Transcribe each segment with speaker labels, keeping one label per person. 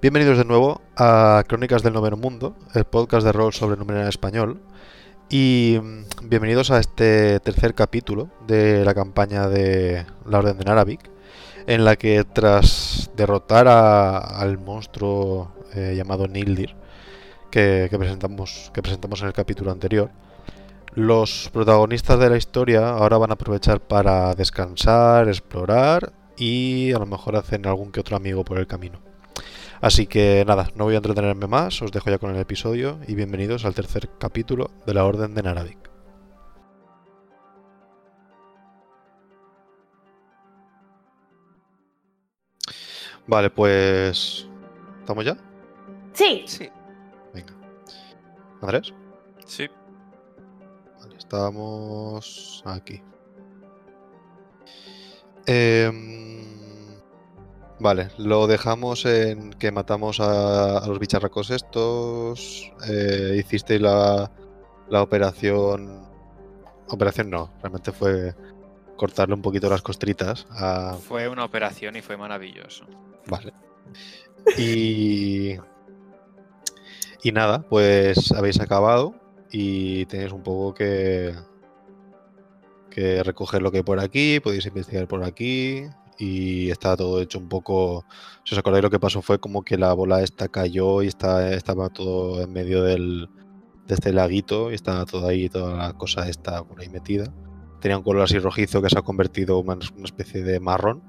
Speaker 1: Bienvenidos de nuevo a Crónicas del Noveno Mundo, el podcast de rol sobre número en español. Y mm, bienvenidos a este tercer capítulo de la campaña de la Orden de Naravik, en la que tras derrotar a- al monstruo eh, llamado Nildir, que, que presentamos, que presentamos en el capítulo anterior, los protagonistas de la historia ahora van a aprovechar para descansar, explorar y a lo mejor hacen algún que otro amigo por el camino. Así que nada, no voy a entretenerme más, os dejo ya con el episodio y bienvenidos al tercer capítulo de la Orden de Naravik. Vale, pues... ¿Estamos ya?
Speaker 2: Sí,
Speaker 3: Sí.
Speaker 1: Venga. ¿Andrés?
Speaker 3: Sí.
Speaker 1: Vale, estamos aquí. Em, vale, lo dejamos en que matamos a, a los bicharracos estos. eh, hicisteis la, la operación... Operación no, realmente fue cortarle un poquito las costritas a,
Speaker 3: Fue una operación y fue maravilloso.
Speaker 1: Vale. Y. Y nada, pues habéis acabado y tenéis un poco que. que recoger lo que hay por aquí, podéis investigar por aquí y está todo hecho un poco. Si os acordáis, lo que pasó fue como que la bola esta cayó y está, estaba todo en medio del, de este laguito y estaba todo ahí, toda la cosa está por ahí metida. Tenía un color así rojizo que se ha convertido en una una especie de marrón.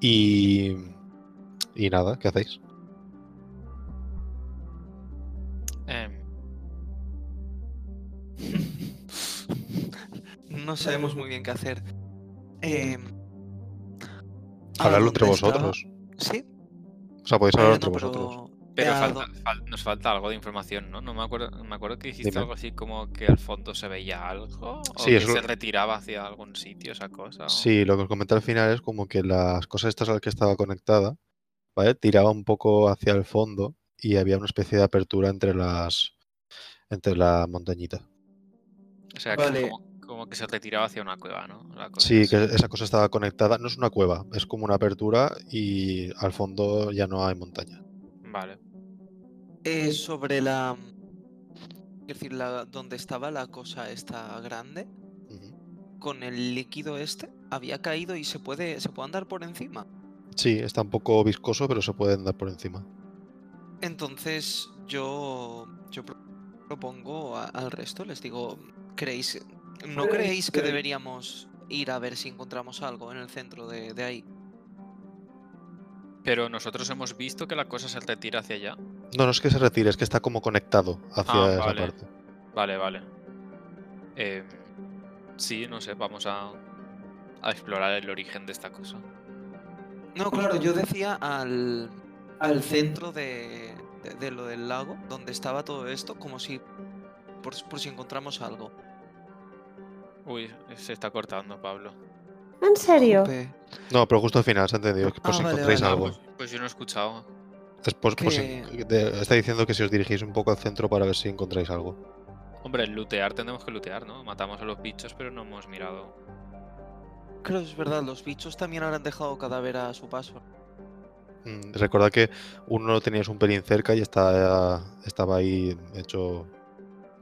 Speaker 1: Y. Y nada, ¿qué hacéis?
Speaker 3: Em,
Speaker 4: No sabemos muy bien qué hacer. Eh, ¿a
Speaker 1: Hablarlo entre
Speaker 4: dónde estaba?
Speaker 1: vosotros.
Speaker 4: Sí,
Speaker 1: O sea, podéis hablar
Speaker 4: bueno,
Speaker 1: entre
Speaker 4: pero.
Speaker 1: vosotros.
Speaker 3: pero
Speaker 4: ¿a
Speaker 3: falta-
Speaker 4: dó-
Speaker 3: fal- nos falta algo de información, ¿no? No me acuerdo, me acuerdo que dijiste
Speaker 1: Dime.
Speaker 3: algo así como que al fondo se veía algo o
Speaker 1: Sí,
Speaker 3: que
Speaker 1: eso-
Speaker 3: se retiraba hacia algún sitio esa cosa. o-
Speaker 1: Sí, lo que os comenté al final es como que las cosas estas a las que estaba conectada, ¿vale? Tiraba un poco hacia el fondo y había una especie de apertura entre las. entre la montañita.
Speaker 3: O sea, que
Speaker 4: Vale.
Speaker 3: como, como que se retiraba hacia una cueva, ¿no? La cosa
Speaker 1: Sí,
Speaker 3: así.
Speaker 1: que esa cosa estaba conectada. No es una cueva, es como una apertura y al fondo ya no hay montaña.
Speaker 3: Vale.
Speaker 4: eh, sobre la. Es decir, la, donde estaba la cosa esta grande,
Speaker 1: Ujú.
Speaker 4: con el líquido este, había caído y se puede se puede andar por encima.
Speaker 1: Sí, está un poco viscoso, pero se puede andar por encima.
Speaker 4: Entonces, yo. Yo pro- propongo a- al resto, les digo, ¿creéis. ¿No creéis que deberíamos ir a ver si encontramos algo en el centro de, de ahí?
Speaker 3: Pero nosotros hemos visto que la cosa se retira hacia allá.
Speaker 1: No, no es que se retire, es que está como conectado hacia
Speaker 3: Ah,
Speaker 1: esa
Speaker 3: vale.
Speaker 1: parte.
Speaker 3: Vale, vale. Em, sí, no sé, vamos a, a explorar el origen de esta cosa.
Speaker 4: No, claro, yo decía al, al centro de, de- de lo del lago, donde estaba todo esto, como si por, s- por si encontramos algo.
Speaker 3: Uy, se está cortando, Pablo.
Speaker 2: en serio.
Speaker 4: Jope,
Speaker 1: No, pero justo al final, se ha entendido. que Por
Speaker 4: Ah,
Speaker 1: si
Speaker 4: vale,
Speaker 1: encontráis
Speaker 4: vale.
Speaker 3: Ah,
Speaker 1: algo.
Speaker 3: pues, pues yo no he escuchado.
Speaker 1: Después, pues,
Speaker 4: Que-
Speaker 1: en- de- está diciendo que si os dirigís un poco al centro para ver si encontráis algo.
Speaker 3: Hombre, lootear tenemos que lootear, ¿no? Matamos a los bichos, pero no hemos mirado.
Speaker 4: Creo que es verdad, los bichos también habrán dejado cadáver a su paso.
Speaker 1: Mm, Recordad que uno lo teníais un pelín cerca y está, estaba ahí hecho.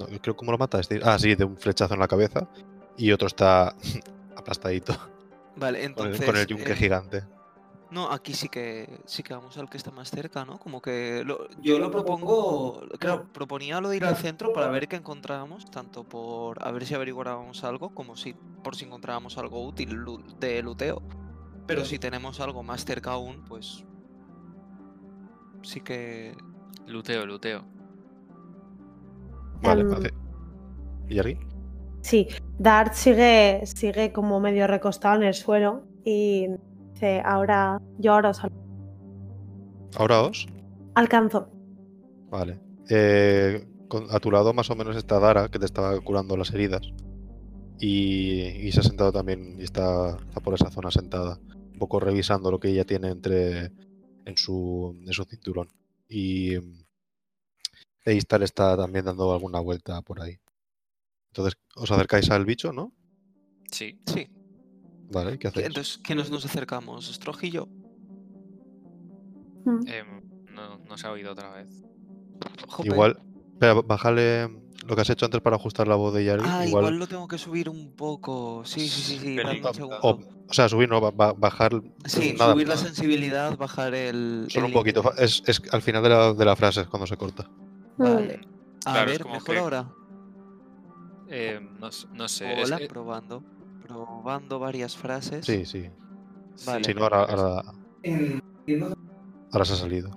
Speaker 1: no, yo creo cómo lo mataste. Ah, sí, de un flechazo en la cabeza. Y otro está aplastadito
Speaker 4: Vale,
Speaker 1: con el-
Speaker 4: entonces.
Speaker 1: con el yunque
Speaker 4: eh,
Speaker 1: gigante.
Speaker 4: No, aquí sí que sí que vamos al que está más cerca, ¿no? Como que lo- yo lo propongo, claro, proponía lo de ir al centro para ver qué encontrábamos, tanto por a ver si averiguábamos algo, como si por si encontrábamos algo útil lu- de luteo. Pero si tenemos algo más cerca aún, pues sí que
Speaker 3: Luteo, luteo.
Speaker 1: Vale,
Speaker 2: Em,
Speaker 1: hace- ¿Y aquí?
Speaker 2: Sí, Dart sigue, sigue como medio recostado en el suelo y dice, ahora, yo ahora os al-
Speaker 1: ¿Ahora os?
Speaker 2: alcanzo.
Speaker 1: Vale. Eh, con- a tu lado más o menos está Dara, que te estaba curando las heridas. Y, y se ha sentado también, y está, está por esa zona sentada. Un poco revisando lo que ella tiene entre en su, en su cinturón. Y mm, Eistar está también dando alguna vuelta por ahí. Entonces, os acercáis al bicho, ¿no?
Speaker 3: Sí.
Speaker 4: sí.
Speaker 1: Vale, ¿qué
Speaker 4: que-
Speaker 1: hacéis?
Speaker 4: Entonces, ¿qué nos nos acercamos? Stroj y yo.
Speaker 2: Mm.
Speaker 3: em, no, No se ha oído otra vez.
Speaker 4: Jope.
Speaker 1: Igual. Espera, bájale lo que has hecho antes para ajustar la voz de Yari.
Speaker 4: Ah, igual...
Speaker 1: igual,
Speaker 4: lo tengo que subir un poco. Sí, sí, sí, sí.
Speaker 3: Pelín.
Speaker 4: dame un
Speaker 1: O,
Speaker 4: segundo.
Speaker 1: o sea, subir, no, ba- ba- bajar.
Speaker 4: Sí,
Speaker 1: oh, pues nada,
Speaker 4: subir la
Speaker 1: nada.
Speaker 4: sensibilidad, bajar el.
Speaker 1: Solo un
Speaker 4: el
Speaker 1: poquito.
Speaker 4: índice.
Speaker 1: Es, es al final de la, de la frase es cuando se corta.
Speaker 4: Vale. A
Speaker 3: Claro, es
Speaker 4: ver,
Speaker 3: como
Speaker 4: mejor
Speaker 3: que-
Speaker 4: ahora.
Speaker 3: Eh, no, s- no sé. es e
Speaker 4: Hola,
Speaker 3: que-
Speaker 4: probando. Probando varias frases.
Speaker 1: Sí, sí.
Speaker 4: Vale.
Speaker 1: Si no, ahora, ahora, ahora se ha salido.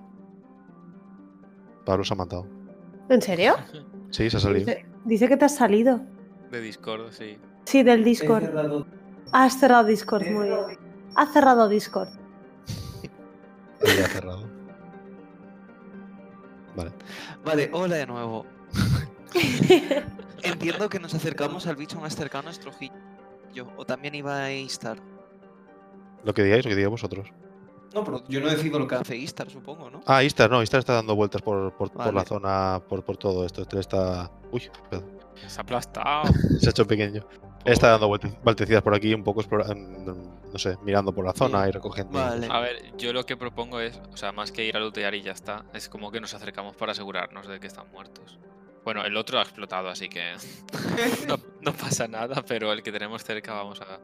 Speaker 1: Pablo se ha matado.
Speaker 2: ¿En serio?
Speaker 1: Sí, se ha salido.
Speaker 2: Dice, dice que te has salido.
Speaker 3: De Discord, sí.
Speaker 2: Sí, del Discord. Has cerrado Discord, muy bien. Has cerrado Discord.
Speaker 1: Ya ha cerrado. Vale.
Speaker 4: Vale, hola de nuevo. Entiendo que nos acercamos al bicho más cercano, es Trujillo. O también iba a Istar.
Speaker 1: Lo que digáis, lo que digáis vosotros.
Speaker 4: No, pero yo no decido lo que hace Istar, supongo, ¿no?
Speaker 1: Ah, Istar, no, Istar está dando vueltas por, por, por la
Speaker 4: Vale.
Speaker 1: zona, por, por todo esto. Este está. Uy, perdón,
Speaker 3: Se ha aplastado.
Speaker 1: se ha hecho pequeño. Está dando vueltecidas por aquí, un poco explora- mm, no sé, mirando por la zona y recogiendo.
Speaker 4: Vale.
Speaker 3: A ver, yo lo que propongo es, o sea, más que ir a lootear y ya está, es como que nos acercamos para asegurarnos de que están muertos. Bueno, el otro ha explotado, así que no, no pasa nada, pero el que tenemos cerca vamos a...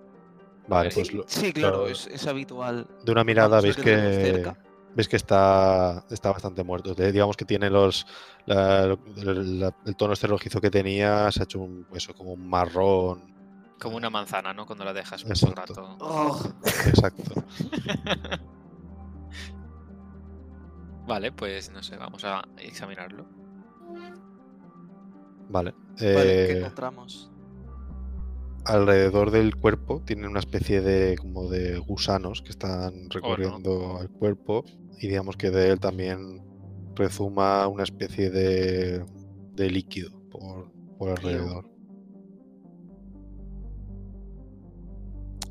Speaker 1: Vale, pues lo-
Speaker 4: Sí, claro,
Speaker 1: claro.
Speaker 4: es, es habitual.
Speaker 1: de una mirada
Speaker 4: Vamos a
Speaker 1: veis
Speaker 4: ver lo tenemos
Speaker 1: que
Speaker 4: cerca.
Speaker 1: veis que está, está bastante muerto. De- digamos que tiene los la- el, la- el tono este rojizo que tenía, se ha hecho un, eso, como un marrón.
Speaker 3: Como una manzana, ¿no? Cuando la dejas un
Speaker 1: Exacto.
Speaker 3: rato.
Speaker 4: Oh,
Speaker 1: Exacto.
Speaker 3: Vale, pues no sé, vamos a examinarlo.
Speaker 1: Vale.
Speaker 4: vale, ¿qué
Speaker 1: Eh,
Speaker 4: encontramos?
Speaker 1: alrededor del cuerpo tienen una especie de como de gusanos que están recorriendo el cuerpo y digamos que de él también rezuma una especie de, de líquido por, por alrededor.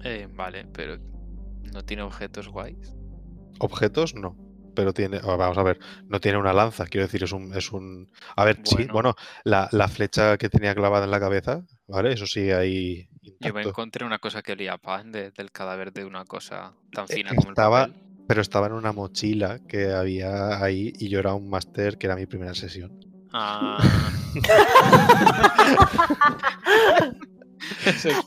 Speaker 3: Eh, vale, pero no tiene objetos guays.
Speaker 1: Objetos no, pero tiene, ah, vamos a ver, no tiene una lanza, quiero decir, es un, es un, a ver, sí,
Speaker 3: Bueno.
Speaker 1: bueno, la, la flecha que tenía clavada en la cabeza, ¿vale? Eso sí, ahí
Speaker 3: Yo me
Speaker 1: intacto.
Speaker 3: encontré una cosa que olía a pan de- del cadáver de una cosa tan
Speaker 1: Eh,
Speaker 3: fina como el
Speaker 1: estaba-
Speaker 3: papel.
Speaker 1: pero estaba en una mochila que había ahí y yo era un máster que era mi primera sesión.
Speaker 3: Ah,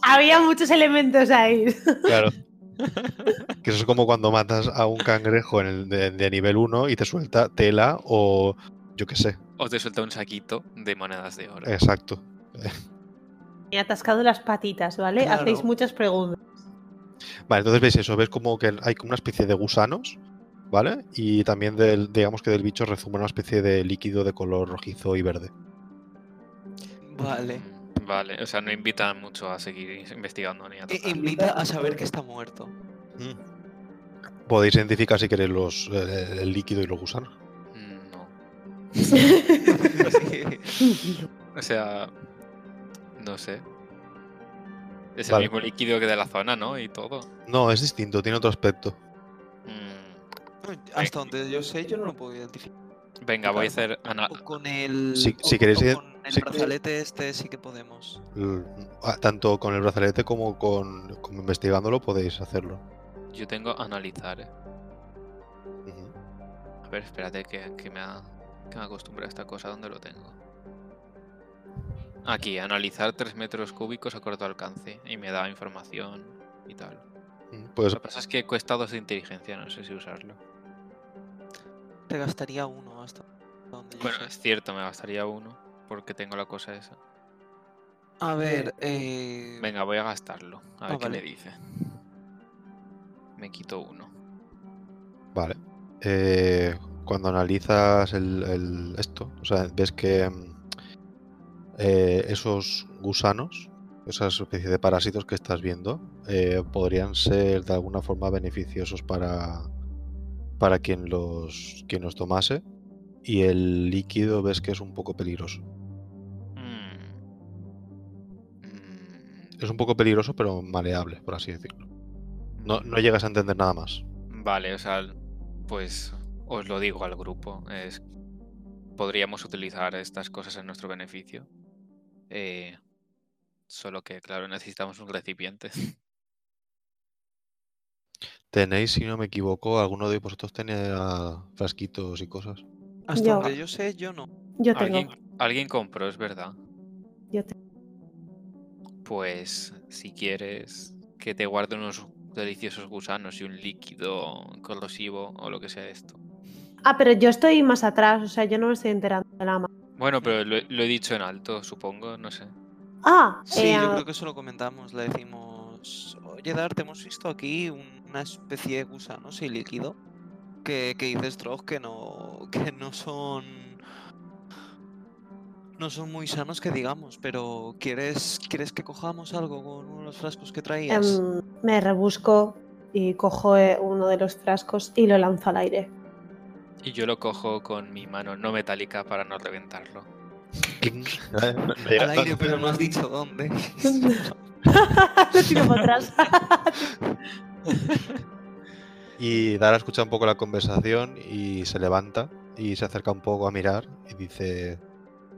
Speaker 2: Había muchos elementos ahí.
Speaker 1: Claro. Que eso es como cuando matas a un cangrejo en el de, de nivel 1 y te suelta tela o yo qué sé.
Speaker 3: os te suelta un saquito de monedas de oro.
Speaker 1: Exacto.
Speaker 2: Me he atascado las patitas, ¿vale?
Speaker 4: Claro.
Speaker 2: Hacéis muchas preguntas.
Speaker 1: Vale, entonces veis eso, ves como que hay como una especie de gusanos, ¿vale? Y también del, digamos que del bicho rezuma una especie de líquido de color rojizo y verde.
Speaker 4: Vale.
Speaker 3: Mm, Vale, o sea, no invitan mucho a seguir investigando ni a
Speaker 4: I-
Speaker 3: tocar.
Speaker 4: invita a saber que está muerto.
Speaker 1: Podéis identificar si queréis los, eh, el líquido y los gusanos.
Speaker 3: Mm, No.
Speaker 4: Sí.
Speaker 3: O sea, no sé. Es
Speaker 1: Vale.
Speaker 3: el mismo líquido que de la zona, ¿no? Y todo.
Speaker 1: No, es distinto, tiene otro aspecto.
Speaker 3: Mm,
Speaker 4: Hasta donde yo sé, yo no lo puedo identificar.
Speaker 3: Venga, voy a hacer ana-
Speaker 4: O con el.
Speaker 1: Ah. Si-
Speaker 4: o-
Speaker 1: si queréis
Speaker 4: o
Speaker 1: ir-
Speaker 4: con el
Speaker 1: si-
Speaker 4: brazalete este sí que podemos.
Speaker 1: L- ah, Tanto con el brazalete como con como investigándolo podéis hacerlo.
Speaker 3: Yo tengo analizar. eh.
Speaker 1: Ujú.
Speaker 3: A ver, espérate que, que me, ha- que me acostumbre a esta cosa. ¿Dónde lo tengo? Aquí, analizar 3 metros cúbicos a corto alcance. Y me da información y tal.
Speaker 1: Ujú. Pues
Speaker 3: Lo que pasa es que cuesta 2 de inteligencia, no sé si usarlo.
Speaker 4: Te gastaría uno hasta donde yo
Speaker 3: Bueno,
Speaker 4: sé.
Speaker 3: es cierto, me gastaría uno porque tengo la cosa esa.
Speaker 4: A ver, eh.
Speaker 3: Venga, voy a gastarlo. A ver
Speaker 4: Ah,
Speaker 3: qué
Speaker 4: vale.
Speaker 3: me dice. Me quito uno.
Speaker 1: Vale. Eh, cuando analizas el, el- esto, o sea, ves que mm, eh, esos gusanos, esas especies de parásitos que estás viendo, eh, podrían ser de alguna forma beneficiosos para, para quien, los, quien los tomase. Y el líquido ves que es un poco peligroso.
Speaker 3: Mm. Mm,
Speaker 1: Es un poco peligroso, pero maleable, por así decirlo. No, no llegas a entender nada más.
Speaker 3: Vale, o sea, pues os lo digo al grupo. Es, podríamos utilizar estas cosas en nuestro beneficio. Eh, solo que, claro, necesitamos un recipiente.
Speaker 1: Tenéis, si no me equivoco, alguno de vosotros tenía frasquitos y cosas.
Speaker 4: Hasta
Speaker 2: Yo.
Speaker 4: donde yo sé, yo no.
Speaker 2: Yo tengo.
Speaker 3: ¿Alguien, alguien compró, es verdad.
Speaker 2: Yo tengo.
Speaker 3: Pues si quieres que te guarde unos deliciosos gusanos y un líquido corrosivo o lo que sea esto.
Speaker 2: Ah, pero yo estoy más atrás, o sea, yo no me estoy enterando de la mano.
Speaker 3: Bueno, pero lo, lo he dicho en alto, supongo, no sé.
Speaker 2: Ah,
Speaker 4: Sí,
Speaker 2: eh,
Speaker 4: yo creo que eso lo comentamos. Le decimos, oye Dart, hemos visto aquí un- una especie de gusanos y líquido que, que dice Stroh que no, que no son... No son muy sanos que digamos, pero ¿quieres, ¿quieres que cojamos algo con uno de los frascos que traías?
Speaker 2: em, me rebusco y cojo eh, uno de los frascos y lo lanzo al aire.
Speaker 3: Y yo lo cojo con mi mano no metálica para no reventarlo.
Speaker 4: Al aire, pero no has dicho dónde.
Speaker 2: lo tiro para atrás.
Speaker 1: Y Dara escucha un poco la conversación y se levanta y se acerca un poco a mirar y dice,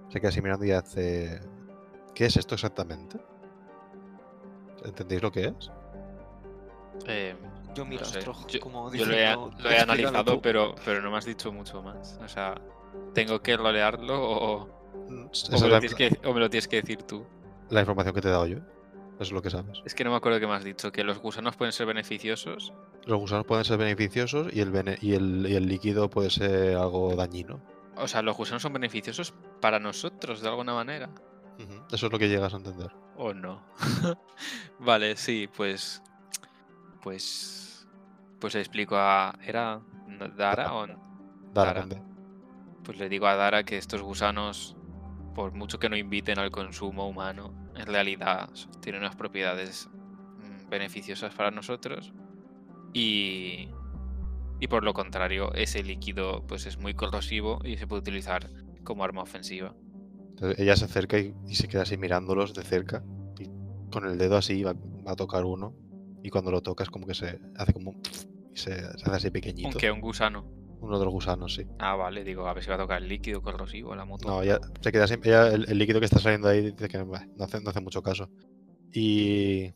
Speaker 1: se queda así mirando y hace, ¿qué es esto exactamente? ¿Entendéis lo que es?
Speaker 3: Eh,
Speaker 4: Yo miro
Speaker 3: no sé,
Speaker 4: a Stroh
Speaker 3: yo-
Speaker 4: como
Speaker 3: yo lo he,
Speaker 4: diciendo,
Speaker 3: lo he
Speaker 4: "Explícalo
Speaker 3: analizado,
Speaker 4: tú".
Speaker 3: pero, pero no me has dicho mucho más. O sea, ¿tengo que rolearlo o, o
Speaker 1: Esa
Speaker 3: me
Speaker 1: es
Speaker 3: lo
Speaker 1: la,
Speaker 3: tienes que- o me lo tienes que decir tú?
Speaker 1: la información que te he dado yo. Eso es lo que sabes.
Speaker 3: Es que no me acuerdo qué me has dicho, que los gusanos pueden ser beneficiosos.
Speaker 1: Los gusanos pueden ser beneficiosos y el, bene- y el, y el líquido puede ser algo dañino.
Speaker 3: O sea, los gusanos son beneficiosos para nosotros de alguna manera.
Speaker 1: Ujú, Eso es lo que llegas a entender.
Speaker 3: ¿O no? vale, sí, pues. Pues. Pues le explico a. ¿Era N- Dara o.? no?
Speaker 1: Dara,
Speaker 3: Dara.
Speaker 1: Conde.
Speaker 3: Pues le digo a Dara que estos gusanos, por mucho que no inviten al consumo humano, en realidad s- tienen unas propiedades mm, beneficiosas para nosotros. Y. Y por lo contrario, ese líquido pues es muy corrosivo y se puede utilizar como arma ofensiva.
Speaker 1: Entonces, ella se acerca y, y se queda así mirándolos de cerca. Y con el dedo así va, va a tocar uno. Y cuando lo tocas, como que se hace como. un Y se, se hace así pequeñito.
Speaker 3: Aunque un gusano.
Speaker 1: Uno de los gusanos, sí.
Speaker 3: Ah, vale, digo, a ver si va a tocar el líquido corrosivo, la moto.
Speaker 1: No, ella se queda así. ella- el, el líquido que está saliendo ahí dice que "Bah, no hace, no hace mucho caso. Y.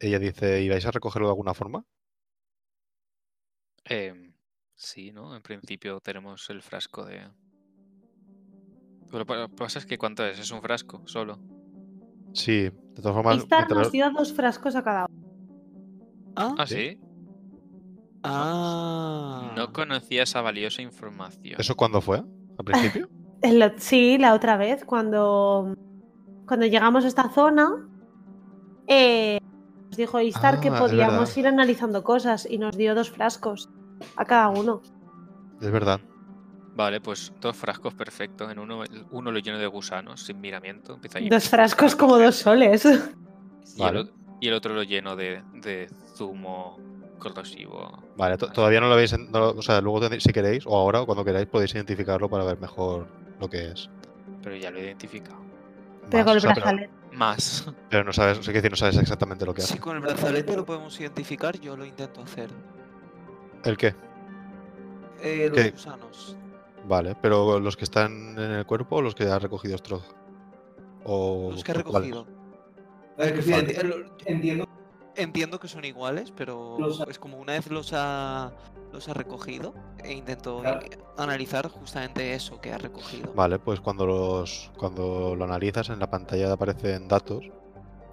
Speaker 1: Ella dice: ¿Y vais a recogerlo de alguna forma?
Speaker 3: Em, sí, ¿no? En principio tenemos el frasco de... Pero pa- lo que pasa es que ¿cuánto es? Es un frasco solo.
Speaker 1: Sí, de todas formas.
Speaker 2: Istar
Speaker 1: mientras-
Speaker 2: nos dio dos frascos a cada uno.
Speaker 3: Ah,
Speaker 4: Ah,
Speaker 3: sí.
Speaker 4: ah.
Speaker 3: No conocía esa valiosa información.
Speaker 1: ¿Eso cuándo fue? ¿Al principio?
Speaker 2: El lo- sí, la otra vez, cuando, cuando llegamos a esta zona, eh, nos dijo Istar
Speaker 1: Ah,
Speaker 2: que
Speaker 1: es
Speaker 2: podíamos
Speaker 1: verdad.
Speaker 2: ir analizando cosas y nos dio dos frascos a cada uno.
Speaker 1: es verdad.
Speaker 3: Vale, pues dos frascos perfectos. En uno, el- uno lo lleno de gusanos, sin miramiento. Empieza ahí.
Speaker 2: Dos frascos como dos soles.
Speaker 3: Y, el,
Speaker 1: Vale.
Speaker 3: o- y el otro lo lleno de, de zumo corrosivo.
Speaker 1: Vale, to- todavía no lo habéis. en- no lo- o sea, luego tenéis- si queréis, o ahora o cuando queráis, podéis identificarlo para ver mejor lo que es.
Speaker 3: Pero ya lo he identificado.
Speaker 2: Pego
Speaker 1: Más,
Speaker 2: el
Speaker 1: o sea, pero-
Speaker 2: brazalete.
Speaker 3: Más.
Speaker 1: Pero no sabes, o sea, quiero decir, no sabes exactamente lo que hace.
Speaker 4: Si con el brazalete lo podemos identificar, yo lo intento hacer.
Speaker 1: ¿El qué?
Speaker 4: Eh, los
Speaker 1: ¿Qué?
Speaker 4: gusanos.
Speaker 1: Vale, pero los que están en el cuerpo o los que ha recogido Stroh. O
Speaker 4: Los que ha
Speaker 1: o cuáles.
Speaker 4: recogido. Eh, que sí,
Speaker 1: Vale.
Speaker 4: enti- lo- entiendo. entiendo que son iguales, pero es como una vez los ha, los ha recogido e intento i- analizar justamente eso que ha recogido.
Speaker 1: Vale, pues cuando los cuando lo analizas en la pantalla aparecen datos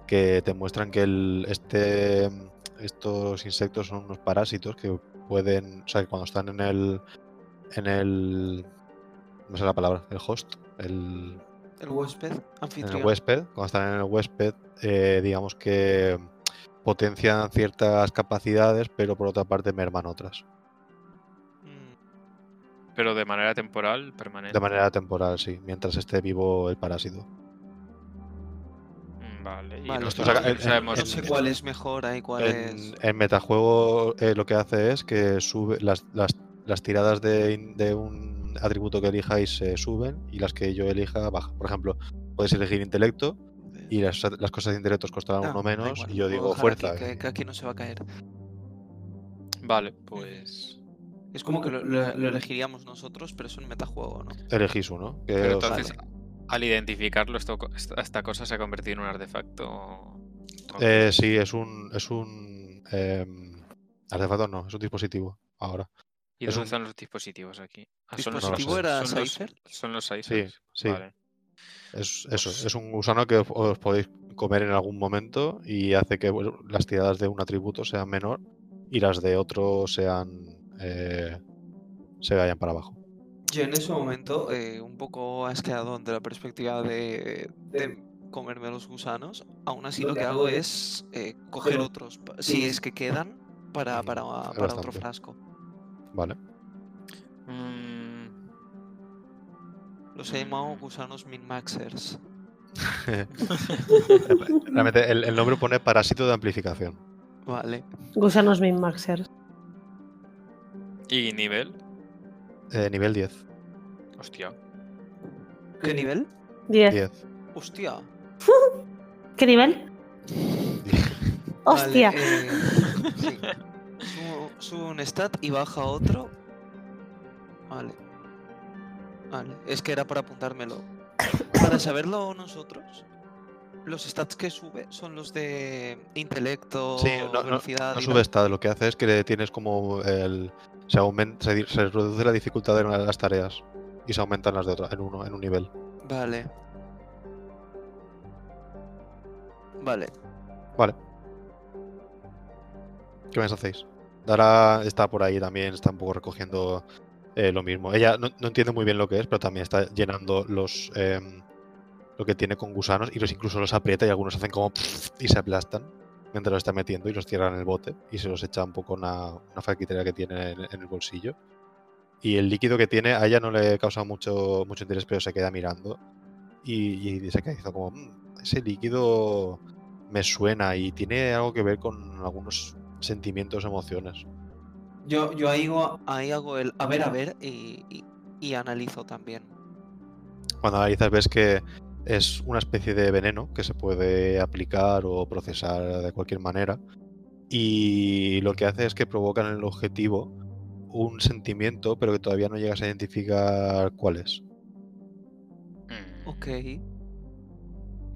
Speaker 1: que te muestran que el, este estos insectos son unos parásitos que pueden, o sea, que cuando están en el en el no sé la palabra, el host, el
Speaker 4: El huésped,
Speaker 1: en
Speaker 4: anfitrión.
Speaker 1: el huésped, cuando están en el huésped, eh, digamos que potencian ciertas capacidades, pero por otra parte merman otras,
Speaker 4: Mm,
Speaker 3: Pero de manera temporal, permanente.
Speaker 1: de manera temporal, sí, mientras esté vivo el parásito.
Speaker 3: Mm, Vale, y
Speaker 4: Vale, eh,
Speaker 1: esto
Speaker 3: nosotros
Speaker 1: saca-
Speaker 3: no
Speaker 1: en-
Speaker 3: sabemos
Speaker 4: No sé
Speaker 1: eh, en-
Speaker 4: cuál es mejor, hay cuál es.
Speaker 1: En, en metajuego eh, lo que hace es que sube las, las- las tiradas de, in- de un atributo que elijáis se suben y las que yo elija bajan. Por ejemplo, podéis elegir intelecto y las, las cosas de intelectos costarán
Speaker 4: Ah,
Speaker 1: uno
Speaker 4: da
Speaker 1: menos
Speaker 4: igual,
Speaker 1: y yo
Speaker 4: lo
Speaker 1: digo
Speaker 4: puedo dejar
Speaker 1: fuerza.
Speaker 4: aquí, que, que aquí no se va a caer.
Speaker 3: Vale, pues.
Speaker 4: Es como que lo, lo- lo elegiríamos nosotros, pero es un metajuego, ¿no?
Speaker 1: Elegís uno. que
Speaker 3: Pero
Speaker 1: os-
Speaker 3: entonces, al identificarlo, esto, co- esta, esta cosa se ha convertido en un artefacto. o- o qué?
Speaker 1: eh, sí, es un, es un em, artefacto, no, es un dispositivo ahora.
Speaker 3: ¿Y
Speaker 1: Es
Speaker 3: dónde
Speaker 1: un-
Speaker 3: están los dispositivos aquí? Ah, son los-
Speaker 1: no
Speaker 4: ¿Dispositivo
Speaker 1: lo
Speaker 4: era
Speaker 3: son los-
Speaker 4: Cypher?
Speaker 3: Son los
Speaker 1: Sí,
Speaker 3: Sizers.
Speaker 1: sí.
Speaker 3: Vale.
Speaker 1: Es eso, es un gusano que os, os podéis comer en algún momento y hace que bueno, las tiradas de un atributo sean menor y las de otro sean eh, se vayan para abajo.
Speaker 4: Yo en ese momento, eh, un poco asqueado ante la perspectiva de, de comerme los gusanos, aún así lo que hago es eh, coger otros, pa- si es que quedan, para,
Speaker 1: Mm,
Speaker 4: para,
Speaker 1: es
Speaker 4: para otro
Speaker 1: bastante.
Speaker 4: frasco.
Speaker 1: Vale.
Speaker 3: Mm,
Speaker 4: Los he llamado
Speaker 3: Mm.
Speaker 4: gusanos min-maxers.
Speaker 1: Realmente el, el nombre pone parásito de amplificación.
Speaker 4: Vale.
Speaker 2: Gusanos Minmaxer.
Speaker 3: ¿Y nivel?
Speaker 1: Eh, nivel 10.
Speaker 3: Hostia.
Speaker 4: ¿Qué nivel?
Speaker 2: 10.
Speaker 1: 10.
Speaker 4: Eh, Hostia.
Speaker 2: ¿Qué nivel?
Speaker 4: Vale,
Speaker 2: Hostia.
Speaker 4: eh, sí. Subo- Subo un stat y baja otro. Vale. Vale. Es que era para apuntármelo. Para saberlo nosotros, los stats que sube son los de intelecto,
Speaker 1: Sí, no- no-
Speaker 4: velocidad.
Speaker 1: No
Speaker 4: y tal.
Speaker 1: sube esta, lo que hace es que tienes como el. Se, aumenta, se, di- se reduce la dificultad de una de las tareas y se aumentan las de otra en, uno, en un nivel.
Speaker 4: Vale. Vale.
Speaker 1: ¿Qué más hacéis? Dara está por ahí también, está un poco recogiendo eh, lo mismo. Ella no, no entiende muy bien lo que es, pero también está llenando los em, lo que tiene con gusanos y los incluso los aprieta y algunos hacen como y se aplastan mientras los está metiendo y los cierra en el bote y se los echa un poco una, una faquitera que tiene en, en el bolsillo. Y el líquido que tiene a ella no le causa mucho, mucho interés, pero se queda mirando y, y se queda diciendo como "Mm, ese líquido me suena y tiene algo que ver con algunos sentimientos, emociones.
Speaker 4: Yo, yo ahí, hago, ahí hago el a ver, a ver y, y- y analizo también.
Speaker 1: Cuando analizas ves que es una especie de veneno que se puede aplicar o procesar de cualquier manera y lo que hace es que provoca en el objetivo un sentimiento pero que todavía no llegas a identificar cuál es.
Speaker 3: Mm,
Speaker 4: Ok.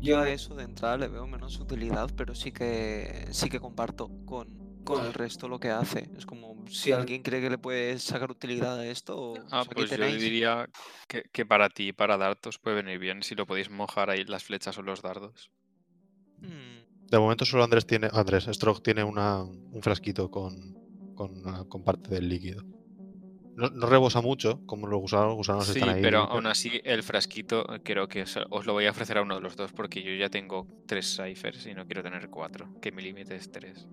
Speaker 4: Yo a eso de entrada le veo menos utilidad, pero sí que sí que comparto con, con el resto lo que hace. Es como si alguien cree que le puede sacar utilidad a esto, o
Speaker 3: Ah,
Speaker 4: sea, aquí
Speaker 3: pues yo
Speaker 4: tenéis.
Speaker 3: diría que, que para ti y para dardos puede venir bien si lo podéis mojar ahí las flechas o los dardos.
Speaker 4: Mm,
Speaker 1: De momento solo Andrés tiene, Andrés, Strog tiene una, un frasquito con, con, ah, con parte del líquido. No, no rebosa mucho, como los gusanos, los gusanos
Speaker 3: sí,
Speaker 1: están ahí.
Speaker 3: pero
Speaker 1: limpios.
Speaker 3: aún así el frasquito eh, creo que os, os lo voy a ofrecer a uno de los dos porque yo ya tengo tres ciphers y no quiero tener cuatro, que mi límite es tres.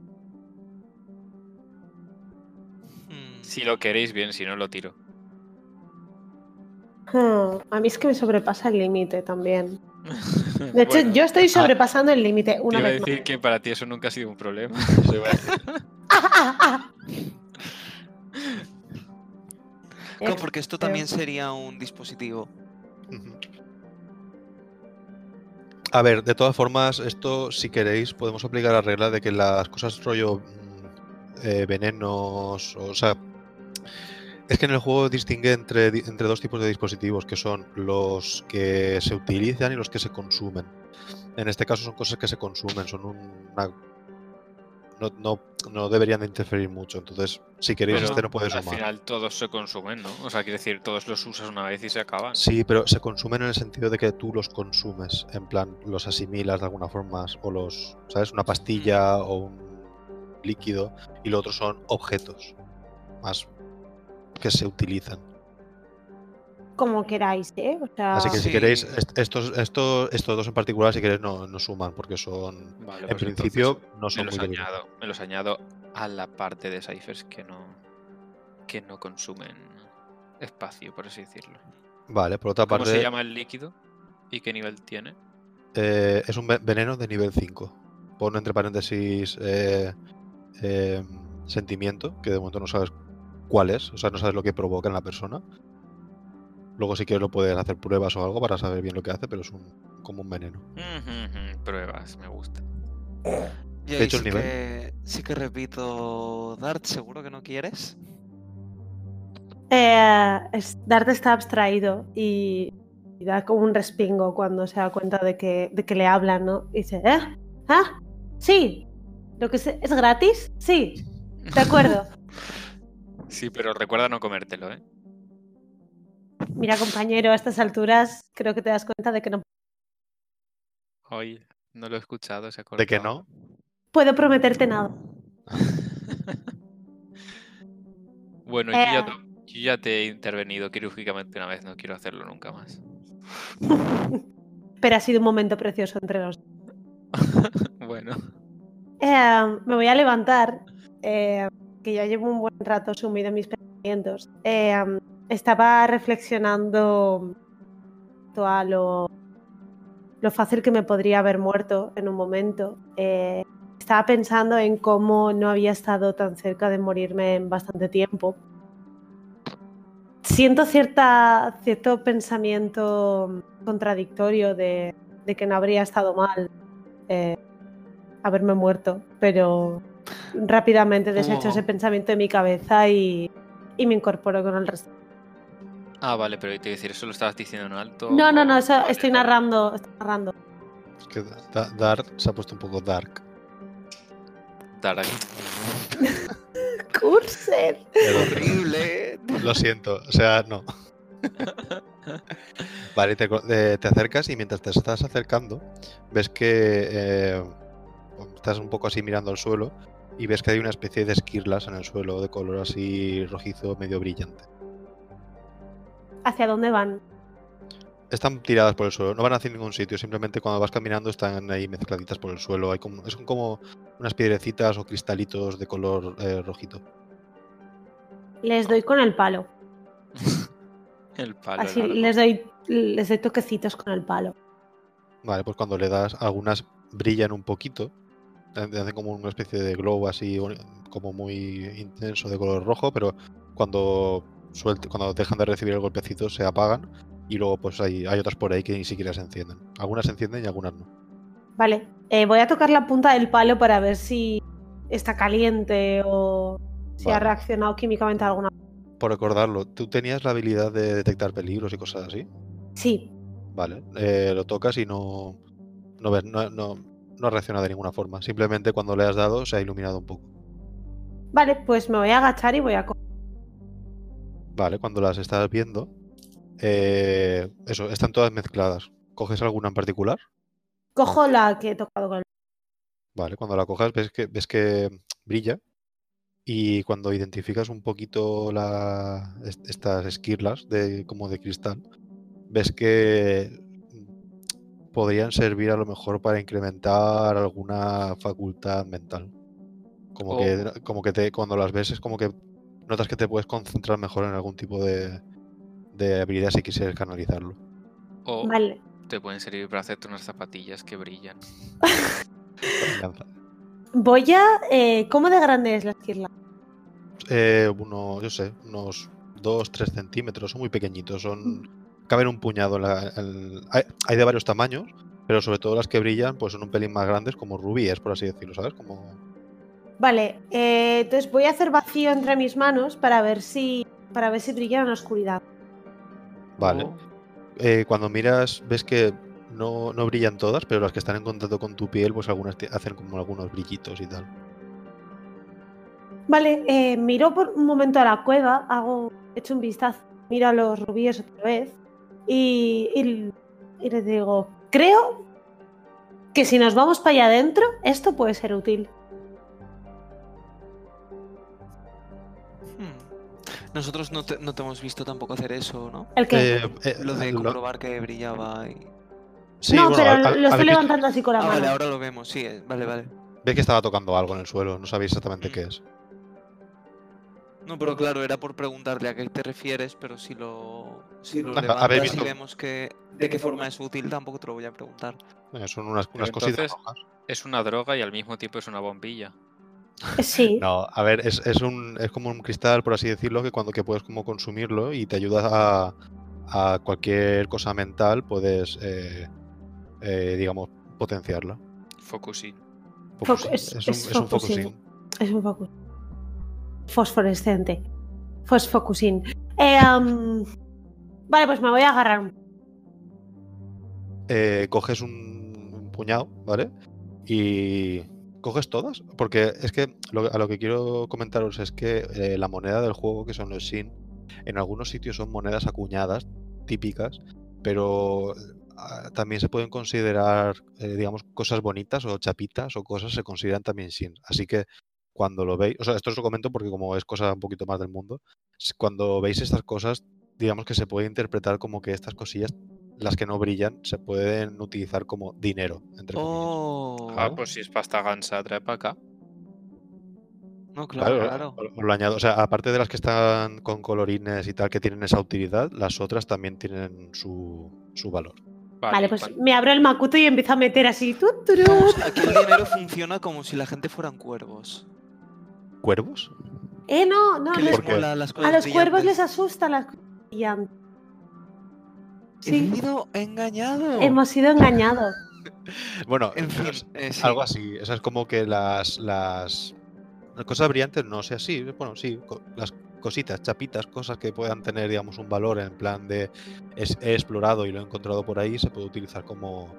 Speaker 4: mm,
Speaker 3: Si lo queréis bien, si no lo tiro.
Speaker 2: Hmm, A mí es que me sobrepasa el límite también. De hecho, yo estoy sobrepasando el límite una
Speaker 3: Ah. iba a
Speaker 2: vez más.
Speaker 3: decir que para ti eso nunca ha sido un problema.
Speaker 2: ¡Ah, ah, ah!
Speaker 4: claro,
Speaker 2: Eh,
Speaker 4: porque esto
Speaker 2: creo.
Speaker 4: también sería un dispositivo.
Speaker 1: Ujú. A ver, de todas formas, esto, si queréis, podemos aplicar la regla de que las cosas rollo mm, eh, venenos, o sea, es que en el juego distingue entre, di- entre dos tipos de dispositivos, que son los que se utilizan y los que se consumen. En este caso son cosas que se consumen, son un- una... No, no, no deberían de interferir mucho, entonces si queréis
Speaker 3: Pero
Speaker 1: este no puede
Speaker 3: Al
Speaker 1: sumar.
Speaker 3: final todos se consumen, ¿no? O sea, quiere decir, todos los usas una vez y se acaban.
Speaker 1: Sí, pero se consumen en el sentido de que tú los consumes, en plan, los asimilas de alguna forma, o los, ¿sabes? Una pastilla o un líquido, y lo otro son objetos, más que se utilizan.
Speaker 2: Como queráis, ¿eh? O
Speaker 3: Ah,
Speaker 2: sea,
Speaker 1: Así que si
Speaker 4: sí.
Speaker 1: queréis, est- estos, estos, estos dos en particular, si queréis, no, no suman, porque son,
Speaker 3: Vale,
Speaker 1: en
Speaker 3: pues entonces
Speaker 1: principio, no
Speaker 3: me
Speaker 1: son muy
Speaker 3: los
Speaker 1: peligrosos.
Speaker 3: añado, me los añado a la parte de ciphers que no que no consumen espacio, por así decirlo.
Speaker 1: Vale, por otra
Speaker 3: ¿Cómo se
Speaker 1: parte,
Speaker 3: llama el líquido y qué nivel tiene?
Speaker 1: eh, es un ve- veneno de nivel 5. Pon entre paréntesis eh, eh, sentimiento, que de momento no sabes cuál es, o sea, no sabes lo que provoca en la persona. Luego si quieres lo puedes hacer pruebas o algo para saber bien lo que hace, pero es un, como un veneno.
Speaker 3: Ujú, ujú, Pruebas, me gusta.
Speaker 4: Y
Speaker 1: he
Speaker 4: ahí
Speaker 1: hecho el
Speaker 4: sí
Speaker 1: nivel.
Speaker 4: que, sí que repito, Dart, ¿seguro que no quieres?
Speaker 2: eh, es- Dart está abstraído y, y da como un respingo cuando se da cuenta de que, de que le hablan, ¿no? Y dice, ¿eh? ¿Ah? Sí. ¿Lo que se- es gratis? Sí. De acuerdo.
Speaker 3: Sí, pero recuerda no comértelo, ¿eh?
Speaker 2: Mira, compañero, a estas alturas creo que te das cuenta de que no
Speaker 3: Hoy no lo he escuchado, se ha
Speaker 1: ¿De que
Speaker 3: cortado.
Speaker 1: no?
Speaker 2: puedo prometerte nada.
Speaker 3: Bueno, yo ya,
Speaker 2: Eh.
Speaker 3: te- yo ya te he intervenido quirúrgicamente una vez, no quiero hacerlo nunca más.
Speaker 2: Pero ha sido un momento precioso entre los
Speaker 3: Bueno,
Speaker 2: Eh, me voy a levantar, eh, que ya llevo un buen rato sumido en mis pensamientos. Eh, estaba reflexionando respecto a lo, lo fácil que me podría haber muerto en un momento. Eh, estaba pensando en cómo no había estado tan cerca de morirme en bastante tiempo. Siento cierta, cierto pensamiento contradictorio de, de que no habría estado mal. eh, haberme muerto, pero rápidamente desecho
Speaker 4: Oh.
Speaker 2: ese pensamiento de mi cabeza y, y me incorporo con el resto.
Speaker 3: ah, vale, pero te iba a decir, ¿eso lo estabas diciendo en alto?
Speaker 2: No, no, no,
Speaker 3: o-
Speaker 2: eso-
Speaker 3: vale,
Speaker 2: estoy
Speaker 3: vale.
Speaker 2: narrando, estoy narrando.
Speaker 1: Es que da- da- Dark se ha puesto un poco dark.
Speaker 3: Dark.
Speaker 2: Cursor.
Speaker 1: Pero-
Speaker 4: Horrible. ¿eh?
Speaker 1: Lo siento, o sea, no. Vale, te, co- eh, te acercas y mientras te estás acercando, ves que eh, estás un poco así mirando al suelo y ves que hay una especie de esquirlas en el suelo de color así rojizo, medio brillante.
Speaker 2: ¿Hacia dónde van?
Speaker 1: Están tiradas por el suelo, no van hacia ningún sitio, simplemente cuando vas caminando están ahí mezcladitas por el suelo. Hay como, son como unas piedrecitas o cristalitos de color eh, rojito.
Speaker 2: Les doy con el palo.
Speaker 3: El palo.
Speaker 2: Así
Speaker 3: largo.
Speaker 2: les doy, les doy toquecitos con el palo.
Speaker 1: Vale, pues cuando le das, algunas brillan un poquito, te- te hacen como una especie de globo así, boni- como muy intenso de color rojo, pero cuando suelte, cuando dejan de recibir el golpecito se apagan y luego pues hay, hay otras por ahí que ni siquiera se encienden. Algunas se encienden y algunas no.
Speaker 2: Vale, eh, voy a tocar la punta del palo para ver si está caliente o si ha
Speaker 1: Vale.
Speaker 2: reaccionado químicamente a alguna.
Speaker 1: Por recordarlo, tú tenías la habilidad de detectar peligros y cosas así.
Speaker 2: Sí,
Speaker 1: Vale, eh, lo tocas y no, no, ves, no, no, no reacciona de ninguna forma. Simplemente cuando le has dado se ha iluminado un poco.
Speaker 2: vale, pues me voy a agachar y voy a co-
Speaker 1: Vale, cuando las estás viendo, eh, eso, están todas mezcladas. ¿Coges alguna en particular?
Speaker 2: cojo la que he tocado con el
Speaker 1: Vale, cuando la cojas ves que, ves que brilla y cuando identificas un poquito la, est- estas esquirlas de, como de cristal, ves que mm, podrían servir a lo mejor para incrementar alguna facultad mental. Como que, como que te, cuando las ves es como que notas que te puedes concentrar mejor en algún tipo de, de habilidad si quisieras canalizarlo.
Speaker 3: O
Speaker 2: Vale,
Speaker 3: te pueden servir para hacerte unas zapatillas que brillan.
Speaker 1: Lanza.
Speaker 2: voy a... eh, ¿Cómo de grande es la esquirla?
Speaker 1: Eh, uno, yo sé, unos 2, 3 centímetros, son muy pequeñitos,
Speaker 2: Mm.
Speaker 1: son caben un puñado. en la- en- hay, hay de varios tamaños, pero sobre todo las que brillan pues son un pelín más grandes, como rubíes, por así decirlo, ¿sabes? Como...
Speaker 2: Vale, eh, entonces voy a hacer vacío entre mis manos para ver si para ver si brilla en la oscuridad.
Speaker 1: Vale.
Speaker 4: Oh,
Speaker 1: Eh, cuando miras ves que no, no brillan todas, pero las que están en contacto con tu piel pues algunas ti- hacen como algunos brillitos y tal.
Speaker 2: Vale, eh, miro por un momento a la cueva, hago, echo un vistazo, miro a los rubíes otra vez y, y- y les digo, creo que si nos vamos para allá adentro, esto puede ser útil.
Speaker 4: hmm. Nosotros no te, no te hemos visto tampoco hacer eso, ¿no?
Speaker 2: El que...
Speaker 1: Eh, eh,
Speaker 4: Lo de
Speaker 1: lo-
Speaker 4: comprobar que brillaba y...
Speaker 1: sí,
Speaker 2: no,
Speaker 1: bueno,
Speaker 2: pero
Speaker 1: a- a-
Speaker 2: lo estoy
Speaker 1: habéis visto-
Speaker 2: levantando así con la
Speaker 4: Ah,
Speaker 2: mano.
Speaker 4: vale, ahora lo vemos, sí, eh, vale, vale.
Speaker 1: ves que estaba tocando algo en el suelo, no sabéis exactamente
Speaker 4: Mm.
Speaker 1: qué es.
Speaker 4: No, pero claro, era por preguntarle a qué te refieres, pero si lo, si lo
Speaker 1: Ajá,
Speaker 4: levantas
Speaker 1: habéis
Speaker 4: y
Speaker 1: visto.
Speaker 4: vemos que de qué forma es útil, tampoco te lo voy a preguntar.
Speaker 1: Eh, son unas,
Speaker 3: Pero
Speaker 4: Pues
Speaker 1: unas cositas
Speaker 3: entonces-
Speaker 1: rojas.
Speaker 3: Es una droga y al mismo tiempo es una bombilla.
Speaker 2: Eh, Sí,
Speaker 1: No, a ver, es, es un, es como un cristal, por así decirlo, que cuando que puedes como consumirlo y te ayuda a, a cualquier cosa mental, puedes, eh, eh, digamos, potenciarla.
Speaker 3: Focusing.
Speaker 2: Foc-
Speaker 1: Focusing.
Speaker 2: es-
Speaker 1: un,
Speaker 2: es
Speaker 1: un
Speaker 2: focusing.
Speaker 1: focusing.
Speaker 2: es un focus. Fosforescente. Fosfocusin. Eh, am, Vale, pues me voy a agarrar un
Speaker 1: Eh, coges un, un puñado, ¿vale? Y ¿Coges todas? Porque es que lo- a lo que quiero comentaros es que eh, la moneda del juego, que son los SIN, en algunos sitios son monedas acuñadas, típicas, pero ah, también se pueden considerar, eh, digamos, cosas bonitas o chapitas o cosas se consideran también SIN. Así que cuando lo veis, o sea, esto os lo comento porque como es cosa un poquito más del mundo, s- cuando veis estas cosas, digamos que se puede interpretar como que estas cosillas, las que no brillan, se pueden utilizar como dinero, entre comillas.
Speaker 4: Oh.
Speaker 3: Ah, pues si es pasta gansa, trae para acá.
Speaker 4: No, claro,
Speaker 1: pues, Claro,
Speaker 4: claro.
Speaker 1: o- o lo añado. O sea, aparte de las que están con colorines y tal, que tienen esa utilidad, las otras también tienen su, su valor.
Speaker 3: Vale,
Speaker 2: Vale, pues
Speaker 3: cuan-
Speaker 2: me abro el Makuto y empiezo a meter así. tu, tu, tu.
Speaker 4: Aquí el dinero funciona como si la gente fueran cuervos.
Speaker 1: ¿Cuervos?
Speaker 2: Eh, no, no,
Speaker 4: Que
Speaker 2: no.
Speaker 1: les
Speaker 2: es-
Speaker 1: ¿Por qué?
Speaker 4: mola las
Speaker 2: A
Speaker 4: cosas
Speaker 2: los cuervos les
Speaker 4: brillantes.
Speaker 2: asustan las cosas brillantes.
Speaker 4: He
Speaker 2: Sí,
Speaker 4: sido engañado.
Speaker 2: hemos sido engañados.
Speaker 1: Bueno,
Speaker 4: En
Speaker 1: pero
Speaker 4: fin,
Speaker 1: es
Speaker 4: eh, sí.
Speaker 1: algo así. O sea, es como que las, las las cosas brillantes no sea así. Bueno, sí, co- las cositas, chapitas, cosas que puedan tener, digamos, un valor en plan de es- he explorado y lo he encontrado por ahí, se puede utilizar como,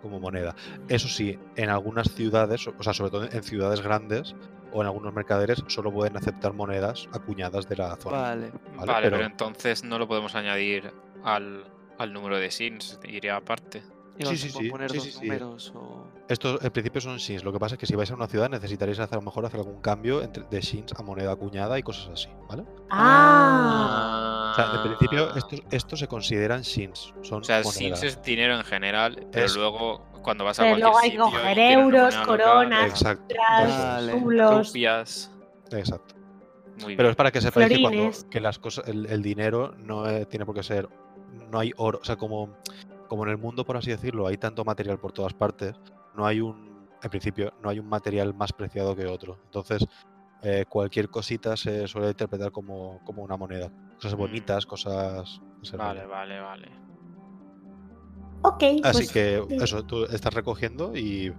Speaker 1: como moneda. Eso sí, en algunas ciudades, o- o sea, sobre todo en ciudades grandes o en algunos mercaderes, solo pueden aceptar monedas acuñadas de la zona.
Speaker 4: Vale.
Speaker 1: vale,
Speaker 3: vale, pero...
Speaker 1: pero-
Speaker 3: entonces no lo podemos añadir al, al número de sins, iría aparte.
Speaker 4: Ibas
Speaker 1: Sí, sí,
Speaker 4: por
Speaker 1: sí,
Speaker 4: poner
Speaker 1: sí,
Speaker 4: dos
Speaker 1: sí, sí.
Speaker 4: números o...
Speaker 1: Estos en principio son shins, lo que pasa es que si vais a una ciudad necesitaréis hacer, a lo mejor hacer algún cambio entre, de shins a moneda acuñada y cosas así, ¿vale?
Speaker 2: Ah,
Speaker 1: O sea, en principio
Speaker 3: Ah.
Speaker 1: estos, estos se consideran shins, son
Speaker 3: O sea,
Speaker 1: monedas.
Speaker 3: Sims es dinero en general, pero
Speaker 1: Eso.
Speaker 3: luego cuando vas a
Speaker 2: Pero
Speaker 3: cualquier
Speaker 2: luego hay que
Speaker 3: sitio y
Speaker 2: coger
Speaker 3: quieres una
Speaker 2: euros,
Speaker 3: moneda
Speaker 2: coronas,
Speaker 1: Exacto.
Speaker 2: tras-
Speaker 1: eso
Speaker 4: Vale.
Speaker 2: Sublos.
Speaker 3: rupias.
Speaker 1: es, Exacto. Pero
Speaker 3: Muy bien.
Speaker 1: es para que sepáis que, cuando-
Speaker 2: Florines.
Speaker 1: que las cosas, el, el dinero no eh, tiene por qué ser, no hay oro, o sea, como, como en el mundo, por así decirlo, hay tanto material por todas partes, no hay un, en principio, no hay un material más preciado que otro. Entonces, eh, cualquier cosita se suele interpretar como, como una moneda. Cosas
Speaker 3: Mm.
Speaker 1: bonitas, cosas... ese
Speaker 3: Vale,
Speaker 1: rollo.
Speaker 3: vale, vale.
Speaker 2: ok.
Speaker 1: Así
Speaker 2: pues-
Speaker 1: que eso, tú estás recogiendo y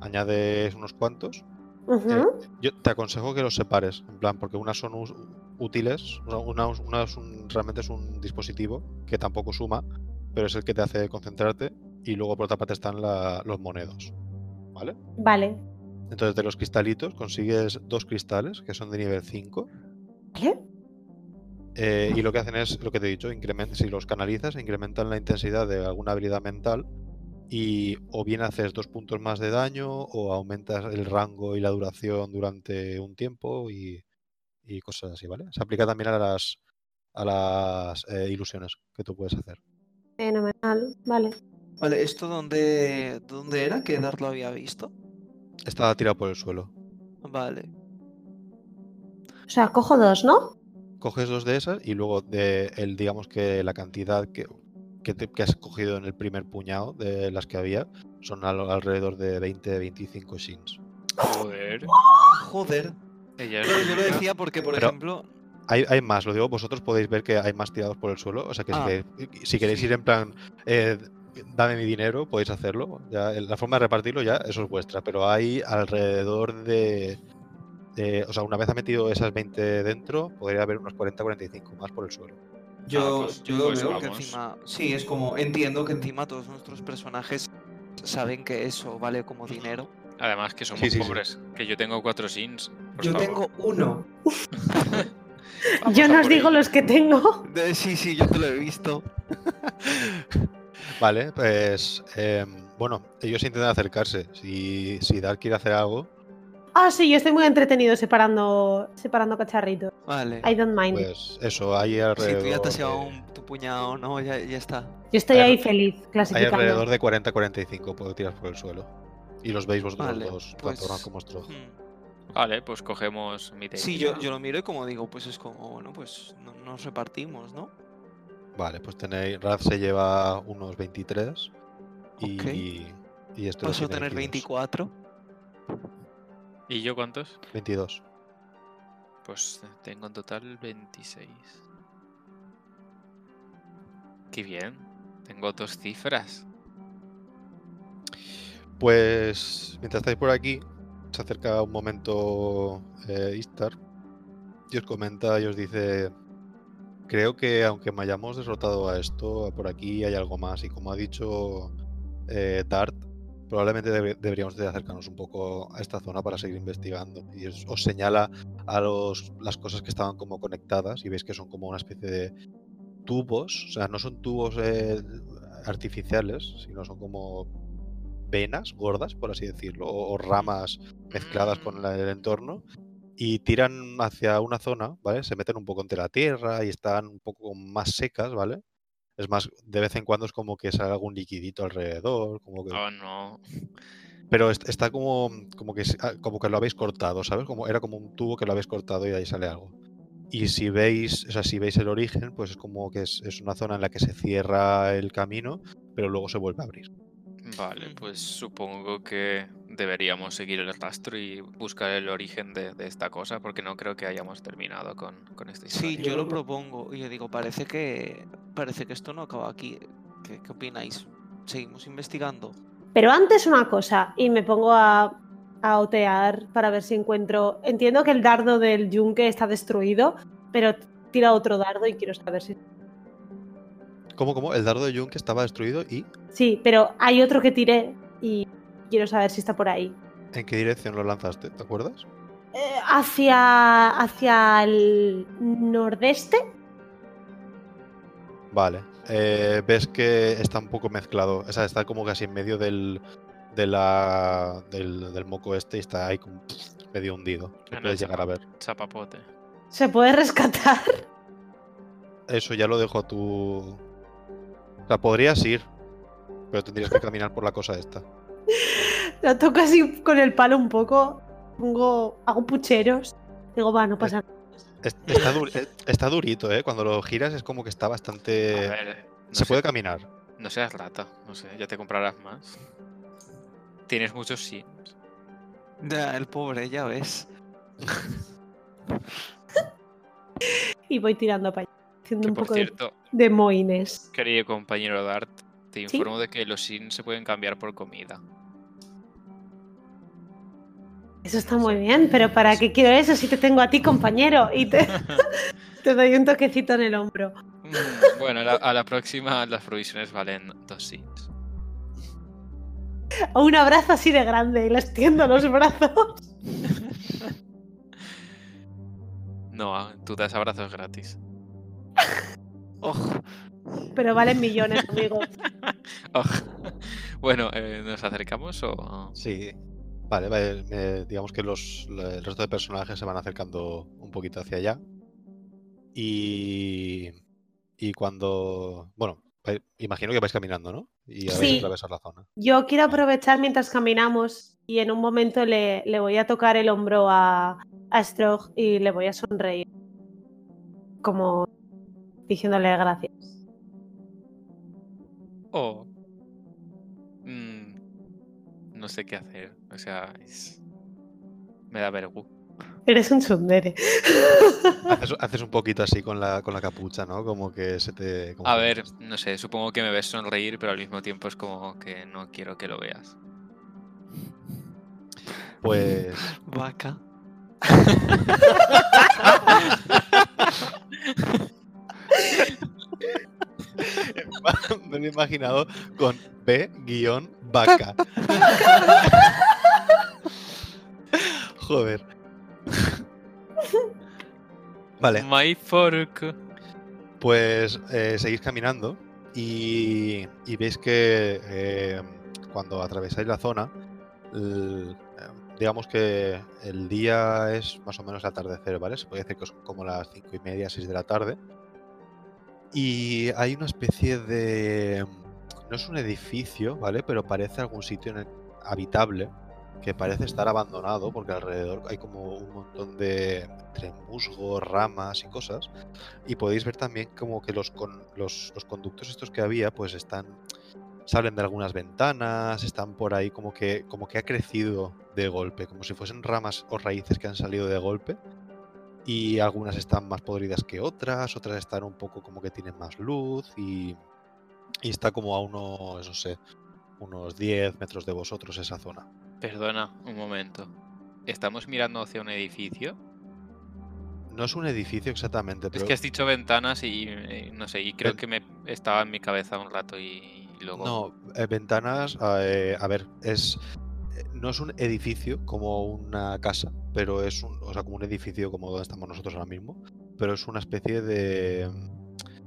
Speaker 1: añades unos cuantos
Speaker 2: Ujú.
Speaker 1: Eh, yo te aconsejo que los separes, en plan, porque unas son us- útiles, o sea, una, us- una es un- realmente es un dispositivo que tampoco suma, pero es el que te hace concentrarte, y luego por otra parte están la- los monedos, ¿vale?
Speaker 2: Vale.
Speaker 1: Entonces de los cristalitos consigues dos cristales, que son de nivel 5,
Speaker 2: ¿Qué?
Speaker 1: eh, y lo que hacen es, lo que te he dicho, incremen- si los canalizas, incrementan la intensidad de alguna habilidad mental y o bien haces dos puntos más de daño o aumentas el rango y la duración durante un tiempo y, y cosas así, ¿vale? Se aplica también a las, a las eh, ilusiones que tú puedes hacer.
Speaker 2: Fenomenal. Vale.
Speaker 4: Vale, ¿esto dónde, dónde era? Que Dart lo había visto.
Speaker 1: Está tirado por el suelo.
Speaker 4: Vale.
Speaker 2: O sea, cojo dos, ¿no?
Speaker 1: Coges dos de esas y luego de el, digamos que la cantidad que, que, te- que has cogido en el primer puñado de las que había son al- alrededor de 20-25 shins.
Speaker 3: Joder.
Speaker 4: Joder.
Speaker 3: Ella es
Speaker 4: Claro, yo lo
Speaker 3: buena.
Speaker 4: decía porque, por
Speaker 1: Pero-
Speaker 4: ejemplo...
Speaker 1: Hay, hay más, lo digo, vosotros podéis ver que hay más tirados por el suelo. O sea que si
Speaker 4: Ah,
Speaker 1: queréis- si, queréis
Speaker 4: sí.
Speaker 1: ir en plan, eh, dame mi dinero, podéis hacerlo. ya, el- la forma de repartirlo ya, eso es vuestra. Pero hay alrededor de. de- o sea, una vez ha metido esas 20 dentro, podría haber unos 40-45 más por el suelo.
Speaker 4: Yo,
Speaker 3: pues-
Speaker 4: yo
Speaker 3: pues
Speaker 4: veo que
Speaker 3: vamos.
Speaker 4: encima... Sí, es como... Entiendo que encima todos nuestros personajes saben que eso vale como dinero.
Speaker 3: Además que somos
Speaker 1: Sí, sí, sí.
Speaker 3: pobres, que yo tengo cuatro sins. por
Speaker 4: Yo
Speaker 3: favor.
Speaker 4: tengo uno.
Speaker 3: Vamos
Speaker 2: Yo
Speaker 3: a
Speaker 2: no os
Speaker 3: por
Speaker 2: digo
Speaker 3: ello.
Speaker 2: los que tengo.
Speaker 4: De- Sí, sí, yo te lo he visto.
Speaker 1: Vale, pues. em, bueno, ellos intentan acercarse. Si, si Dark quiere hacer algo,
Speaker 2: Ah, sí, yo estoy muy entretenido separando, separando cacharritos.
Speaker 4: Vale.
Speaker 2: I don't mind.
Speaker 1: pues eso, hay
Speaker 4: Si
Speaker 1: alrededor.
Speaker 4: tú ya te has llevado
Speaker 1: de-
Speaker 4: un- tu puñado, ¿no? Ya, ya está.
Speaker 2: Yo estoy
Speaker 1: hay
Speaker 2: ahí
Speaker 1: al-
Speaker 2: feliz,
Speaker 1: Hay
Speaker 2: clasificando.
Speaker 1: alrededor de 40-45 puedo tirar por el suelo. Y los veis vosotros
Speaker 4: Vale,
Speaker 1: dos,
Speaker 4: pues,
Speaker 1: tanto Ron como Strog.
Speaker 4: Hmm.
Speaker 3: Vale, pues cogemos mi
Speaker 4: Sí,
Speaker 3: tequila.
Speaker 4: yo, yo lo miro y como digo, pues es como, bueno, pues no- nos repartimos, ¿no?
Speaker 1: Vale, pues tenéis. Raz se lleva unos 23. Y,
Speaker 4: Ok.
Speaker 1: y esto
Speaker 4: Paso a tener 24.
Speaker 3: ¿Y yo cuántos?
Speaker 1: 22.
Speaker 3: Pues eh, tengo en total 26. Qué bien. Tengo dos cifras.
Speaker 1: Pues mientras estáis por aquí, se acerca un momento eh, Istar y os comenta y os dice, creo que aunque me hayamos derrotado a esto, por aquí hay algo más. Y como ha dicho eh, Dart, probablemente debe- deberíamos de acercarnos un poco a esta zona para seguir investigando. Y os, os señala a los, las cosas que estaban como conectadas y veis que son como una especie de tubos, o sea, no son tubos eh, artificiales, sino son como venas gordas, por así decirlo, o, o ramas mezcladas con la- el entorno y tiran hacia una zona, ¿vale? Se meten un poco entre la tierra y están un poco más secas, ¿vale? Es más, de vez en cuando es como que sale algún liquidito alrededor, como que
Speaker 3: Oh, no.
Speaker 1: pero est- está como, como, que, se- ah, como que lo habéis cortado, ¿sabes? Como, era como un tubo que lo habéis cortado y ahí sale algo. Y si veis, o sea, si veis el origen, pues es como que es, es una zona en la que se cierra el camino, pero luego se vuelve a abrir.
Speaker 3: Vale,
Speaker 4: Ujú.
Speaker 3: pues supongo que deberíamos seguir el rastro y buscar el origen de, de esta cosa, porque no creo que hayamos terminado con, con esta
Speaker 4: Sí,
Speaker 3: historia.
Speaker 4: yo lo propongo y yo digo, parece que parece que esto no acaba aquí. ¿Qué, qué opináis? Seguimos investigando.
Speaker 2: Pero antes una cosa, y me pongo a, a otear para ver si encuentro. Entiendo que el dardo del yunque está destruido, pero tira otro dardo y quiero saber si.
Speaker 1: ¿Cómo, cómo? El dardo de Jun que estaba destruido y
Speaker 2: Sí, pero hay otro que tiré y quiero saber si está por ahí.
Speaker 1: ¿en qué dirección lo lanzaste? ¿Te acuerdas?
Speaker 2: Eh, hacia. hacia el nordeste.
Speaker 1: Vale. Eh, ves que está un poco mezclado. O sea, está como casi en medio del, de la, del, del moco este y está ahí como medio hundido.
Speaker 3: Ah,
Speaker 1: Lo
Speaker 3: no,
Speaker 1: puedes
Speaker 3: ese
Speaker 1: llegar a ver.
Speaker 3: Chapapote.
Speaker 2: ¿Se puede rescatar?
Speaker 1: Eso ya lo dejo a tu. O sea, podrías ir, pero tendrías que caminar por la cosa esta.
Speaker 2: La toco así con el palo un poco. Pongo. hago pucheros. Digo, va, no pasa nada.
Speaker 1: Es- está, du- eh, está durito, ¿eh? Cuando lo giras es como que está
Speaker 3: A
Speaker 1: bastante.
Speaker 3: ver, no
Speaker 1: Eh, se
Speaker 3: sé-
Speaker 1: puede caminar.
Speaker 3: No seas rata, no sé, ya te comprarás más. Tienes muchos sí.
Speaker 4: Ya, el pobre, ya ves.
Speaker 2: Y voy tirando para allá. Haciendo
Speaker 3: Que
Speaker 2: un
Speaker 3: por
Speaker 2: poco de,
Speaker 3: cierto,
Speaker 2: de moines.
Speaker 3: querido compañero Dart, te
Speaker 2: Sí.
Speaker 3: informo de que los sin se pueden cambiar por comida.
Speaker 2: Eso está muy bien, pero ¿para qué quiero eso si te tengo a ti, compañero? Y te, te doy un toquecito en el hombro.
Speaker 3: Mm, bueno, a la, a la próxima las provisiones valen dos sins.
Speaker 2: O un abrazo así de grande y le extiendo los brazos.
Speaker 3: No, ah, tú das abrazos gratis.
Speaker 4: Ojo.
Speaker 2: Pero valen millones, amigo.
Speaker 3: bueno, eh, ¿nos acercamos o...?
Speaker 1: Sí. Vale, vale, me- digamos que los, la- el resto de personajes se van acercando un poquito hacia allá. Y. Y cuando. Bueno, eh, imagino que vais caminando, ¿no? Y vais
Speaker 2: Sí.
Speaker 1: a atravesar la zona.
Speaker 2: Yo quiero aprovechar mientras caminamos y en un momento le, le voy a tocar el hombro a, a Strog y le voy a sonreír. Como diciéndole gracias.
Speaker 3: o Mm, no sé qué hacer, o sea, es- me da vergüenza.
Speaker 2: Eres un tsundere.
Speaker 1: Haces, haces un poquito así con la, con la capucha, ¿no? Como que se te. como
Speaker 3: A
Speaker 1: que-
Speaker 3: ver, no sé, supongo que me ves sonreír, pero al mismo tiempo es como que no quiero que lo veas.
Speaker 1: Pues.
Speaker 4: Vaca.
Speaker 1: Me lo he imaginado con B-vaca. Joder. Vale,
Speaker 3: My fork.
Speaker 1: pues eh, seguís caminando y, y veis que eh, cuando atravesáis la zona, l- eh, digamos que el día es más o menos atardecer, ¿vale? Se puede decir que son como las cinco y media, seis de la tarde. Y hay una especie de... No es un edificio, ¿vale? Pero parece algún sitio en el- habitable que parece estar abandonado porque alrededor hay como un montón de entre musgo, ramas y cosas. Y podéis ver también como que los, con- los, los conductos estos que había pues están... Salen de algunas ventanas, están por ahí como que, como que ha crecido de golpe, como si fuesen ramas o raíces que han salido de golpe y algunas están más podridas que otras, otras están un poco como que tienen más luz y, y está como a unos, no sé, unos 10 metros de vosotros esa zona.
Speaker 3: Perdona, un momento. ¿Estamos mirando hacia un edificio?
Speaker 1: No es un edificio exactamente,
Speaker 3: Es
Speaker 1: pero
Speaker 3: que has dicho ventanas y eh, no sé, y creo
Speaker 1: Ven-
Speaker 3: que me estaba en mi cabeza un rato y luego.
Speaker 1: No, eh, ventanas, eh, a ver, es eh, no es un edificio como una casa, pero es un, o sea, como un edificio como donde estamos nosotros ahora mismo, pero es una especie de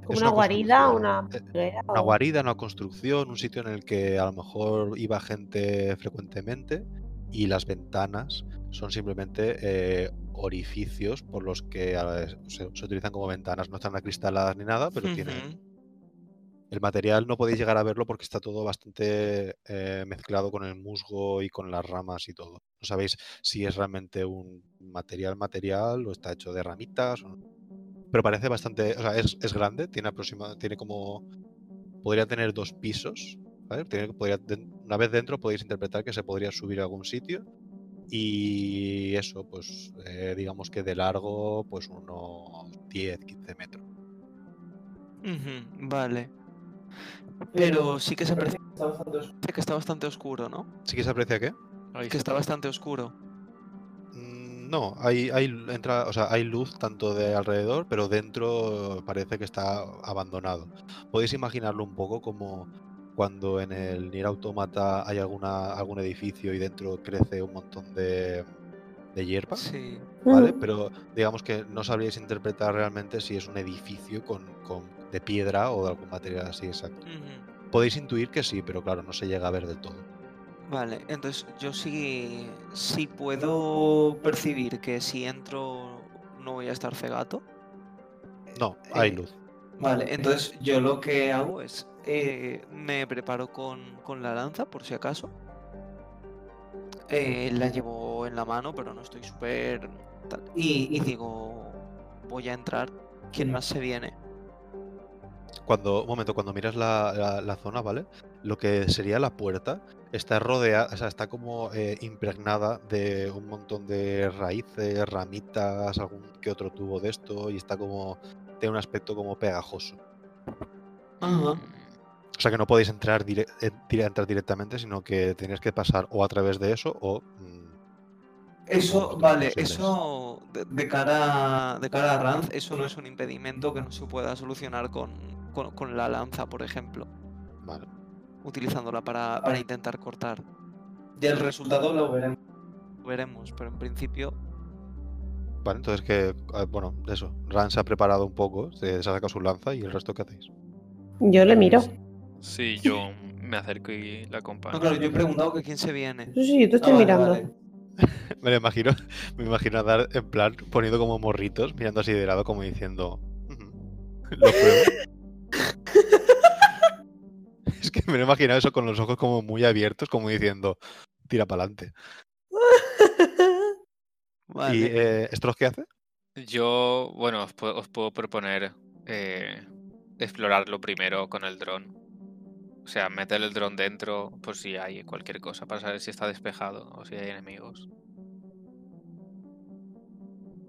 Speaker 2: Como
Speaker 1: es
Speaker 2: una guarida,
Speaker 1: construcción,
Speaker 2: una.
Speaker 1: eh,
Speaker 2: hoguera
Speaker 1: una
Speaker 2: o-
Speaker 1: guarida, una construcción, un sitio en el que a lo mejor iba gente frecuentemente y las ventanas son simplemente eh, orificios por los que eh, se, se utilizan como ventanas, no están acristaladas ni nada, pero tienen
Speaker 4: Ujú.
Speaker 1: el material no podéis llegar a verlo porque está todo bastante eh, mezclado con el musgo y con las ramas y todo. No sabéis si es realmente un material material o está hecho de ramitas. o no. Pero parece bastante, o sea, es, es grande, tiene aproxima, tiene como, podría tener dos pisos. ¿vale? Tiene- podría ten- una vez dentro podéis interpretar que se podría subir a algún sitio y eso, pues eh, digamos que de largo, pues unos 10, 15 metros.
Speaker 4: Ujú, Vale. Pero sí que se
Speaker 5: Pero
Speaker 4: aprecia
Speaker 5: sí, está bastante oscuro.
Speaker 4: que está bastante oscuro, ¿no?
Speaker 1: ¿Sí que se aprecia qué?
Speaker 3: Ahí está.
Speaker 4: Que está bastante oscuro.
Speaker 1: Mm, No, hay, hay lu- entra, o sea, hay luz tanto de alrededor, pero dentro parece que está abandonado. Podéis imaginarlo un poco como cuando en el Nier Automata hay alguna, algún edificio y dentro crece un montón de, de hierba,
Speaker 4: Sí.
Speaker 1: ¿vale?
Speaker 2: Ujú.
Speaker 1: Pero digamos que no sabríais interpretar realmente si es un edificio con, con- de piedra o de algún material así exacto.
Speaker 4: Ujú.
Speaker 1: Podéis intuir que sí, pero claro, no se llega a ver del todo.
Speaker 4: Vale, entonces yo sí, sí puedo percibir que si entro no voy a estar cegato.
Speaker 1: No, hay
Speaker 4: Eh,
Speaker 1: luz.
Speaker 4: Vale, entonces yo lo que hago es eh, me preparo con, con la lanza por si acaso. Eh, la llevo en la mano, pero no estoy súper... tal. Y, y digo, voy a entrar. ¿Quién más se viene?
Speaker 1: Cuando, un momento, cuando miras la, la- la zona, ¿vale? Lo que sería la puerta está rodeada, o sea, está como eh, impregnada de un montón de raíces, ramitas, algún que otro tubo de esto, y está como, tiene un aspecto como pegajoso.
Speaker 3: Mm,
Speaker 4: Ajá.
Speaker 1: O sea que no podéis entrar, dire- eh, dire- entrar directamente, sino que tenéis que pasar o a través de eso o... mm,
Speaker 4: Eso,
Speaker 1: otras
Speaker 4: vale,
Speaker 1: posibles.
Speaker 4: eso de, de cara, Ah, de cara a Ranz, eso no es un impedimento que no se pueda solucionar con, con- con la lanza, por ejemplo,
Speaker 1: Vale.
Speaker 4: utilizándola para, para intentar cortar.
Speaker 5: Del resultado lo veremos.
Speaker 4: Veremos, pero en principio
Speaker 1: Vale, entonces que, ah, bueno, eso. Ran se ha preparado un poco, se, se ha sacado su lanza y el resto ¿qué hacéis?
Speaker 2: Mm, Yo le miro.
Speaker 3: Sí, yo me acerco y la
Speaker 4: No,
Speaker 3: acompaño.
Speaker 4: claro, yo he preguntado que quién se viene.
Speaker 2: Sí, sí, yo te estoy
Speaker 5: Ah, vale,
Speaker 2: mirando.
Speaker 5: vale.
Speaker 1: Me lo imagino, me imagino a Dar en plan poniendo como morritos, mirando así de lado, como diciendo. "Ujú, Lo pruebo. es que me lo he imaginado eso con los ojos como muy abiertos, como diciendo, tira para adelante. ¿Y
Speaker 4: Vale.
Speaker 1: eh, Stroh qué hace?
Speaker 3: Yo, bueno, os, pu- os puedo proponer eh, explorarlo primero con el dron. O sea, meter el dron dentro por si hay cualquier cosa, para saber si está despejado o si hay enemigos.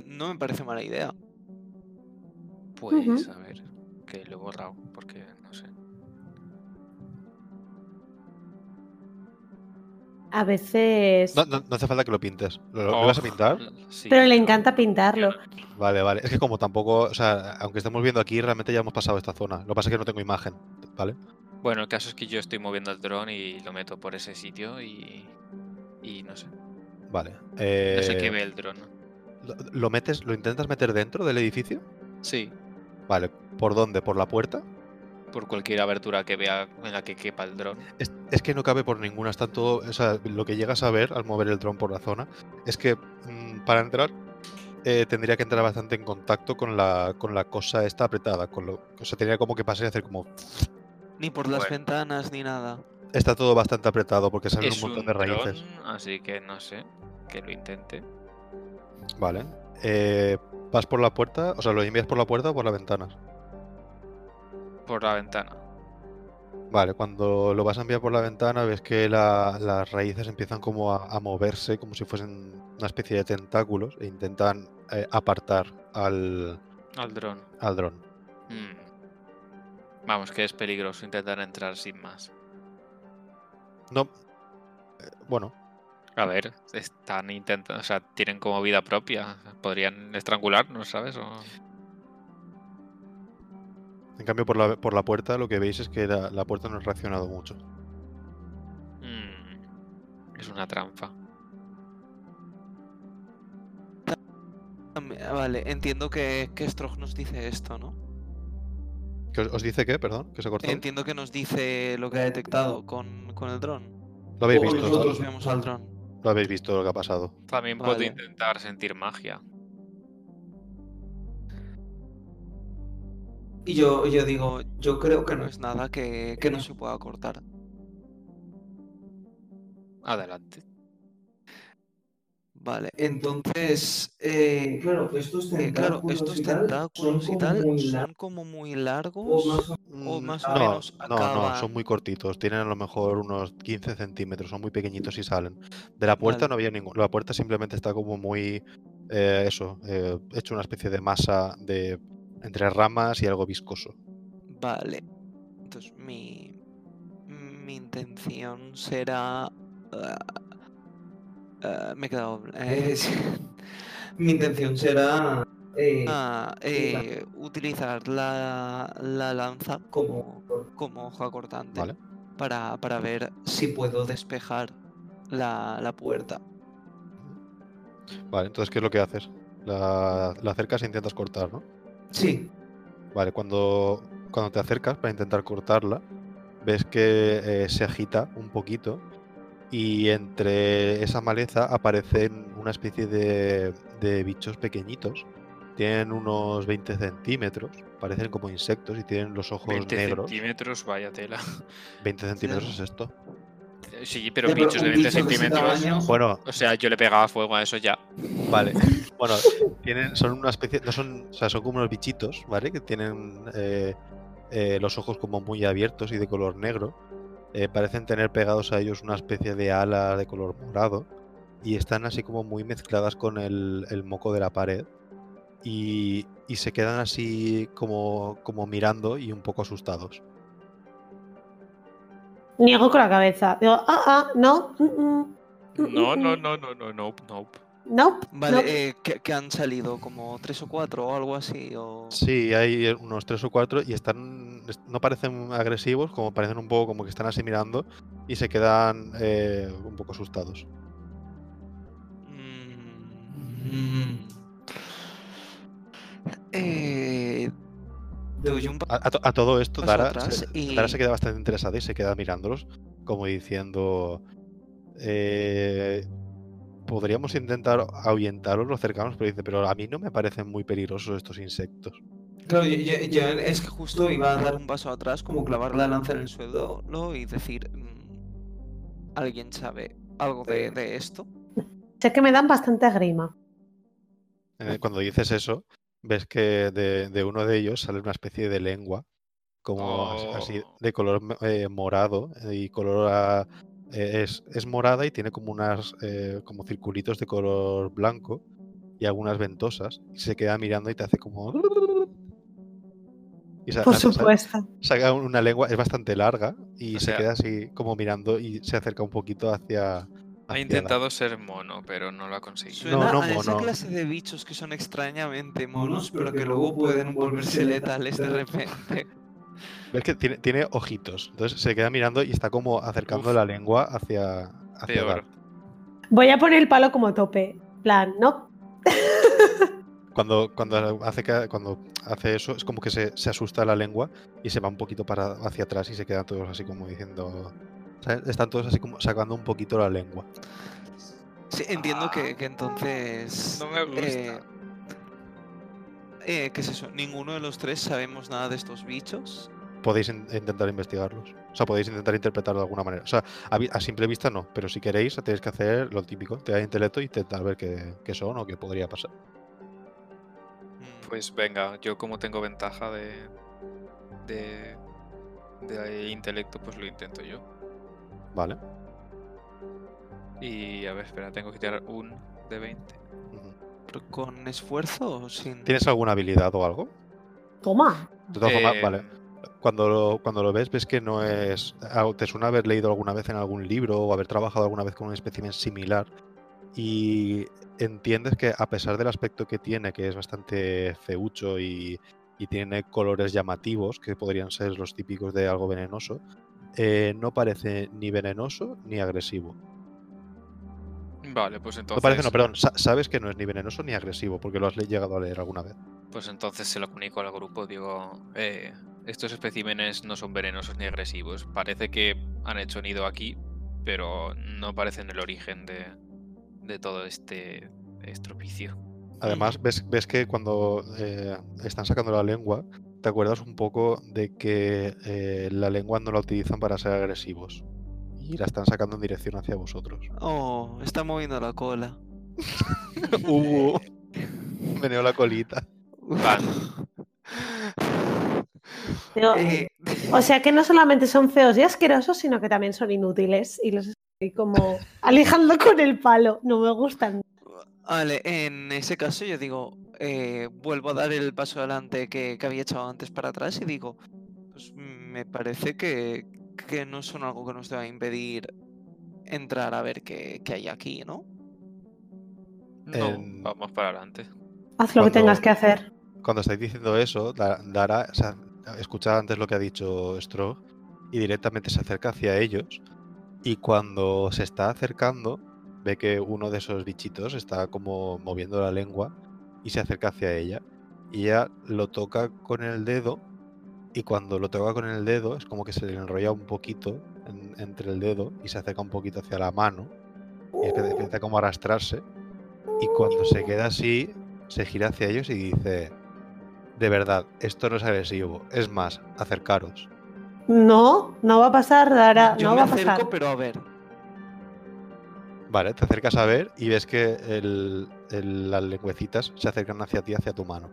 Speaker 4: No me parece mala idea.
Speaker 3: Pues, a ver, que lo he borrado, porque no sé.
Speaker 2: A veces.
Speaker 1: No, no- no hace falta que lo pintes. ¿Lo, lo- lo
Speaker 3: Oh,
Speaker 1: vas a pintar?
Speaker 3: sí,
Speaker 2: Pero le
Speaker 3: yo-
Speaker 2: encanta pintarlo.
Speaker 1: Vale, vale. Es que como tampoco, o sea, aunque estemos viendo aquí, realmente ya hemos pasado esta zona. Lo que pasa es que no tengo imagen, ¿vale?
Speaker 3: Bueno, el caso es que yo estoy moviendo el dron y lo meto por ese sitio y. Y no sé.
Speaker 1: Vale.
Speaker 3: No sé qué
Speaker 1: eh,
Speaker 3: ve el dron.
Speaker 1: lo- ¿Lo metes, lo intentas meter dentro del edificio?
Speaker 3: Sí,
Speaker 1: Vale. ¿Por dónde? ¿Por la puerta?
Speaker 3: por cualquier abertura que vea en la que quepa el dron.
Speaker 1: Es, es que no cabe por ninguna, está todo. O sea, lo que llegas a ver al mover el dron por la zona es que mm, para entrar eh, tendría que entrar bastante en contacto con la, con la cosa esta apretada. Con lo, o sea, tendría como que pasar y hacer como.
Speaker 4: Ni por las
Speaker 3: Bueno.
Speaker 4: ventanas ni nada.
Speaker 1: Está todo bastante apretado porque salen un
Speaker 3: Es
Speaker 1: montón
Speaker 3: un
Speaker 1: de raíces.
Speaker 3: dron, así que no sé. Que lo intente.
Speaker 1: Vale. Eh, vas por la puerta, o sea, lo envías por la puerta o por la ventana.
Speaker 3: Por la ventana.
Speaker 1: Vale, cuando lo vas a enviar por la ventana ves que la- las raíces empiezan como a, a moverse, como si fuesen una especie de tentáculos e intentan eh, apartar al,
Speaker 3: Al dron.
Speaker 1: al dron.
Speaker 3: Mm. Vamos, que es peligroso intentar entrar sin más.
Speaker 1: No. eh, Bueno,
Speaker 3: A ver, están intentando, o sea, tienen como vida propia. Podrían estrangularnos, ¿sabes? O-
Speaker 1: En cambio, por la, por la puerta lo que veis es que la, la puerta no ha reaccionado mucho.
Speaker 3: Mm, es una trampa.
Speaker 4: Ah, Vale, entiendo que, que Strog nos dice esto, ¿no?
Speaker 1: ¿Que os, os dice qué? Perdón, que se ha cortado.
Speaker 4: Entiendo que nos dice lo que ha detectado con, con el dron.
Speaker 1: Lo habéis
Speaker 5: Oh,
Speaker 1: visto,
Speaker 5: nosotros
Speaker 1: ¿no?
Speaker 4: Pues Nosotros vemos al dron.
Speaker 1: Lo habéis visto lo que ha pasado.
Speaker 3: También puedo
Speaker 4: Vale.
Speaker 3: intentar sentir magia.
Speaker 4: Y yo, yo digo, yo creo que no es nada que, que no se pueda cortar.
Speaker 3: Adelante.
Speaker 4: Vale, entonces, eh,
Speaker 5: Claro, estos
Speaker 4: eh, claro, estos tentáculos y tal son como muy largos. O
Speaker 1: Mm,
Speaker 4: más o
Speaker 1: no,
Speaker 4: menos
Speaker 1: no, no,
Speaker 4: acaban.
Speaker 1: son muy cortitos. Tienen a lo mejor unos 15 centímetros, son muy pequeñitos y salen. De la puerta
Speaker 4: Vale.
Speaker 1: no había ningún. La puerta simplemente está como muy. eh, eso, eh, hecho una especie de masa de entre ramas y algo viscoso.
Speaker 4: Vale. Entonces, mi, mi intención será... ah, ah, me he quedado... bl- eh, sí.
Speaker 5: Mi intención será eh,
Speaker 4: Ah,
Speaker 5: sí, la-
Speaker 4: eh, utilizar la, la lanza
Speaker 5: como
Speaker 4: como, como hoja cortante
Speaker 1: Vale.
Speaker 4: para, para ver si puedo despejar la, la puerta.
Speaker 1: Vale, entonces, ¿qué es lo que haces? La, la acercas e intentas cortar, ¿no?
Speaker 5: sí,
Speaker 1: Vale, cuando, cuando te acercas para intentar cortarla, ves que eh, se agita un poquito y entre esa maleza aparecen una especie de, de bichos pequeñitos. Tienen unos 20 centímetros, parecen como insectos y tienen los ojos
Speaker 3: 20
Speaker 1: negros.
Speaker 3: centímetros, vaya tela.
Speaker 1: 20 centímetros es esto.
Speaker 3: Sí, pero
Speaker 5: Ya, pero
Speaker 3: bichos de
Speaker 5: un
Speaker 3: 20
Speaker 5: bicho de ese
Speaker 3: centímetros.
Speaker 5: tamaño-
Speaker 1: Bueno,
Speaker 3: O sea, yo le pegaba fuego a eso ya.
Speaker 1: Vale. Bueno, tienen, son una especie. No son. O sea, son como unos bichitos, ¿vale? Que tienen eh, eh, los ojos como muy abiertos y de color negro. Eh, parecen tener pegados a ellos una especie de ala de color morado. Y están así como muy mezcladas con el, el moco de la pared. Y, y se quedan así como, como mirando y un poco asustados.
Speaker 2: Niego con la cabeza. Digo, ah, ah, no, mm, mm,
Speaker 3: No, no, no, no, no, no, no.
Speaker 2: nope,
Speaker 4: Vale,
Speaker 2: nope.
Speaker 4: eh, que, que han salido como tres o cuatro o algo así. O...
Speaker 1: Sí, hay eh, unos tres o cuatro y están. est- No parecen agresivos, como parecen un poco como que están así mirando y se quedan eh, un poco asustados.
Speaker 4: Mm, mm. Eh, doy un
Speaker 1: A, a to- a todo
Speaker 5: Pues
Speaker 1: esto,
Speaker 4: Paso
Speaker 1: Dara
Speaker 4: atrás
Speaker 1: se,
Speaker 4: y-
Speaker 1: Dara se queda bastante interesada y se queda mirándolos, como diciendo. eh, Podríamos intentar ahuyentarlos, los cercanos, pero dice, pero a mí no me parecen muy peligrosos estos insectos.
Speaker 5: claro, yo, yo- yo es que justo iba a
Speaker 4: dar
Speaker 5: dar
Speaker 4: un paso atrás, como clavar la lanza en el suelo ¿no? y decir, mm, ¿alguien sabe algo de, de esto?
Speaker 2: Sé que me dan bastante grima.
Speaker 1: Eh, cuando dices eso, ves que de, de uno de ellos sale una especie de lengua, como as- así
Speaker 3: Oh.
Speaker 1: de color mo- eh, morado eh, y color a- eh, es, es morada y tiene como unas eh, como circulitos de color blanco y algunas ventosas y se queda mirando y te hace como y sa-
Speaker 2: Por
Speaker 1: sa- sa-
Speaker 2: supuesto.
Speaker 1: saca una lengua es bastante larga y
Speaker 3: O
Speaker 1: se
Speaker 3: sea-
Speaker 1: queda así como mirando y se acerca un poquito hacia,
Speaker 3: Ha
Speaker 1: hacia
Speaker 3: intentado ser mono, pero no lo ha conseguido.
Speaker 4: Suena
Speaker 1: no,
Speaker 4: a esa
Speaker 1: mono.
Speaker 4: clase de bichos que son extrañamente monos, pero que luego pueden volverse letales de repente.
Speaker 1: Ves que tiene, tiene ojitos. Entonces se queda mirando y está como acercando
Speaker 3: Uf.
Speaker 1: la lengua hacia. hacia
Speaker 3: Peor.
Speaker 1: Dark.
Speaker 2: Voy a poner el palo como tope. Plan, no.
Speaker 1: Cuando, cuando, hace, que- cuando hace eso, es como que se, se asusta la lengua y se va un poquito para hacia atrás y se quedan todos así como diciendo. ¿sabes? Están todos así como sacando un poquito la lengua.
Speaker 4: Sí, entiendo que, que entonces...
Speaker 3: No me gusta.
Speaker 4: eh, eh, ¿Qué es eso? Ninguno de los tres sabemos nada de estos bichos.
Speaker 1: Podéis in- intentar investigarlos. O sea, podéis intentar interpretarlo de alguna manera. O sea, a, vi- a simple vista no, pero si queréis, tenéis que hacer lo típico: te da intelecto e intentar ver qué, qué son o qué podría pasar.
Speaker 4: Mm,
Speaker 3: Pues venga, yo como tengo ventaja de. de. de intelecto, pues lo intento yo.
Speaker 1: Vale.
Speaker 3: Y a ver, espera, tengo que tirar un de 20.
Speaker 1: Ujú.
Speaker 4: pero ¿Con esfuerzo o sin...?
Speaker 1: ¿Tienes alguna habilidad o algo?
Speaker 2: Toma.
Speaker 1: De todas formas,
Speaker 3: Eh,
Speaker 1: vale. cuando lo, cuando lo ves, ves que no es. ah, Te suena haber leído alguna vez en algún libro o haber trabajado alguna vez con un espécimen similar. Y entiendes que, a pesar del aspecto que tiene, que es bastante feucho y, y tiene colores llamativos que podrían ser los típicos de algo venenoso, eh, no parece ni venenoso ni agresivo.
Speaker 3: Vale, pues
Speaker 1: No
Speaker 3: entonces.
Speaker 1: parece, no, perdón, sa- sabes que no es ni venenoso ni agresivo porque lo has le- llegado a leer alguna vez.
Speaker 3: Pues entonces se lo comunico al grupo, digo, "Eh, estos especímenes no son venenosos ni agresivos. Parece que han hecho nido aquí, pero no parecen el origen de, de todo este estropicio.
Speaker 1: Además, ves, ves que cuando eh, están sacando la lengua, te acuerdas un poco de que eh, la lengua no la utilizan para ser agresivos. Y la están sacando en dirección hacia vosotros.
Speaker 4: Oh, está moviendo la cola.
Speaker 1: Hugo meneó la colita.
Speaker 3: Vale.
Speaker 2: Digo,
Speaker 5: Eh,
Speaker 2: o sea que no solamente son feos y asquerosos, sino que también son inútiles y los estoy como alejando con el palo. No me gustan.
Speaker 4: Vale, en ese caso yo digo, eh, vuelvo a dar el paso adelante que, que había echado antes para atrás y digo, pues me parece que, que no son algo que nos deba impedir entrar a ver qué, qué hay aquí, ¿no?
Speaker 3: No,
Speaker 1: En-
Speaker 3: vamos para adelante.
Speaker 2: Haz lo que
Speaker 1: Cuando-
Speaker 2: tengas que hacer.
Speaker 1: Cuando estáis diciendo eso, Da- Dara, o sea, escuchad antes lo que ha dicho Stroh y directamente se acerca hacia ellos. Y cuando se está acercando, ve que uno de esos bichitos está como moviendo la lengua y se acerca hacia ella. Y ella lo toca con el dedo. Y cuando lo toca con el dedo, es como que se le enrolla un poquito en- entre el dedo y se acerca un poquito hacia la mano. Y empieza- empieza como a arrastrarse. Y cuando se queda así, se gira hacia ellos y dice: De verdad, esto no es agresivo. Es más, acercaros.
Speaker 2: No, no va a pasar, Dara.
Speaker 4: yo
Speaker 2: no
Speaker 4: me
Speaker 2: va a
Speaker 4: acerco,
Speaker 2: pasar.
Speaker 4: pero a ver.
Speaker 1: Vale, te acercas a ver y ves que el- el- las lengüecitas se acercan hacia ti, hacia tu mano.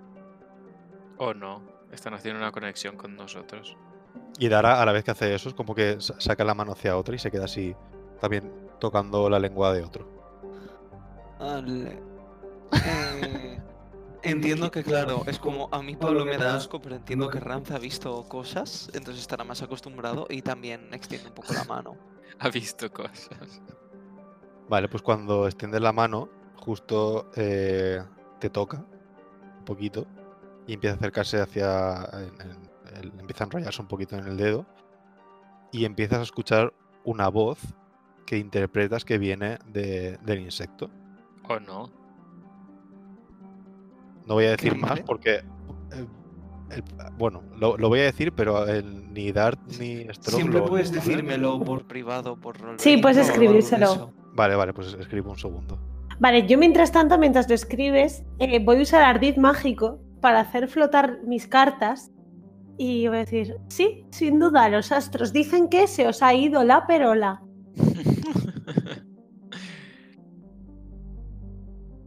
Speaker 3: O no, están haciendo una conexión con nosotros.
Speaker 1: Y Dara, a la vez que hace eso, es como que sa- saca la mano hacia otra y se queda así, también tocando la lengua de otro.
Speaker 4: Vale. Eh, entiendo que, claro, es como a mí Pablo me da asco, pero entiendo que Ranz ha visto cosas, entonces estará más acostumbrado y también extiende un poco la mano.
Speaker 3: Ha visto cosas.
Speaker 1: Vale, pues cuando extiendes la mano, justo eh, te toca un poquito y empieza a acercarse hacia. en- en- el- empieza a enrollarse un poquito en el dedo y empiezas a escuchar una voz que interpretas que viene de- del insecto.
Speaker 3: O no.
Speaker 1: No voy a decir
Speaker 4: ¿Qué
Speaker 1: más
Speaker 4: dice?
Speaker 1: porque. eh, el- bueno, lo, lo voy a decir, pero el- ni Dart ni Strong
Speaker 5: siempre
Speaker 1: lo-
Speaker 5: puedes
Speaker 1: lo saben.
Speaker 5: decírmelo por
Speaker 4: Por privado, por roleplay,
Speaker 2: Sí, puedes
Speaker 4: o algo de
Speaker 2: escribírselo.
Speaker 4: eso.
Speaker 1: Vale, vale, pues escribo un segundo.
Speaker 2: Vale, yo mientras tanto, mientras lo escribes, eh, voy a usar ardid mágico para hacer flotar mis cartas y voy a decir, sí, sin duda, los astros dicen que se os ha ido la perola.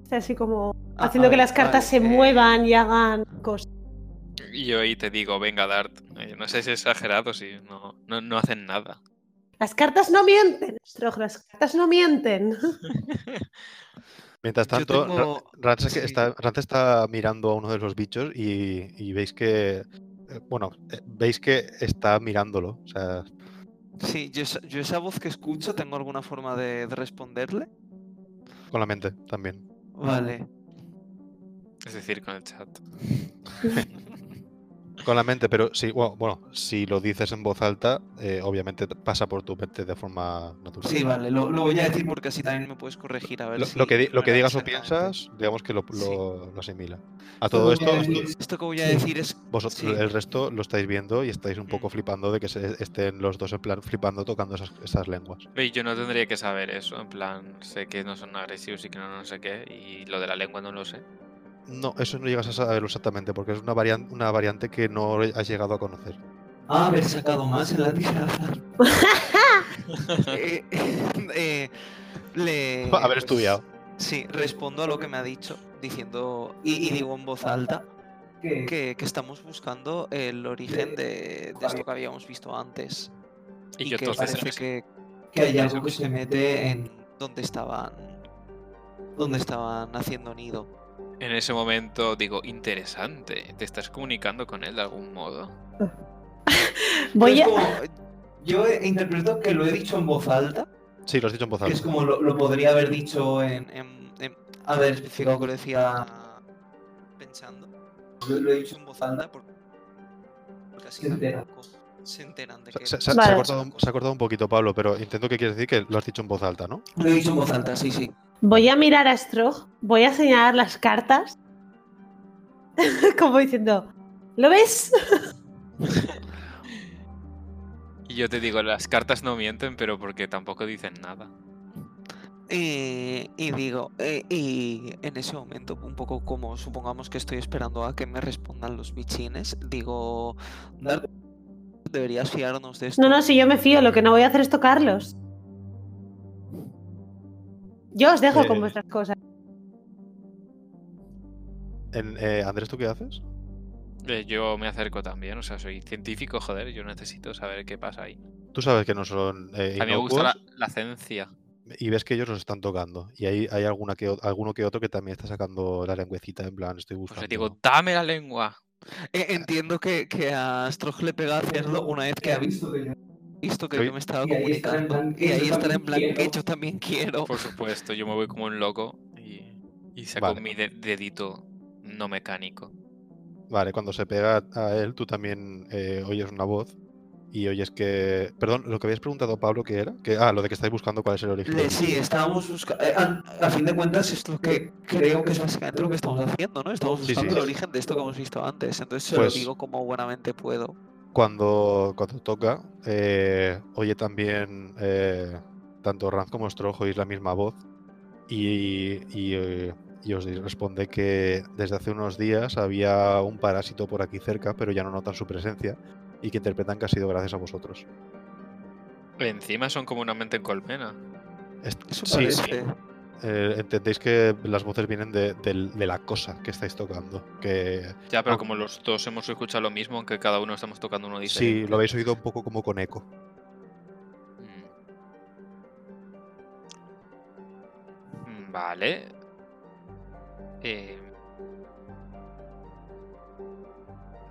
Speaker 2: O sea, así como
Speaker 4: Ah,
Speaker 2: haciendo
Speaker 4: a
Speaker 2: que
Speaker 4: ver,
Speaker 2: las cartas se
Speaker 4: vale, eh,
Speaker 2: muevan y hagan cosas.
Speaker 3: Y yo ahí te digo, venga, Dart. eh, No sé si es exagerado, si no, no, no hacen nada.
Speaker 2: Las cartas no mienten, Strog, las cartas no mienten.
Speaker 1: Mientras
Speaker 4: Yo
Speaker 1: tanto, Ra-
Speaker 4: tengo-
Speaker 1: Rance que
Speaker 4: sí.
Speaker 1: está, Rance está mirando a uno de los bichos y, y veis que. eh, Bueno, eh, veis que está mirándolo. O sea,
Speaker 4: Sí, yo esa, yo esa voz que escucho, ¿tengo alguna forma de, de responderle?
Speaker 1: con la mente también.
Speaker 4: Vale.
Speaker 3: Es decir, con el chat.
Speaker 1: Con la mente, pero sí, bueno, bueno, si lo dices en voz alta, eh, obviamente te- pasa por tu mente de forma natural.
Speaker 4: Sí,
Speaker 5: Sí,
Speaker 4: vale,
Speaker 5: vale,
Speaker 4: lo,
Speaker 5: lo
Speaker 4: voy
Speaker 5: voy
Speaker 4: a
Speaker 5: a
Speaker 4: decir porque así también me puedes corregir a ver
Speaker 1: Lo,
Speaker 4: si
Speaker 1: lo que, di- lo que
Speaker 4: era
Speaker 1: digas o
Speaker 4: exactamente.
Speaker 1: piensas, digamos que lo,
Speaker 4: Sí.
Speaker 1: lo- lo asimila. A todo esto,
Speaker 5: Voy a
Speaker 1: esto-
Speaker 5: decir-
Speaker 4: Esto que voy a
Speaker 5: Sí.
Speaker 4: decir es.
Speaker 1: vosotros,
Speaker 4: sí.
Speaker 1: el resto lo estáis viendo y estáis un poco
Speaker 3: Mm.
Speaker 1: flipando de que se- estén los dos en plan flipando tocando esas, esas lenguas.
Speaker 3: Ve, yo no tendría que saber eso. En plan, sé que no son agresivos y que no, no sé qué. Y lo de la lengua no lo sé.
Speaker 1: No, eso no llegas a saberlo exactamente, porque es una, varian- una variante que no has llegado a conocer.
Speaker 5: Ah, haber sacado más en la tirada.
Speaker 4: eh, eh, le,
Speaker 1: Haber
Speaker 4: pues,
Speaker 1: estudiado.
Speaker 4: Sí, respondo a lo que me ha dicho, diciendo. Y, y digo en voz alta
Speaker 5: Que-
Speaker 4: que, que estamos buscando el origen de, de esto que habíamos visto antes.
Speaker 3: Y,
Speaker 4: Y
Speaker 3: yo
Speaker 4: que
Speaker 3: entonces
Speaker 4: parece que
Speaker 5: que hay algo que se mete en
Speaker 4: donde estaban. Donde estaban haciendo nido.
Speaker 3: en ese momento digo, interesante. ¿Te estás comunicando con él de algún modo?
Speaker 2: Voy a...
Speaker 4: Pues
Speaker 5: Es como- yo eh, interpreto que lo he dicho en voz alta,
Speaker 1: Sí, lo has dicho en voz
Speaker 5: que es
Speaker 1: alta.
Speaker 5: como lo, lo podría haber dicho en...
Speaker 4: En, en- en-
Speaker 5: A ver, especificado que lo decía...
Speaker 4: pensando.
Speaker 5: Lo, lo he
Speaker 4: dicho
Speaker 5: dicho
Speaker 4: en voz alta porque casi
Speaker 5: Se enteran.
Speaker 4: tampoco se enteran de
Speaker 1: Se,
Speaker 4: que.
Speaker 1: se- se- se
Speaker 2: Vale.
Speaker 1: ha cortado, un- se ha cortado un poquito, Pablo, pero intento que quieres decir que lo has dicho en voz alta, ¿no?
Speaker 5: Lo he dicho en voz alta, sí, sí.
Speaker 2: Voy a mirar a Strog, voy a señalar las cartas. Como diciendo, ¿lo ves?
Speaker 3: Y yo te digo, las cartas no mienten, pero porque tampoco dicen nada.
Speaker 4: Y, y digo, eh, y en ese momento, un poco como supongamos que estoy esperando a que me respondan los bichines, digo, "Dar- deberías fiarnos de esto.
Speaker 2: No, no, si yo me fío, lo que no voy a hacer es tocarlos. Yo os dejo
Speaker 1: Eh.
Speaker 2: con vuestras cosas.
Speaker 1: En- eh, Andrés, ¿tú qué haces?
Speaker 3: Eh, yo me acerco también, o sea, soy científico, joder, yo necesito saber qué pasa ahí.
Speaker 1: Tú sabes que no son eh,
Speaker 3: A mí me gusta la,
Speaker 1: inocuos
Speaker 3: la ciencia.
Speaker 1: y ves que ellos los están tocando. Y hay, hay alguna que, o- alguno que otro que también está sacando la lengüecita, en plan, estoy
Speaker 3: Pues
Speaker 1: buscando.
Speaker 3: le digo, dame la lengua.
Speaker 4: Eh, entiendo que, que a Strog le pega a hacerlo una vez que
Speaker 5: Que
Speaker 4: ha
Speaker 5: ha visto que yo-
Speaker 4: visto que
Speaker 1: Estoy-
Speaker 4: yo me estaba
Speaker 5: Y ahí estará en
Speaker 4: comunicando.
Speaker 5: plan,
Speaker 4: Y
Speaker 5: "Yo
Speaker 4: ahí estará en
Speaker 5: también
Speaker 4: plan, que
Speaker 5: quiero".
Speaker 4: yo también quiero.
Speaker 3: Por supuesto, yo me voy como un loco y, y saco
Speaker 1: Vale.
Speaker 3: mi de- dedito no mecánico.
Speaker 1: Vale, cuando se pega a él, tú también eh, oyes una voz y oyes que... Perdón, lo que habías preguntado, Pablo, ¿qué era? Que, ah, lo de que estáis buscando cuál es el origen.
Speaker 4: Le-
Speaker 5: Sí, estábamos buscando. eh, a, a fin de cuentas,
Speaker 4: Es lo que creo que es básicamente lo que estamos haciendo, ¿no? Estamos
Speaker 1: Sí, sí.
Speaker 4: buscando el origen de esto que hemos visto antes. Entonces se
Speaker 1: Pues-
Speaker 4: lo digo como buenamente puedo.
Speaker 1: Cuando, cuando toca, eh, oye también eh, tanto Ranz como Strojo oís la misma voz y, y, eh, y os di- responde que desde hace unos días había un parásito por aquí cerca, pero ya no notan su presencia y que interpretan que ha sido gracias a vosotros.
Speaker 3: Encima son como una mente en colmena.
Speaker 1: Est-
Speaker 4: Eso
Speaker 1: sí, sí,
Speaker 4: parece.
Speaker 1: eh, entendéis que las voces vienen de, del- de la cosa que estáis tocando, que
Speaker 3: Ya, pero
Speaker 1: Ok.
Speaker 3: como los dos hemos escuchado lo mismo, aunque cada uno estamos tocando uno
Speaker 1: Ah.
Speaker 3: dice.
Speaker 1: sí, lo habéis oído un poco como con eco.
Speaker 3: Mm. Mm, Vale. Eh,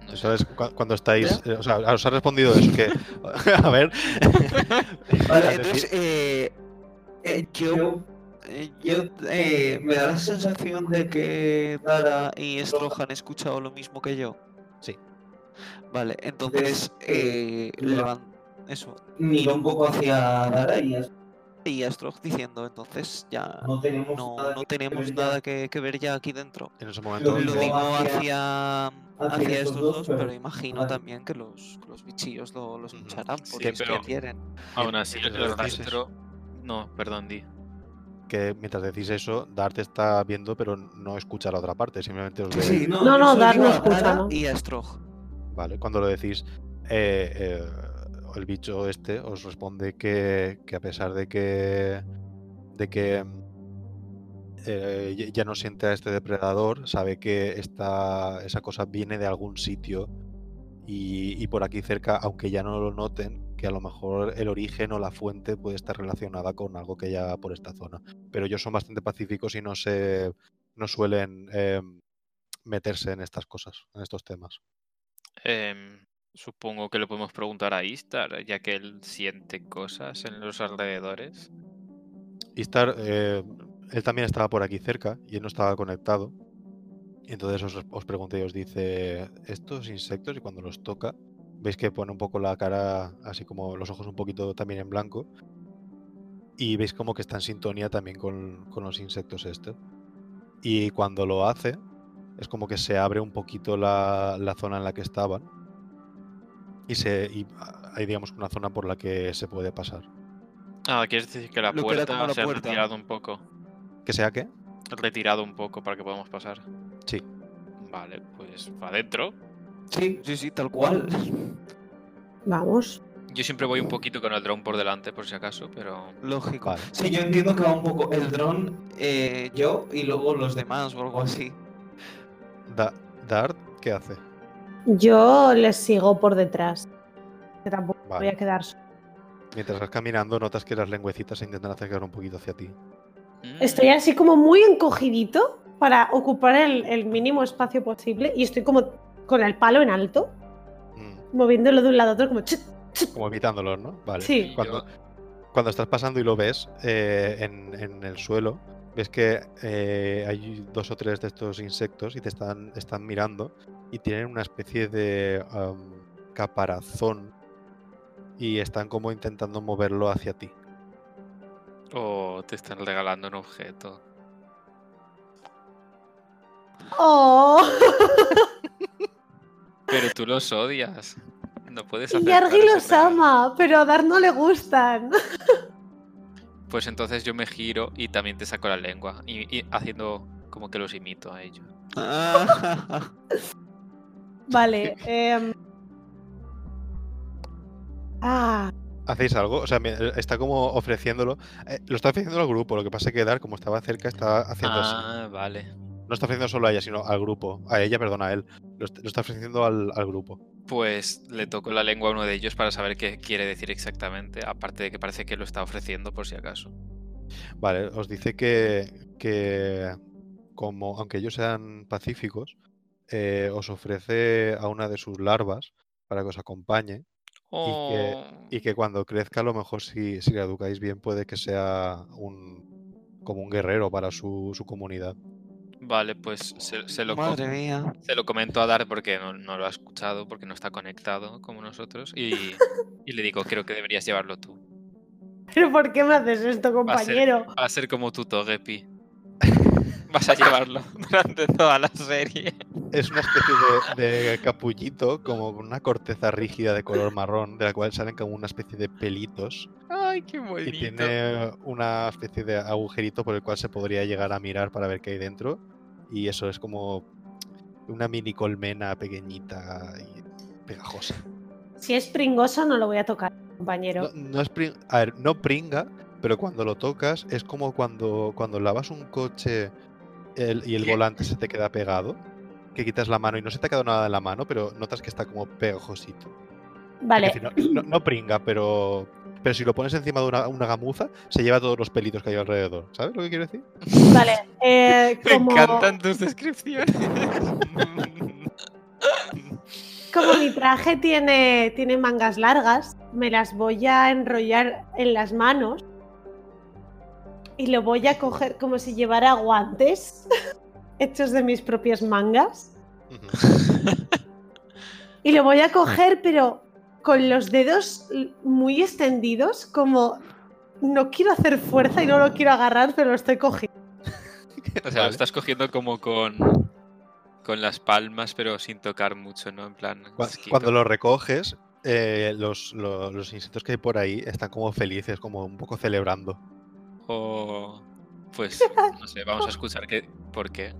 Speaker 3: No sé.
Speaker 1: ¿Sabes? Cu- Cuando estáis... eh, o sea, os ha respondido eso, que... a ver...
Speaker 5: Vale,
Speaker 1: Es decir-
Speaker 4: Entonces, eh, eh, yo,
Speaker 5: yo,
Speaker 4: eh, yo eh, me da la sensación de que Dara y Stroja han escuchado lo mismo que yo.
Speaker 1: Sí.
Speaker 4: Vale, entonces eh, levan- eso.
Speaker 5: miro un poco hacia Dara y es-
Speaker 4: Y a Strog diciendo, entonces ya
Speaker 5: no tenemos
Speaker 4: no,
Speaker 5: nada
Speaker 4: no
Speaker 5: que
Speaker 4: tenemos
Speaker 5: ver ya.
Speaker 4: nada que, que ver ya aquí dentro.
Speaker 1: En ese
Speaker 4: Lo
Speaker 1: momento...
Speaker 5: Lo
Speaker 1: te-
Speaker 4: digo
Speaker 5: hacia-
Speaker 4: hacia, hacia estos dos, pero imagino
Speaker 5: vale.
Speaker 4: también que los, que los bichillos lo, lo
Speaker 1: Ujú.
Speaker 4: escucharán,
Speaker 3: Sí,
Speaker 4: porque es
Speaker 3: pero-
Speaker 4: que quieren.
Speaker 3: Aún así,
Speaker 1: Mientras
Speaker 3: el
Speaker 1: lo dices.
Speaker 3: rastro. No, perdón, di.
Speaker 1: que mientras decís eso, Dart está viendo, pero no escucha la otra parte, simplemente os ve.
Speaker 5: Sí, no,
Speaker 2: No,
Speaker 5: yo
Speaker 2: no,
Speaker 5: solo
Speaker 2: Dar no
Speaker 5: digo a
Speaker 2: escucha,
Speaker 5: Dara,
Speaker 2: ¿no?
Speaker 4: Y a Strog.
Speaker 1: ¿vale? Cuando lo decís, eh, eh, el bicho este os responde que, que a pesar de que, de que mm, eh, ya- ya no siente a este depredador, sabe que esta, esa cosa viene de algún sitio y, y por aquí cerca, aunque ya no lo noten, que a lo mejor el origen o la fuente puede estar relacionada con algo que haya por esta zona. Pero ellos son bastante pacíficos y no se no suelen eh, meterse en estas cosas, en estos temas.
Speaker 3: Em, supongo que le podemos preguntar a Istar, ya que él siente cosas en los alrededores.
Speaker 1: Istar, eh, él también estaba por aquí cerca y él no estaba conectado. Y entonces os, os pregunté y os dice, estos insectos y cuando los toca, veis que pone un poco la cara, así como los ojos un poquito también en blanco. Y veis como que está en sintonía también con, con los insectos este. Y cuando lo hace, es como que se abre un poquito la, la zona en la que estaban. Y, se, y ah, hay, digamos, una zona por la que se puede pasar.
Speaker 3: Ah, quieres decir que la
Speaker 4: Lo que era como
Speaker 3: puerta
Speaker 4: la
Speaker 3: se ha
Speaker 4: puerta.
Speaker 3: retirado un poco.
Speaker 1: ¿Que sea qué?
Speaker 3: Retirado un poco para que podamos pasar.
Speaker 1: Sí.
Speaker 3: Vale, pues para adentro.
Speaker 4: Sí, sí, sí, tal cual.
Speaker 2: Vamos.
Speaker 3: Yo siempre voy un poquito con el dron por delante, por si acaso, pero.
Speaker 4: Lógico.
Speaker 1: Vale.
Speaker 4: Sí, yo entiendo que va un poco el dron, eh, yo y luego los demás o algo así.
Speaker 1: Da- Dart, ¿qué hace?
Speaker 2: Yo les sigo por detrás. Que tampoco me voy
Speaker 1: Vale.
Speaker 2: a quedar sola.
Speaker 1: Mientras vas caminando, notas que las lengüecitas se intentan acercar un poquito hacia ti.
Speaker 3: mm,
Speaker 2: Estoy así como muy encogidito para ocupar el, el mínimo espacio posible y estoy como con el palo en alto,
Speaker 1: Mm,
Speaker 2: moviéndolo de un lado a otro como... chut.
Speaker 1: Como evitándolos, ¿no? Vale.
Speaker 2: Sí.
Speaker 1: Cuando, cuando estás pasando y lo ves eh, en, en el suelo, ves que eh, hay dos o tres de estos insectos y te están, están mirando y tienen una especie de am, caparazón y están como intentando moverlo hacia ti.
Speaker 3: O oh, te están regalando un objeto.
Speaker 2: ¡Oh!
Speaker 3: Pero tú los odias. No puedes
Speaker 2: Y
Speaker 3: aceptar
Speaker 2: Yargi
Speaker 3: ese
Speaker 2: los
Speaker 3: regalo.
Speaker 2: ama, pero a Dar no le gustan.
Speaker 3: Pues entonces yo me giro y también te saco la lengua. Y, y haciendo como que los imito a ellos.
Speaker 4: Ah,
Speaker 2: Vale. em. Ah,
Speaker 1: ¿Hacéis algo? O sea, me- está como ofreciéndolo. Eh, lo está ofreciendo al grupo, lo que pasa es que Dar, como estaba cerca, está haciendo así.
Speaker 3: Ah, vale.
Speaker 1: No está ofreciendo solo a ella, sino al grupo. A ella, perdona, a él. Lo, est- lo está ofreciendo al, al grupo.
Speaker 3: Pues le toco la lengua a uno de ellos para saber qué quiere decir exactamente. Aparte de que parece que lo está ofreciendo por si acaso.
Speaker 1: Vale, os dice que, que como, aunque ellos sean pacíficos, eh, os ofrece a una de sus larvas para que os acompañe
Speaker 3: Oh,
Speaker 1: y que cuando crezca, a lo mejor si, si la educáis bien, puede que sea un, como un guerrero para su, su comunidad.
Speaker 3: Vale, pues se, se lo co-
Speaker 4: madre mía.
Speaker 3: Se lo comento a Dar porque no, no lo ha escuchado, porque no está conectado como nosotros. Y, y le digo, creo que deberías llevarlo tú.
Speaker 2: ¿pero por qué me haces esto,
Speaker 3: Va a ser-
Speaker 2: compañero?
Speaker 3: Va a ser como tu Togepi. Vas a llevarlo durante toda la serie.
Speaker 1: Es una especie de, de capullito, como con una corteza rígida de color marrón, de la cual salen como una especie de pelitos.
Speaker 3: Ay, qué
Speaker 1: Y
Speaker 3: bonito.
Speaker 1: tiene una especie de agujerito por el cual se podría llegar a mirar para ver qué hay dentro. Y eso es como una mini colmena pequeñita y pegajosa.
Speaker 2: Si es pringoso, no lo voy a tocar,
Speaker 1: No,
Speaker 2: compañero.
Speaker 1: no es prin- a ver, no pringa, pero cuando lo tocas es como cuando, cuando lavas un coche el- y el
Speaker 3: ¿Qué?
Speaker 1: volante se te queda pegado. Que quitas la mano y no se te ha quedado nada en la mano, pero notas que está como pegajosito. Es
Speaker 2: Vale,
Speaker 1: decir, no, no- no pringa, pero, pero si lo pones encima de una, una gamuza, se lleva todos los pelitos que hay alrededor. ¿Sabes lo que quiero decir?
Speaker 2: vale. eh,
Speaker 3: Me
Speaker 2: como,
Speaker 3: encantan tus descripciones.
Speaker 2: como mi traje tiene, tiene mangas largas, me las voy a enrollar en las manos y lo voy a coger como si llevara guantes hechos de mis propias mangas.
Speaker 1: Ujú.
Speaker 2: Y lo voy a coger, pero con los dedos l- muy extendidos, como no quiero hacer fuerza y no lo quiero agarrar, pero lo estoy cogiendo.
Speaker 3: o sea, lo
Speaker 1: Vale.
Speaker 3: estás cogiendo como con, con las palmas, pero sin tocar mucho, ¿no? En plan.
Speaker 1: Cua-
Speaker 3: asquito.
Speaker 1: Cuando lo recoges, eh, los, lo- los insectos que hay por ahí están como felices, como un poco celebrando.
Speaker 3: O. Pues, no sé, vamos a escuchar qué, por qué.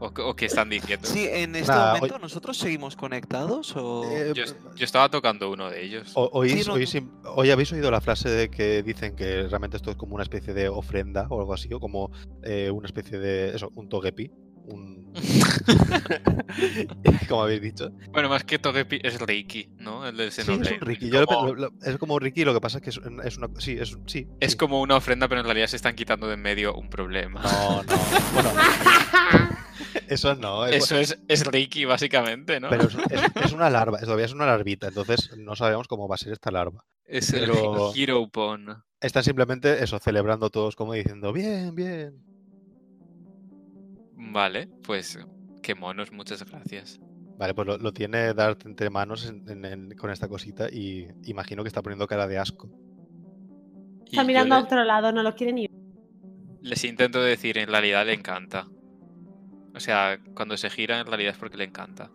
Speaker 3: O, qué- o qué están diciendo.
Speaker 4: Sí, en este
Speaker 1: Nada,
Speaker 4: momento nosotros seguimos conectados o.
Speaker 1: Eh,
Speaker 3: Oh, Yo, yo estaba tocando uno de ellos.
Speaker 1: o- oís-
Speaker 4: Sí, no,
Speaker 1: oís
Speaker 4: tú-
Speaker 1: im- hoy habéis oído la frase de que dicen que realmente esto es como una especie de ofrenda o algo así, o como eh, una especie de. Eso, un togepi. Un... como habéis dicho.
Speaker 3: Bueno, más que Togepi es Reiki, ¿no? El del
Speaker 1: Sí, es
Speaker 3: Xenoblade.
Speaker 1: un Ricky. yo lo-
Speaker 3: como-
Speaker 1: lo- lo- es como Ricky, lo que pasa es que es, un- es una. Sí, es, un- sí,
Speaker 3: es
Speaker 1: sí.
Speaker 3: como una ofrenda, pero en realidad se están quitando de en medio un problema.
Speaker 1: No, no. Bueno, eso no. es-
Speaker 3: Eso es, es Reiki, básicamente, ¿no?
Speaker 1: Pero es, es- es una larva, es- todavía es una larvita, entonces no sabemos cómo va a ser esta larva.
Speaker 3: es el
Speaker 1: pero-
Speaker 3: Hero Pon.
Speaker 1: Están simplemente eso, celebrando todos como diciendo, bien, bien.
Speaker 3: Vale, pues qué monos, muchas gracias.
Speaker 1: Vale, pues lo, lo tiene Dart entre manos en- en- en- con esta cosita y imagino que está poniendo cara de asco.
Speaker 3: Y
Speaker 2: Está
Speaker 3: yo
Speaker 2: mirando a
Speaker 3: le-
Speaker 2: otro lado, no lo quiere ni
Speaker 3: les intento decir, en realidad le encanta. O sea, cuando se gira, en realidad es porque le encanta.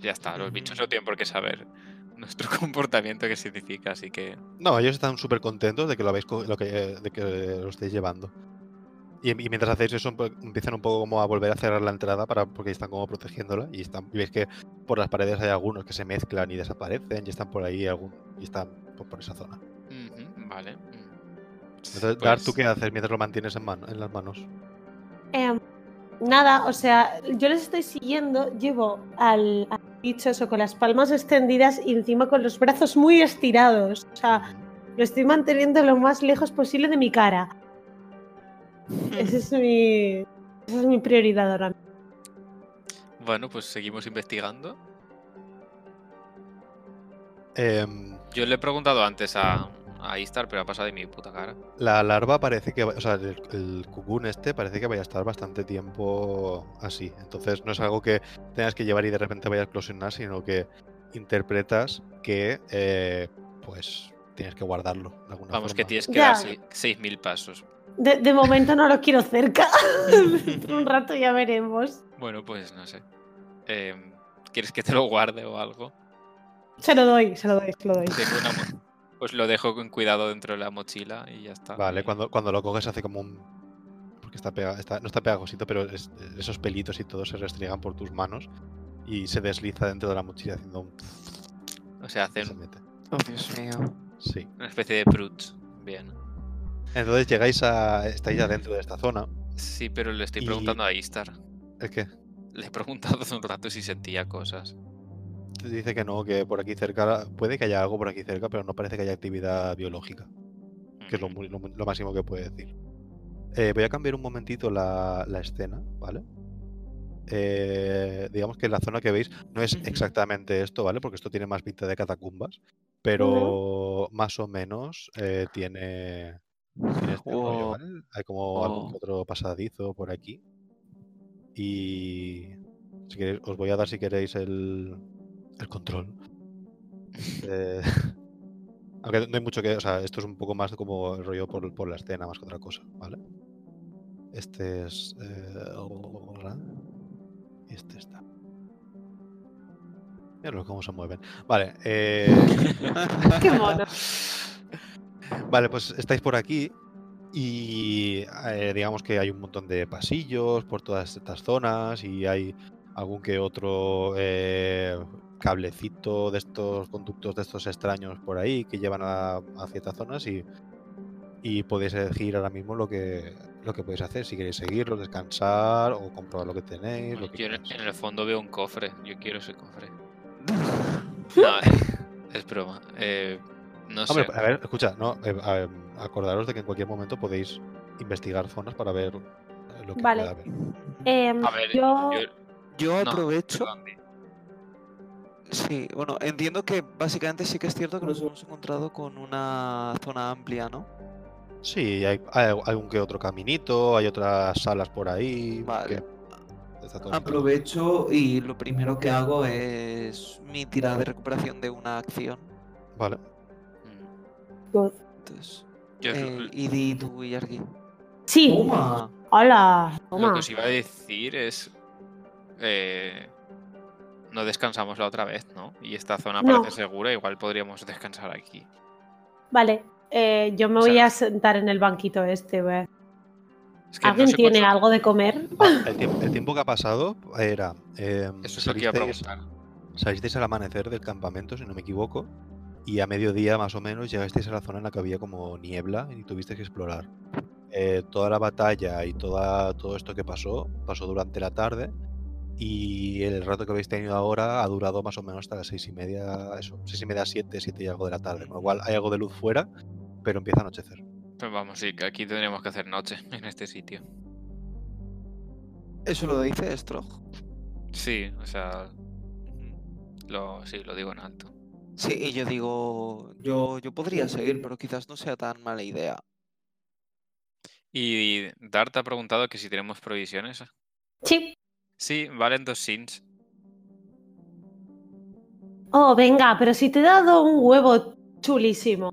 Speaker 3: Ya está, los bichos no tienen por qué saber nuestro comportamiento qué significa, así que
Speaker 1: No, ellos están súper contentos de que lo habéis co- lo que, eh, de que lo estéis llevando. Y, y mientras hacéis eso empe- empiezan un poco como a volver a cerrar la entrada para, porque están como protegiéndola y, están, y veis que por las paredes hay algunos que se mezclan y desaparecen y están por ahí algún, y están por- por esa zona.
Speaker 3: Ujú, vale. mm.
Speaker 1: Entonces, Dar, ¿tú
Speaker 3: Pues,
Speaker 1: qué haces mientras lo mantienes en, mano, en las manos?
Speaker 2: Em, nada, o sea, yo les estoy siguiendo, llevo al, al bicho eso con las palmas extendidas y encima con los brazos muy estirados. O sea, lo estoy manteniendo lo más lejos posible de mi cara.
Speaker 3: Mm.
Speaker 2: Ese es mi, esa es mi prioridad ahora mismo.
Speaker 3: Bueno, pues seguimos investigando.
Speaker 1: Em,
Speaker 3: Yo le he preguntado antes a, a Istar, pero ha pasado de mi puta cara.
Speaker 1: la larva parece que... va- O sea, el, el cucún este parece que vaya a estar bastante tiempo así. Entonces no es algo que tengas que llevar y de repente vaya a eclosionar, sino que interpretas que eh, pues tienes que guardarlo de alguna
Speaker 3: Vamos,
Speaker 1: forma.
Speaker 3: que tienes que
Speaker 2: Ya.
Speaker 3: dar sei- 6.000 pasos.
Speaker 2: De, de momento no los quiero cerca. Dentro de un rato ya veremos.
Speaker 3: Bueno, pues no sé. Em, ¿Quieres que te lo guarde o algo?
Speaker 2: Se lo doy, se lo doy, se lo doy.
Speaker 3: Tengo una mo- pues lo dejo con cuidado dentro de la mochila y ya está.
Speaker 1: Vale,
Speaker 3: Y-
Speaker 1: cuando, cuando lo coges hace como un... Porque está pega- está- no está pegajosito, pero es- esos pelitos y todo se restriegan por tus manos y se desliza dentro de la mochila haciendo un...
Speaker 3: O sea,
Speaker 1: y
Speaker 3: hacer
Speaker 1: se mete.
Speaker 4: Oh, Dios mío.
Speaker 1: Sí.
Speaker 3: una especie de prut. Bien.
Speaker 1: Entonces llegáis a... Estáis ya dentro de esta zona.
Speaker 3: Sí, pero le estoy
Speaker 1: Y-
Speaker 3: preguntando a Istar.
Speaker 1: Es que
Speaker 3: Le he preguntado hace un rato si sentía cosas.
Speaker 1: te dice que no, que por aquí cerca... Puede que haya algo por aquí cerca, pero no parece que haya actividad biológica, que es lo,
Speaker 3: Ujú.
Speaker 1: mu- lo mu- lo máximo que puede decir. Eh, voy a cambiar un momentito la, la escena, ¿vale? Eh, digamos que la zona que veis no es
Speaker 4: Ujú.
Speaker 1: exactamente esto, ¿vale? Porque esto tiene más pinta de catacumbas, pero más o menos eh, tiene, tiene este rollo,
Speaker 4: Wow.
Speaker 1: ¿vale? Hay como algún
Speaker 4: Oh.
Speaker 1: que otro pasadizo por aquí. Y si queréis, os voy a dar si queréis el, el control. Eh, aunque no hay mucho que. O sea, esto es un poco más como el rollo por, por la escena, más que otra cosa, ¿vale? Este es. eh, y este está. Míralo cómo se mueven. Vale, eh,
Speaker 2: Qué mono.
Speaker 1: Vale, pues estáis por aquí y eh, digamos que hay un montón de pasillos por todas estas zonas y hay algún que otro eh, cablecito de estos conductos, de estos extraños por ahí que llevan a, a ciertas zonas y, y podéis elegir ahora mismo lo que, lo que podéis hacer, si queréis seguirlo, descansar o comprobar lo que tenéis. Lo que
Speaker 3: Yo en
Speaker 1: queráis.
Speaker 3: en el fondo veo un cofre. Yo quiero ese cofre. No, es broma. Eh, no sé.
Speaker 1: Hombre, a ver, escucha, no, eh, a ver, acordaros de que en cualquier momento podéis investigar zonas para ver eh, lo que
Speaker 2: Vale.
Speaker 1: pueda haber.
Speaker 2: Em,
Speaker 3: A ver,
Speaker 2: yo,
Speaker 3: yo-
Speaker 4: Yo
Speaker 3: no,
Speaker 4: aprovecho.
Speaker 3: perdón, di.
Speaker 4: Sí, bueno, entiendo que básicamente sí que es cierto que nos hemos encontrado con una zona amplia, ¿no?
Speaker 1: Sí, hay, hay alg- algún que otro caminito, hay otras salas por ahí.
Speaker 4: Vale.
Speaker 1: que está todo bien.
Speaker 4: Aprovecho y lo primero que hago es mi tirada de recuperación de una acción.
Speaker 1: Vale.
Speaker 3: Mm.
Speaker 4: Entonces,
Speaker 3: Yo es
Speaker 4: eh,
Speaker 3: lo-
Speaker 4: Idi, tú y Argi.
Speaker 2: Sí.
Speaker 4: Toma.
Speaker 2: Hola.
Speaker 3: Lo
Speaker 2: Toma.
Speaker 3: que os iba a decir es. eh, no descansamos la otra vez, ¿no? Y esta zona
Speaker 2: No.
Speaker 3: parece segura, igual podríamos descansar aquí.
Speaker 2: Vale. eh, yo me
Speaker 3: O sea-
Speaker 2: voy a sentar en el banquito este. voy a-
Speaker 3: Es que no
Speaker 2: ¿Alguien
Speaker 3: sé
Speaker 2: tiene
Speaker 3: cuánto-
Speaker 2: algo de comer?
Speaker 1: Ah, El, tiemp- el tiempo que ha pasado era. eh,
Speaker 3: Eso es lo que iba a
Speaker 1: salisteis-
Speaker 3: preguntar.
Speaker 1: Salisteis al amanecer del campamento, si no me equivoco, y a mediodía más o menos llegasteis a la zona en la que había como niebla y tuvisteis que explorar. Eh, toda la batalla y toda, todo esto que pasó, pasó durante la tarde y el rato que habéis tenido ahora ha durado más o menos hasta las seis y media, eso, seis y media, siete, siete y algo de la tarde, con lo cual hay algo de luz fuera, pero empieza a anochecer.
Speaker 3: Pues vamos, sí, que aquí tendríamos que hacer noche en este sitio.
Speaker 4: Eso lo dice Strog.
Speaker 3: Sí, o sea, mm, lo, sí, lo digo en alto.
Speaker 4: Sí, y yo digo, yo, yo podría seguir, pero quizás no sea tan mala idea.
Speaker 3: Y Dart ha preguntado que si tenemos provisiones.
Speaker 2: Sí.
Speaker 3: Sí, valen dos sins.
Speaker 2: Oh, venga, pero si te he dado un huevo chulísimo.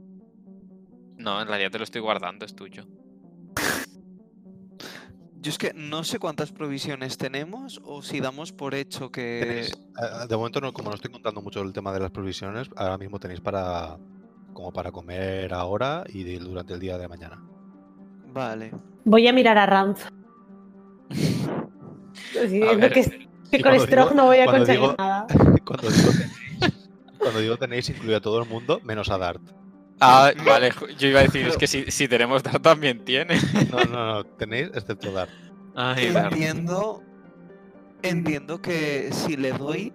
Speaker 3: No, en realidad te lo estoy guardando, es tuyo.
Speaker 4: Yo es que no sé cuántas provisiones tenemos o si damos por hecho que...
Speaker 1: Tenéis, eh, de momento, no, como no estoy contando mucho el tema de las provisiones, ahora mismo tenéis para como para comer ahora y de- durante el día de mañana.
Speaker 4: Vale.
Speaker 2: Voy a mirar a Ranz. Sí,
Speaker 3: A ver, eh,
Speaker 2: porque es que con
Speaker 1: cuando
Speaker 2: Strog
Speaker 1: digo-
Speaker 2: no voy a
Speaker 1: cuando
Speaker 2: conseguir
Speaker 1: digo-
Speaker 2: nada.
Speaker 1: Cuando digo tenéis, cuando digo tenéis, incluye a todo el mundo, menos a Dart.
Speaker 3: Ah, vale, ju- yo iba a decir, es que si, si tenemos Dart también tiene.
Speaker 1: No, no, no, tenéis excepto Dart.
Speaker 3: Ay, Dart.
Speaker 4: Entiendo, entiendo que si le doy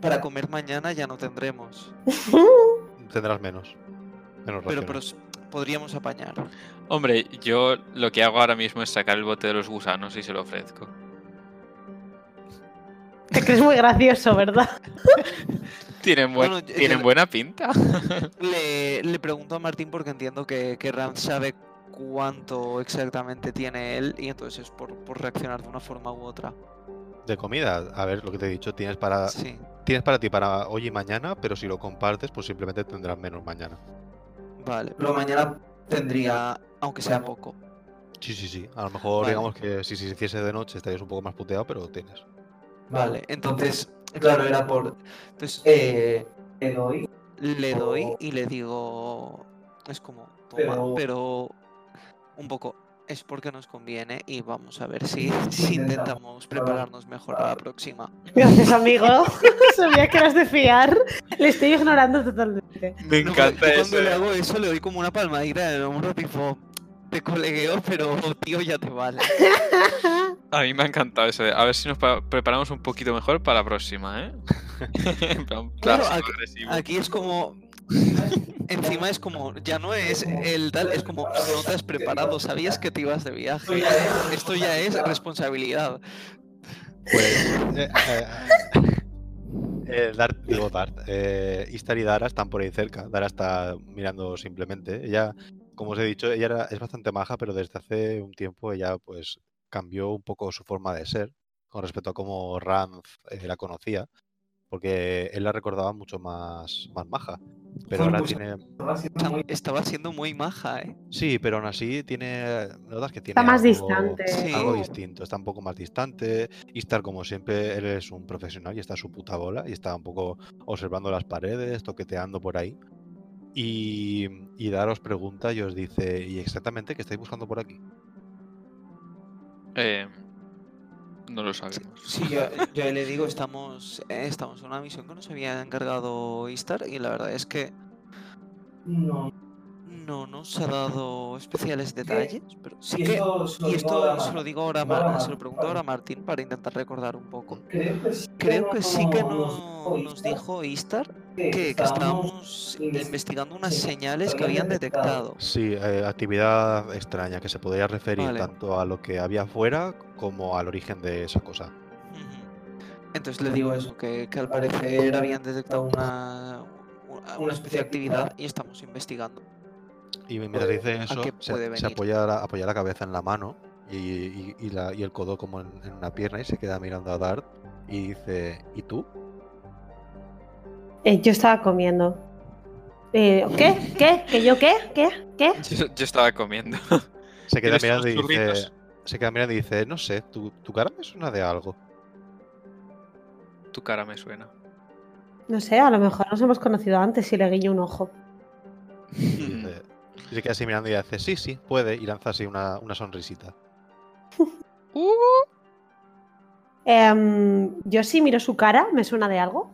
Speaker 4: para comer mañana ya no tendremos.
Speaker 3: Pues
Speaker 1: Tendrás menos. Menos
Speaker 4: Pero,
Speaker 1: raciones.
Speaker 4: pero s- podríamos apañar.
Speaker 3: Hombre, yo lo que hago ahora mismo es sacar el bote de los gusanos y se lo ofrezco.
Speaker 2: Te crees muy gracioso, ¿verdad?
Speaker 3: Tienen, buen-
Speaker 4: Bueno, yo-
Speaker 3: tienen
Speaker 4: yo-
Speaker 3: buena pinta.
Speaker 4: Le, le pregunto a Martín porque entiendo que, que Ram sabe cuánto exactamente tiene él y entonces es por, por reaccionar de una forma u otra. Ah.
Speaker 1: De comida, a ver, lo que te he dicho, tienes para
Speaker 4: Sí.
Speaker 1: tienes para ti para hoy y mañana, pero si lo compartes, pues simplemente tendrás menos mañana.
Speaker 4: Vale, pero mañana tendría, aunque sea poco.
Speaker 1: Sí, sí, sí. A lo mejor,
Speaker 4: Vale.
Speaker 1: digamos que si se hiciese de noche estarías un poco más puteado, pero lo tienes.
Speaker 4: Vale, entonces,
Speaker 5: Claro, era por.
Speaker 4: entonces
Speaker 5: Eh, le doy.
Speaker 4: le doy
Speaker 5: o-
Speaker 4: y le digo, es como, toma,
Speaker 5: Pero-
Speaker 4: pero, un poco, es porque nos conviene y vamos a ver si, si
Speaker 5: Intentamos
Speaker 4: intentamos prepararnos mejor para la próxima.
Speaker 2: Gracias, amigo. Sabía que eras de fiar. Le estoy ignorando totalmente.
Speaker 3: Me eh.
Speaker 4: No, porque yo cuando le hago eso le doy como una palmadita en el hombro tipo, te colegueo, pero tío ya te vale.
Speaker 3: A mí me ha encantado ese. A ver si nos pa- preparamos un poquito mejor para la próxima, ¿eh? en plan,
Speaker 4: Claro,
Speaker 3: clásico
Speaker 4: aquí-
Speaker 3: agresivo.
Speaker 4: Aquí es como. Encima es como. Ya no es el tal, es como. No te has preparado, sabías que te ibas de viaje. Esto ya es responsabilidad.
Speaker 1: Pues. eh, eh, eh, Dart, digo Dart. eh, Istar y Dara están por ahí cerca. Dara está mirando simplemente. Ella, como os he dicho, ella era- es bastante maja, pero desde hace un tiempo ella pues cambió un poco su forma de ser con respecto a cómo Ranz eh, la conocía, porque él la recordaba mucho más, más maja. Pero
Speaker 5: Fue
Speaker 1: ahora
Speaker 5: impulsa-
Speaker 1: tiene.
Speaker 5: Estaba siendo
Speaker 4: Tam-
Speaker 5: muy-
Speaker 4: Estaba siendo muy maja, ¿eh?
Speaker 1: Sí, pero aún así tiene. Notas que tiene.
Speaker 2: Está más
Speaker 1: algo-
Speaker 2: distante.
Speaker 4: Sí.
Speaker 1: Algo distinto, está un poco más distante. Y estar como siempre, él es un profesional y está a su puta bola y está un poco observando las paredes, toqueteando por ahí. Y, y Dar os pregunta y os dice: ¿Y exactamente qué estáis buscando por aquí?
Speaker 3: Eh, no lo sabemos.
Speaker 4: Sí, yo, yo ahí le digo, estamos, eh, estamos en una misión que nos había encargado Istar y la verdad es que
Speaker 5: No.
Speaker 4: no nos ha dado especiales detalles, pero sí
Speaker 5: Y
Speaker 4: que...
Speaker 5: esto se lo
Speaker 4: Y
Speaker 5: digo a
Speaker 4: esto
Speaker 5: la
Speaker 4: se lo
Speaker 5: mano.
Speaker 4: digo ahora a
Speaker 5: no a la
Speaker 4: Mar- se
Speaker 5: mano,
Speaker 4: lo pregunto ahora a
Speaker 5: claro.
Speaker 4: Martín para intentar recordar un poco.
Speaker 5: Creo que sí
Speaker 4: Creo que sí que no-
Speaker 5: nos,
Speaker 4: nos dijo Istar
Speaker 5: que,
Speaker 4: que, que
Speaker 5: estábamos
Speaker 4: estábamos
Speaker 5: inves-
Speaker 4: investigando unas
Speaker 5: sí,
Speaker 4: señales que
Speaker 5: habían
Speaker 4: habían
Speaker 5: detectado.
Speaker 4: detectado.
Speaker 1: Sí, eh, actividad extraña que se podría referir
Speaker 4: Vale.
Speaker 1: tanto a lo que había afuera como al origen de esa cosa.
Speaker 4: Ujú. Entonces le digo eso, que, que al parecer habían detectado una, una- una especie de actividad y estamos investigando.
Speaker 1: Y mientras dice eso,
Speaker 4: qué
Speaker 1: se,
Speaker 4: puede
Speaker 1: se
Speaker 4: venir?
Speaker 1: apoya, la, apoya la cabeza en la mano y, y- y la- y el codo como en, en una pierna y se queda mirando a Dart y dice, ¿y tú?
Speaker 2: Eh, yo estaba comiendo. Eh, ¿Qué? ¿Qué? ¿Que yo qué? ¿Qué? ¿Qué?
Speaker 3: Yo, yo estaba comiendo.
Speaker 1: Se queda
Speaker 3: ¿Quieres
Speaker 1: mirando y
Speaker 3: unos
Speaker 1: dice,
Speaker 3: churritos?
Speaker 1: se queda mirando y dice, no sé, tu, tu cara me suena de algo.
Speaker 3: Tu cara me suena.
Speaker 2: No sé, a lo mejor nos hemos conocido antes y le guiño un ojo.
Speaker 1: Y, dice- y se queda así mirando y dice, sí, sí, puede, y lanza así una, una sonrisita.
Speaker 2: Em, yo sí miro su cara, ¿me suena de algo?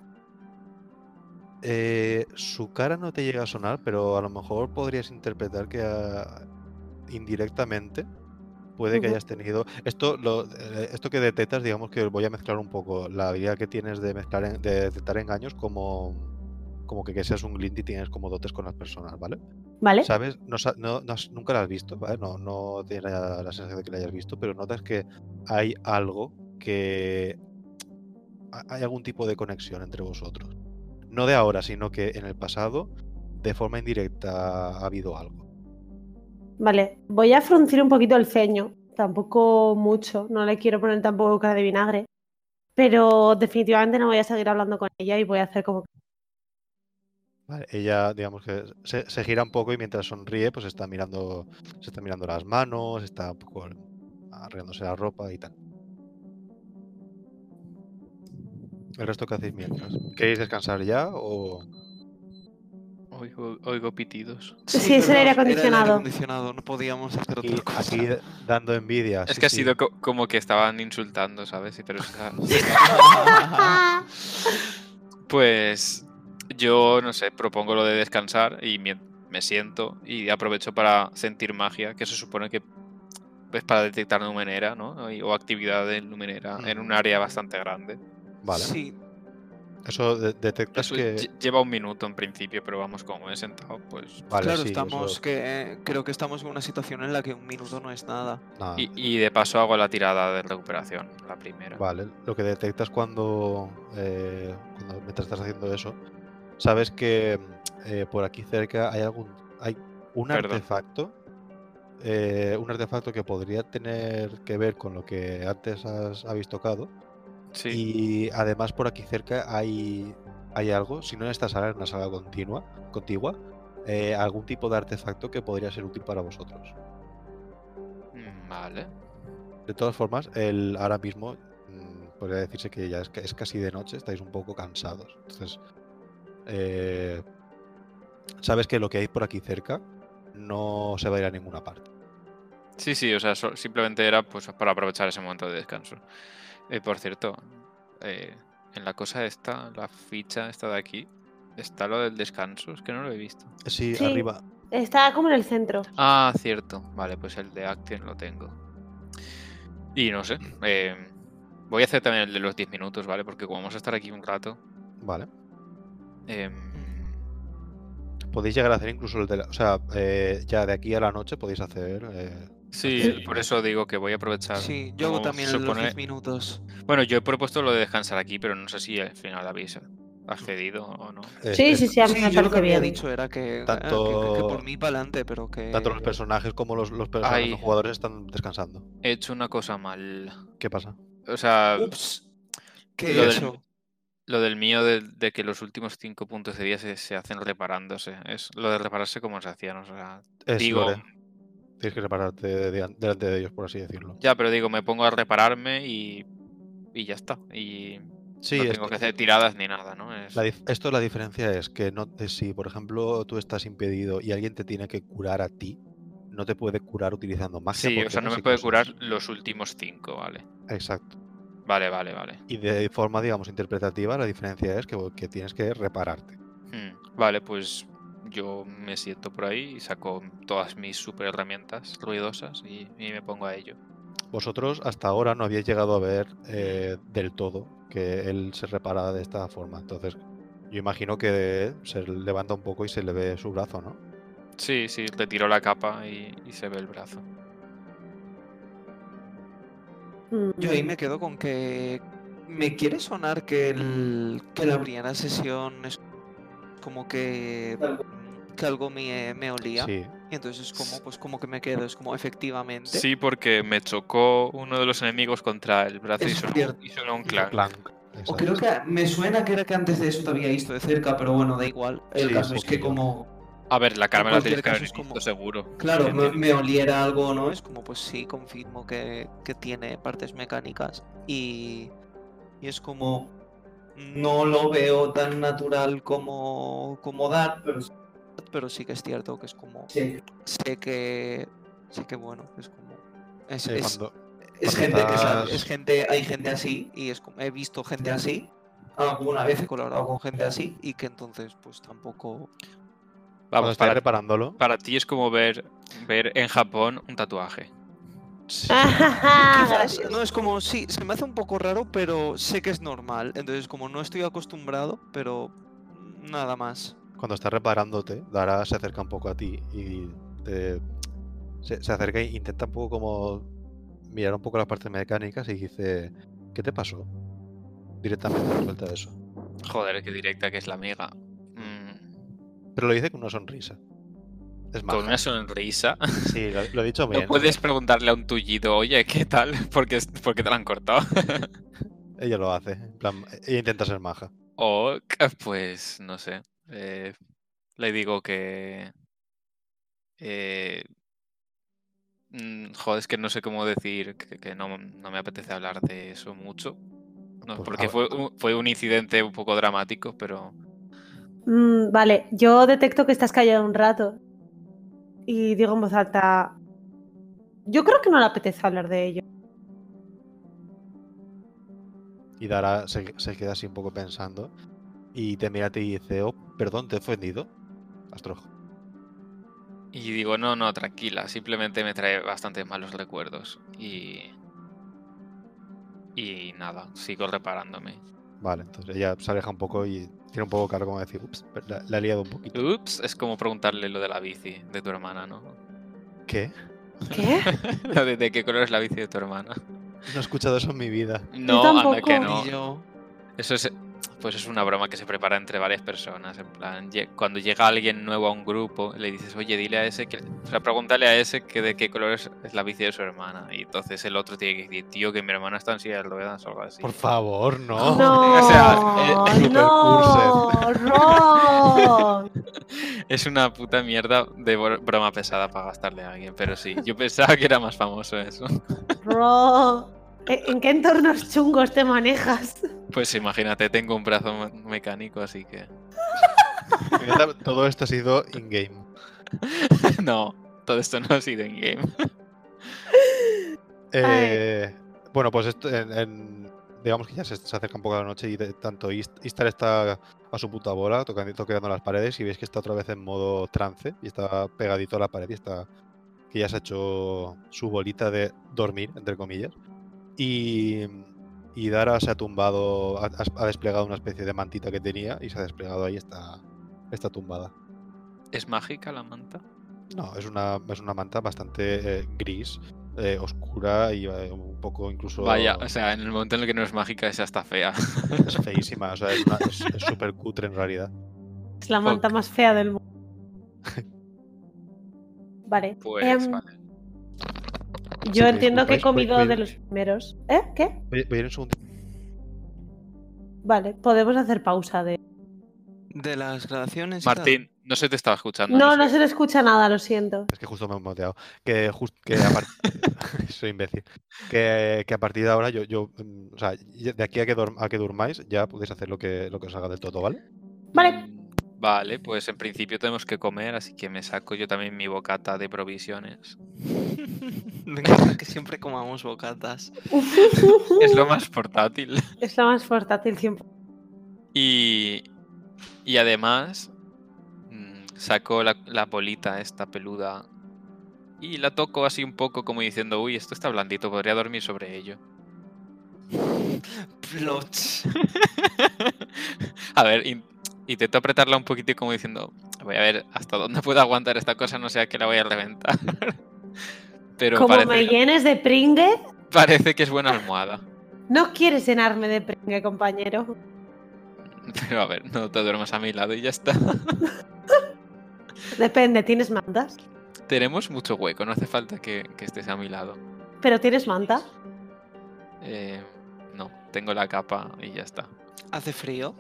Speaker 1: Eh, su cara no te llega a sonar, pero a lo mejor podrías interpretar que ah, indirectamente puede que
Speaker 2: Ujú.
Speaker 1: hayas tenido. Esto, lo, eh, esto que detectas, digamos que voy a mezclar un poco la habilidad que tienes de mezclar en- de detectar engaños como, como que, que seas un glint y tienes como dotes con las personas, ¿vale?
Speaker 2: ¿Vale?
Speaker 1: ¿Sabes? No, sa- no- no has- nunca la has visto, ¿vale? No, no tienes la, la sensación de que la hayas visto, pero notas que hay algo que... ha- Hay algún tipo de conexión entre vosotros. No de ahora, sino que en el pasado, de forma indirecta, ha habido algo.
Speaker 2: Vale. Voy a fruncir un poquito el ceño. Tampoco mucho. No le quiero poner tampoco cara de vinagre. Pero definitivamente no voy a seguir hablando con ella y voy a hacer como que
Speaker 1: ¿vale? Ella, digamos que se, se gira un poco y mientras sonríe, pues está mirando, se está mirando las manos, está un poco arreglándose la ropa y tal. ¿El resto que hacéis mientras? ¿Queréis descansar ya o...?
Speaker 3: Oigo, oigo pitidos.
Speaker 2: Sí, es el aire
Speaker 4: era
Speaker 2: acondicionado.
Speaker 4: acondicionado, no podíamos hacer
Speaker 1: Y
Speaker 4: otra cosa.
Speaker 1: aquí d- dando envidia.
Speaker 3: Es
Speaker 1: Ah, sí,
Speaker 3: que ha
Speaker 1: sí.
Speaker 3: sido co- como que estaban insultando, ¿sabes? Y Pero está- Pues yo, no sé, propongo lo de descansar y mien- me siento y aprovecho para sentir magia, que se supone que es para detectar luminera, ¿no? Y- O actividades luminera en un
Speaker 1: Ujú.
Speaker 3: área bastante grande.
Speaker 1: Vale.
Speaker 4: Sí,
Speaker 1: Eso de- detectas
Speaker 3: Eso
Speaker 1: que.
Speaker 3: lle- lleva un minuto en principio, pero vamos, como he sentado, pues...
Speaker 1: Vale,
Speaker 4: claro,
Speaker 1: sí, eso-
Speaker 4: estamos que eh, creo que estamos en una situación en la que un minuto no es nada.
Speaker 1: nada,
Speaker 3: Y, y de paso hago la tirada de recuperación, la primera.
Speaker 1: Vale. Lo que detectas cuando, eh, cuando- Mientras estás haciendo eso. Sabes que mm, eh, por aquí cerca hay algún. Hay un
Speaker 3: Perdón.
Speaker 1: artefacto. eh, un artefacto que podría tener que ver con lo que antes has, habéis tocado.
Speaker 3: Sí.
Speaker 1: Y además por aquí cerca hay, hay algo, si no en esta sala, en una sala continua, contigua, eh, algún tipo de artefacto que podría ser útil para vosotros.
Speaker 3: Mm, Vale.
Speaker 1: De todas formas, el, ahora mismo mm, podría decirse que ya es, ca- es casi de noche, estáis un poco cansados. Entonces, eh, sabes que lo que hay por aquí cerca no se va a ir a ninguna parte.
Speaker 3: Sí, sí, o sea, so- simplemente era pues para aprovechar ese momento de descanso. Eh, por cierto, eh, en la cosa esta, la ficha esta de aquí, está lo del descanso, es que no lo he visto.
Speaker 1: Sí,
Speaker 2: Sí.
Speaker 1: arriba.
Speaker 2: Está como en el centro.
Speaker 3: Ah, cierto. Vale, pues el de Action lo tengo. Y no sé. eh, voy a hacer también el de los 10 minutos, ¿vale? Porque como vamos a estar aquí un rato.
Speaker 1: Vale.
Speaker 3: em,
Speaker 1: Podéis llegar a hacer incluso el de la- O sea, eh, ya de aquí a la noche podéis hacer. eh,
Speaker 3: sí,
Speaker 1: hacer-
Speaker 3: pues, por eso digo que voy
Speaker 1: ah,
Speaker 3: a aprovechar.
Speaker 4: Sí, yo hago
Speaker 3: como
Speaker 4: también
Speaker 3: se
Speaker 4: en los
Speaker 3: supone-
Speaker 4: 10 minutos.
Speaker 3: Bueno, yo he propuesto lo de descansar aquí, pero no sé si al final habéis accedido o no.
Speaker 1: eh,
Speaker 2: Sí,
Speaker 1: eh,
Speaker 2: sí, sí, a mí me
Speaker 4: Sí, yo lo que
Speaker 2: parece
Speaker 4: había
Speaker 2: bien.
Speaker 4: dicho era que, eh, que- que- que
Speaker 1: Tanto-
Speaker 4: por mí para adelante, pero que...
Speaker 1: Tanto los personajes como los, los personajes,
Speaker 3: Mm. Ay.
Speaker 1: los jugadores están descansando.
Speaker 3: He hecho una cosa mal.
Speaker 1: ¿Qué pasa?
Speaker 3: O sea,
Speaker 4: Ups, ¿qué
Speaker 3: Lo
Speaker 4: he
Speaker 3: del-
Speaker 4: hecho?
Speaker 3: lo del mío de, de que los últimos cinco puntos de día se, se hacen reparándose. Es lo de repararse como se hacían. O sea,
Speaker 1: Es
Speaker 3: digo,
Speaker 1: Lore. Tienes que separarte de- de- delante de ellos, por así decirlo.
Speaker 3: Ya, pero digo, me pongo a repararme y, y ya está. Y
Speaker 1: Sí,
Speaker 3: no
Speaker 1: es
Speaker 3: tengo que hacer tiradas ni nada, ¿no? Es-
Speaker 1: La dif- esto la diferencia es que no te- si, por ejemplo, tú estás impedido y alguien te tiene que curar a ti, no te puede curar utilizando magia.
Speaker 3: Sí, o sea,
Speaker 1: pociones
Speaker 3: no me
Speaker 1: y
Speaker 3: puede
Speaker 1: cosas.
Speaker 3: curar los últimos cinco, vale.
Speaker 1: Exacto.
Speaker 3: Vale, vale, vale.
Speaker 1: Y de forma, digamos, interpretativa, la diferencia es que, que tienes que repararte.
Speaker 3: Hmm, Vale, pues yo me siento por ahí y saco todas mis super herramientas ruidosas y, y me pongo a ello.
Speaker 1: Vosotros hasta ahora no habíais llegado a ver eh, del todo que él se repara de esta forma. Entonces, yo imagino que se levanta un poco y se le ve su brazo, ¿no?
Speaker 3: Sí, sí, retiro la capa y, y se ve el brazo.
Speaker 2: Mm.
Speaker 4: Yo ahí me quedo con que... Me quiere sonar que, el, que la primera sesión es como que... Que algo me, me olía.
Speaker 1: Sí.
Speaker 4: Y entonces es como, pues como que me quedo, es como efectivamente.
Speaker 3: Sí, porque me chocó uno de los enemigos contra el brazo y
Speaker 4: Es
Speaker 3: sonó,
Speaker 4: cierto.
Speaker 3: y sonó un clan.
Speaker 1: Clank.
Speaker 5: O
Speaker 1: Exacto.
Speaker 5: creo que me suena que era que antes de eso te había visto de cerca, pero bueno, da igual. El
Speaker 1: Sí,
Speaker 5: caso es que
Speaker 1: poquillo.
Speaker 5: como,
Speaker 3: A ver, la cara me la tienes
Speaker 4: cualquier
Speaker 3: que haber
Speaker 4: caso es como-
Speaker 3: visto seguro.
Speaker 5: claro, me, me oliera algo, ¿no?
Speaker 4: ¿no? Es como, pues sí, confirmo que, que tiene partes mecánicas. Y, y es como,
Speaker 5: Como no lo veo tan natural
Speaker 4: como, como
Speaker 5: como
Speaker 4: da,
Speaker 5: dar, pero
Speaker 4: pero sí que es cierto que es como,
Speaker 5: sí.
Speaker 4: sé que, sé que bueno, es como, es,
Speaker 1: Eh,
Speaker 4: es,
Speaker 1: cuando-
Speaker 4: es
Speaker 1: cuando
Speaker 4: gente que sabe,
Speaker 1: estás-
Speaker 4: es gente, hay gente así, y es como, he visto gente así,
Speaker 5: Alguna vez
Speaker 4: he colaborado con gente así, y que entonces, pues tampoco,
Speaker 1: cuando
Speaker 3: Vamos,
Speaker 1: estáis
Speaker 3: para,
Speaker 1: reparándolo.
Speaker 3: Para ti es como ver, ver en Japón un tatuaje.
Speaker 2: Ah,
Speaker 4: Quizás,
Speaker 2: Gracias.
Speaker 4: no es como, sí, se me hace un poco raro, pero sé que es normal. Entonces, como no estoy acostumbrado, pero nada más.
Speaker 1: cuando estás reparándote, Dara se acerca un poco a ti y te- se, se acerca e intenta un poco como mirar un poco las partes mecánicas y dice, ¿qué te pasó? Directamente de vuelta de eso.
Speaker 3: Joder, qué directa que es la amiga. Mm,
Speaker 1: Pero lo dice con una sonrisa. Es más,
Speaker 3: con una sonrisa.
Speaker 1: sí, lo, lo he dicho bien.
Speaker 3: No puedes preguntarle a un tullido, oye, ¿qué tal? ¿Por qué, por qué te la han cortado?
Speaker 1: Ella lo hace. en plan, ella intenta ser maja.
Speaker 3: o, que, pues, no sé. eh, le digo que... eh, mm, joder, es que no sé cómo decir que, que no, no me apetece hablar de eso mucho. No,
Speaker 1: Pues
Speaker 3: porque
Speaker 1: hab-
Speaker 3: fue un- fue un incidente un poco dramático, pero...
Speaker 2: Mm, vale, yo detecto que estás callado un rato. Y digo en voz alta. Yo creo que no le apetece hablar de ello.
Speaker 1: Y Dara se, se queda así un poco pensando y te mira a ti y dice, oh, perdón, te he ofendido. Astrojo.
Speaker 3: Y digo, no, no, tranquila, simplemente me trae bastantes malos recuerdos. Y. Y nada, sigo reparándome.
Speaker 1: Vale, entonces ella se aleja un poco y tiene un poco cara como de decir, ups, la, la he liado un poquito.
Speaker 3: Ups, es como preguntarle lo de la bici de tu hermana, ¿no?
Speaker 1: ¿Qué?
Speaker 2: ¿Qué?
Speaker 3: Lo de, de qué color es la bici de tu hermana.
Speaker 1: No he escuchado eso en mi vida.
Speaker 3: No, anda
Speaker 2: tampoco.
Speaker 3: que
Speaker 4: Y
Speaker 3: no.
Speaker 4: yo,
Speaker 3: Eso es. pues es una broma que se prepara entre varias personas. En plan, lle- cuando llega alguien nuevo a un grupo, le dices, oye, dile a ese que. O sea, pregúntale a ese que de qué color es, es la bici de su hermana. Y entonces el otro tiene que decir, tío, que mi hermana está en silla de ruedas o algo así.
Speaker 1: Por favor, no.
Speaker 2: No,
Speaker 3: o sea,
Speaker 1: eh,
Speaker 2: no, Ron.
Speaker 3: Es una puta mierda de bro- broma pesada para gastarle a alguien, pero sí, yo pensaba que era más famoso eso.
Speaker 2: Ron. ¿E, ¿En en qué entornos chungos te manejas?
Speaker 3: Pues imagínate, tengo un brazo me- mecánico, así que.
Speaker 1: Fíjate, Todo esto ha sido in-game.
Speaker 3: No, todo esto no ha sido en game.
Speaker 1: Eh, bueno, pues esto, en- en- digamos que ya se, se acerca un poco la noche y de- tanto Ist- Istar está a su puta bola, tocando, tocando las paredes y veis que está otra vez en modo trance y está pegadito a la pared y está que ya se ha hecho su bolita de dormir, entre comillas. Y, y Dara se ha tumbado, ha, ha desplegado una especie de mantita que tenía y se ha desplegado ahí, está, está tumbada.
Speaker 3: ¿Es mágica la manta?
Speaker 1: No, es una, es una manta bastante eh, gris, eh, oscura y eh, un poco incluso...
Speaker 3: Vaya, o sea, en el momento en el que no es mágica es hasta fea.
Speaker 1: Es feísima, o sea, es una- es es súper cutre en realidad.
Speaker 2: Es la manta más fea del mundo. Vale.
Speaker 3: Pues
Speaker 2: Em,
Speaker 3: vale.
Speaker 2: Yo
Speaker 1: me
Speaker 2: entiendo que he
Speaker 1: disculpáis, voy-
Speaker 2: comido
Speaker 1: voy-
Speaker 2: de los primeros. ¿Eh? ¿Qué?
Speaker 1: Voy, voy a ir un segundo.
Speaker 2: Vale, podemos hacer pausa de.
Speaker 4: De las grabaciones. y tal.
Speaker 3: Martín, no se te estaba escuchando.
Speaker 2: No, no
Speaker 3: sé.
Speaker 2: se le escucha nada, lo siento.
Speaker 1: Es que justo me he moteado. Que, jus- que a par- Soy imbécil. Que, que a partir de ahora, yo, yo mm, o sea, y- de aquí a que, dorm- a que durmáis, ya podéis hacer lo que, lo que os haga del todo, ¿vale?
Speaker 2: Vale.
Speaker 3: Mm, Vale, pues en principio tenemos que comer, así que me saco yo también mi bocata de provisiones.
Speaker 4: Me encanta que siempre comamos bocatas.
Speaker 2: Uh.
Speaker 3: Es lo más portátil.
Speaker 2: Es la más portátil 100%.
Speaker 3: Y, y además mm, saco la, la bolita esta peluda y la toco así un poco como diciendo, uy, esto está blandito, podría dormir sobre ello.
Speaker 4: Plots.
Speaker 3: A ver, in- intento apretarla un poquito como diciendo, voy a ver hasta dónde puedo aguantar esta cosa, no sea que la voy a reventar. Pero
Speaker 2: Como
Speaker 3: parece,
Speaker 2: me llenes de pringue,
Speaker 3: parece que es buena almohada.
Speaker 2: no quieres llenarme de pringue, compañero.
Speaker 3: Pero a ver, no te duermas a mi lado y ya está.
Speaker 2: Depende, ¿tienes mantas?
Speaker 3: Tenemos mucho hueco, no hace falta que, que estés a mi lado.
Speaker 2: ¿Pero tienes manta?
Speaker 3: Eh, no, tengo la capa y ya está.
Speaker 4: ¿Hace frío?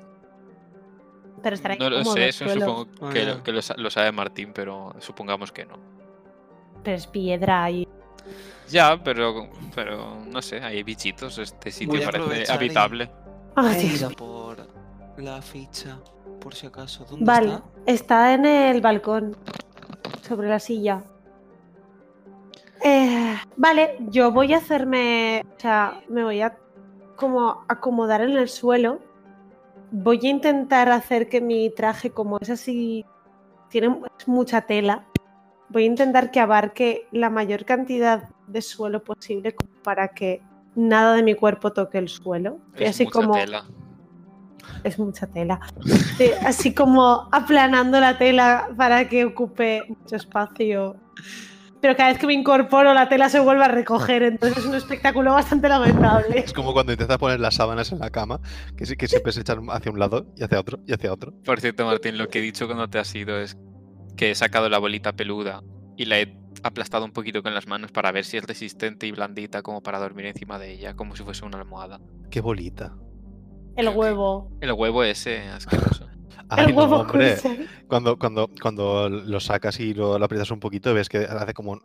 Speaker 2: Pero estará
Speaker 3: No lo
Speaker 2: incómodo
Speaker 3: sé,
Speaker 2: el
Speaker 3: eso
Speaker 2: suelo.
Speaker 3: supongo
Speaker 4: Ah,
Speaker 3: que,
Speaker 4: ya.
Speaker 3: lo, que lo sa- lo sabe Martín, pero supongamos que no.
Speaker 2: Pero es piedra y.
Speaker 3: Ya, pero, pero no sé, hay bichitos, este sitio
Speaker 4: a
Speaker 3: parece
Speaker 4: aprovechar y-
Speaker 3: habitable.
Speaker 2: Ah,
Speaker 4: He
Speaker 2: Dios
Speaker 4: ido
Speaker 2: mío.
Speaker 4: por la ficha, por si acaso. ¿Dónde
Speaker 2: Vale,
Speaker 4: está?
Speaker 2: está en el balcón, sobre la silla. Eh, vale, yo voy a hacerme, o sea, me voy a como acomodar en el suelo. Voy a intentar hacer que mi traje, como es así, tiene es mucha tela, voy a intentar que abarque la mayor cantidad de suelo posible como para que nada de mi cuerpo toque el suelo. Y
Speaker 3: Es
Speaker 2: así
Speaker 3: mucha
Speaker 2: como
Speaker 3: tela.
Speaker 2: es mucha tela. Sí, así como aplanando la tela para que ocupe mucho espacio. Pero cada vez que me incorporo la tela se vuelve a recoger, entonces es un espectáculo bastante lamentable.
Speaker 1: Es como cuando intentas poner las sábanas en la cama, que, sí- que siempre se echan hacia un lado y hacia otro y hacia otro.
Speaker 3: Por cierto, Martín, lo que he dicho cuando te has ido es que he sacado la bolita peluda y la he aplastado un poquito con las manos para ver si es resistente y blandita como para dormir encima de ella, como si fuese una almohada.
Speaker 1: ¡Qué bolita!
Speaker 2: El huevo.
Speaker 3: El huevo ese asqueroso.
Speaker 1: Ay,
Speaker 2: el
Speaker 1: no,
Speaker 2: huevo
Speaker 1: hombre.
Speaker 2: curse.
Speaker 1: Cuando, cuando, cuando lo sacas y lo, lo aprietas un poquito, ves que hace como un...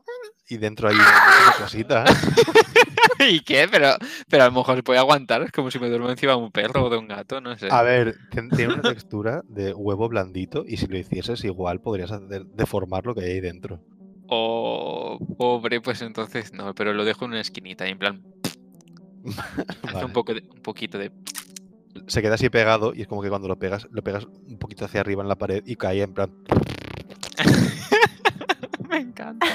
Speaker 1: Y dentro hay una cosita.
Speaker 3: ¿Y qué? Pero, pero a lo mejor se puede aguantar, es como si me duermo encima de un perro o de un gato, no sé.
Speaker 1: A ver, tien- tiene una textura de huevo blandito y si lo hicieses igual podrías hacer- deformar lo que hay ahí dentro.
Speaker 3: Oh, pobre, pues entonces no, pero lo dejo en una esquinita y en plan hace
Speaker 1: Vale.
Speaker 3: un, poco de- un poquito de...
Speaker 1: Se queda así pegado y es como que cuando lo pegas, lo pegas un poquito hacia arriba en la pared y cae en plan...
Speaker 3: Me encanta.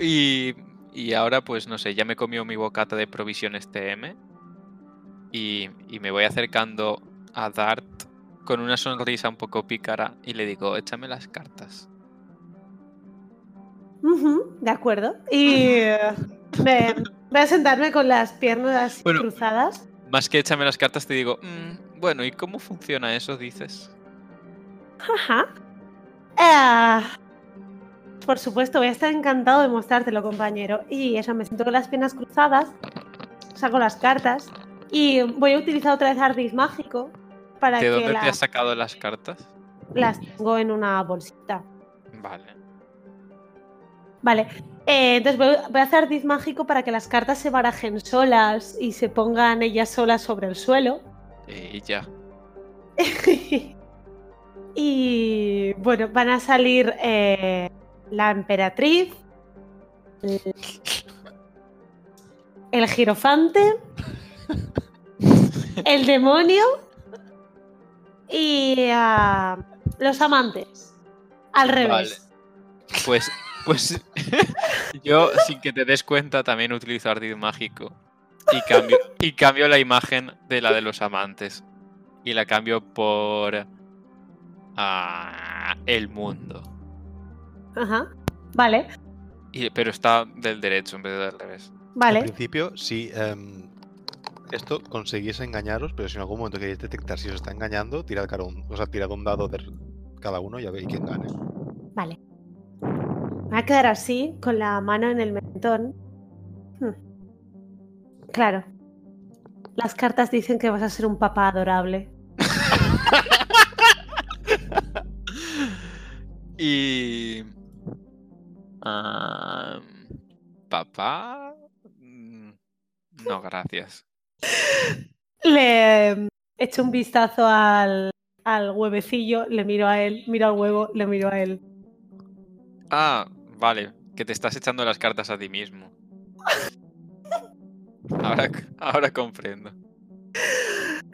Speaker 3: Y, y ahora pues no sé, ya me comió mi bocata de provisiones TM y, y me voy acercando a Dart con una sonrisa un poco pícara y le digo, échame las cartas.
Speaker 2: Ujú, de acuerdo. Y eh, me- voy a sentarme con las piernas
Speaker 3: Bueno.
Speaker 2: cruzadas.
Speaker 3: Más que échame las cartas te digo, "Mm, Bueno, ¿y cómo funciona eso, dices?
Speaker 2: Ajá. Ah, por supuesto, voy a estar encantado de mostrártelo, compañero. Y eso, me siento con las piernas cruzadas, saco las cartas y voy a utilizar otra vez Ardis Mágico para
Speaker 3: ¿De
Speaker 2: que
Speaker 3: dónde
Speaker 2: la-
Speaker 3: te has sacado las cartas?
Speaker 2: las tengo en una bolsita.
Speaker 3: Vale.
Speaker 2: Vale, eh, entonces voy, voy a hacer Ardis Mágico para que las cartas se barajen solas y se pongan ellas solas sobre el suelo.
Speaker 3: Y ya.
Speaker 2: y bueno, van a salir eh, la emperatriz, el- el girofante, el demonio y ah, los amantes. Al revés.
Speaker 3: Pues, pues yo, sin que te des cuenta, también utilizo ardid mágico. Y cambio, y cambio la imagen de la de los amantes. Y la cambio por... ah, el mundo.
Speaker 2: Ajá. Vale,
Speaker 3: Y- pero está del derecho en vez de del revés.
Speaker 1: Al
Speaker 2: vale.
Speaker 1: principio, si em, esto conseguís engañaros, pero si en algún momento queréis detectar si os está engañando, tirad cada un, o sea, tirad un dado de cada uno y a ver quién gane.
Speaker 2: Vale. Me va a quedar así, con la mano en el mentón. Hmm. Claro. Las cartas dicen que vas a ser un papá adorable.
Speaker 3: Y... am, Papá... Mm, No, gracias.
Speaker 2: Le echo un vistazo al, al huevecillo, le miro a él, miro al huevo, le miro a él.
Speaker 3: Ah, vale, que te estás echando las cartas a ti mismo. Ahora, c- ahora comprendo.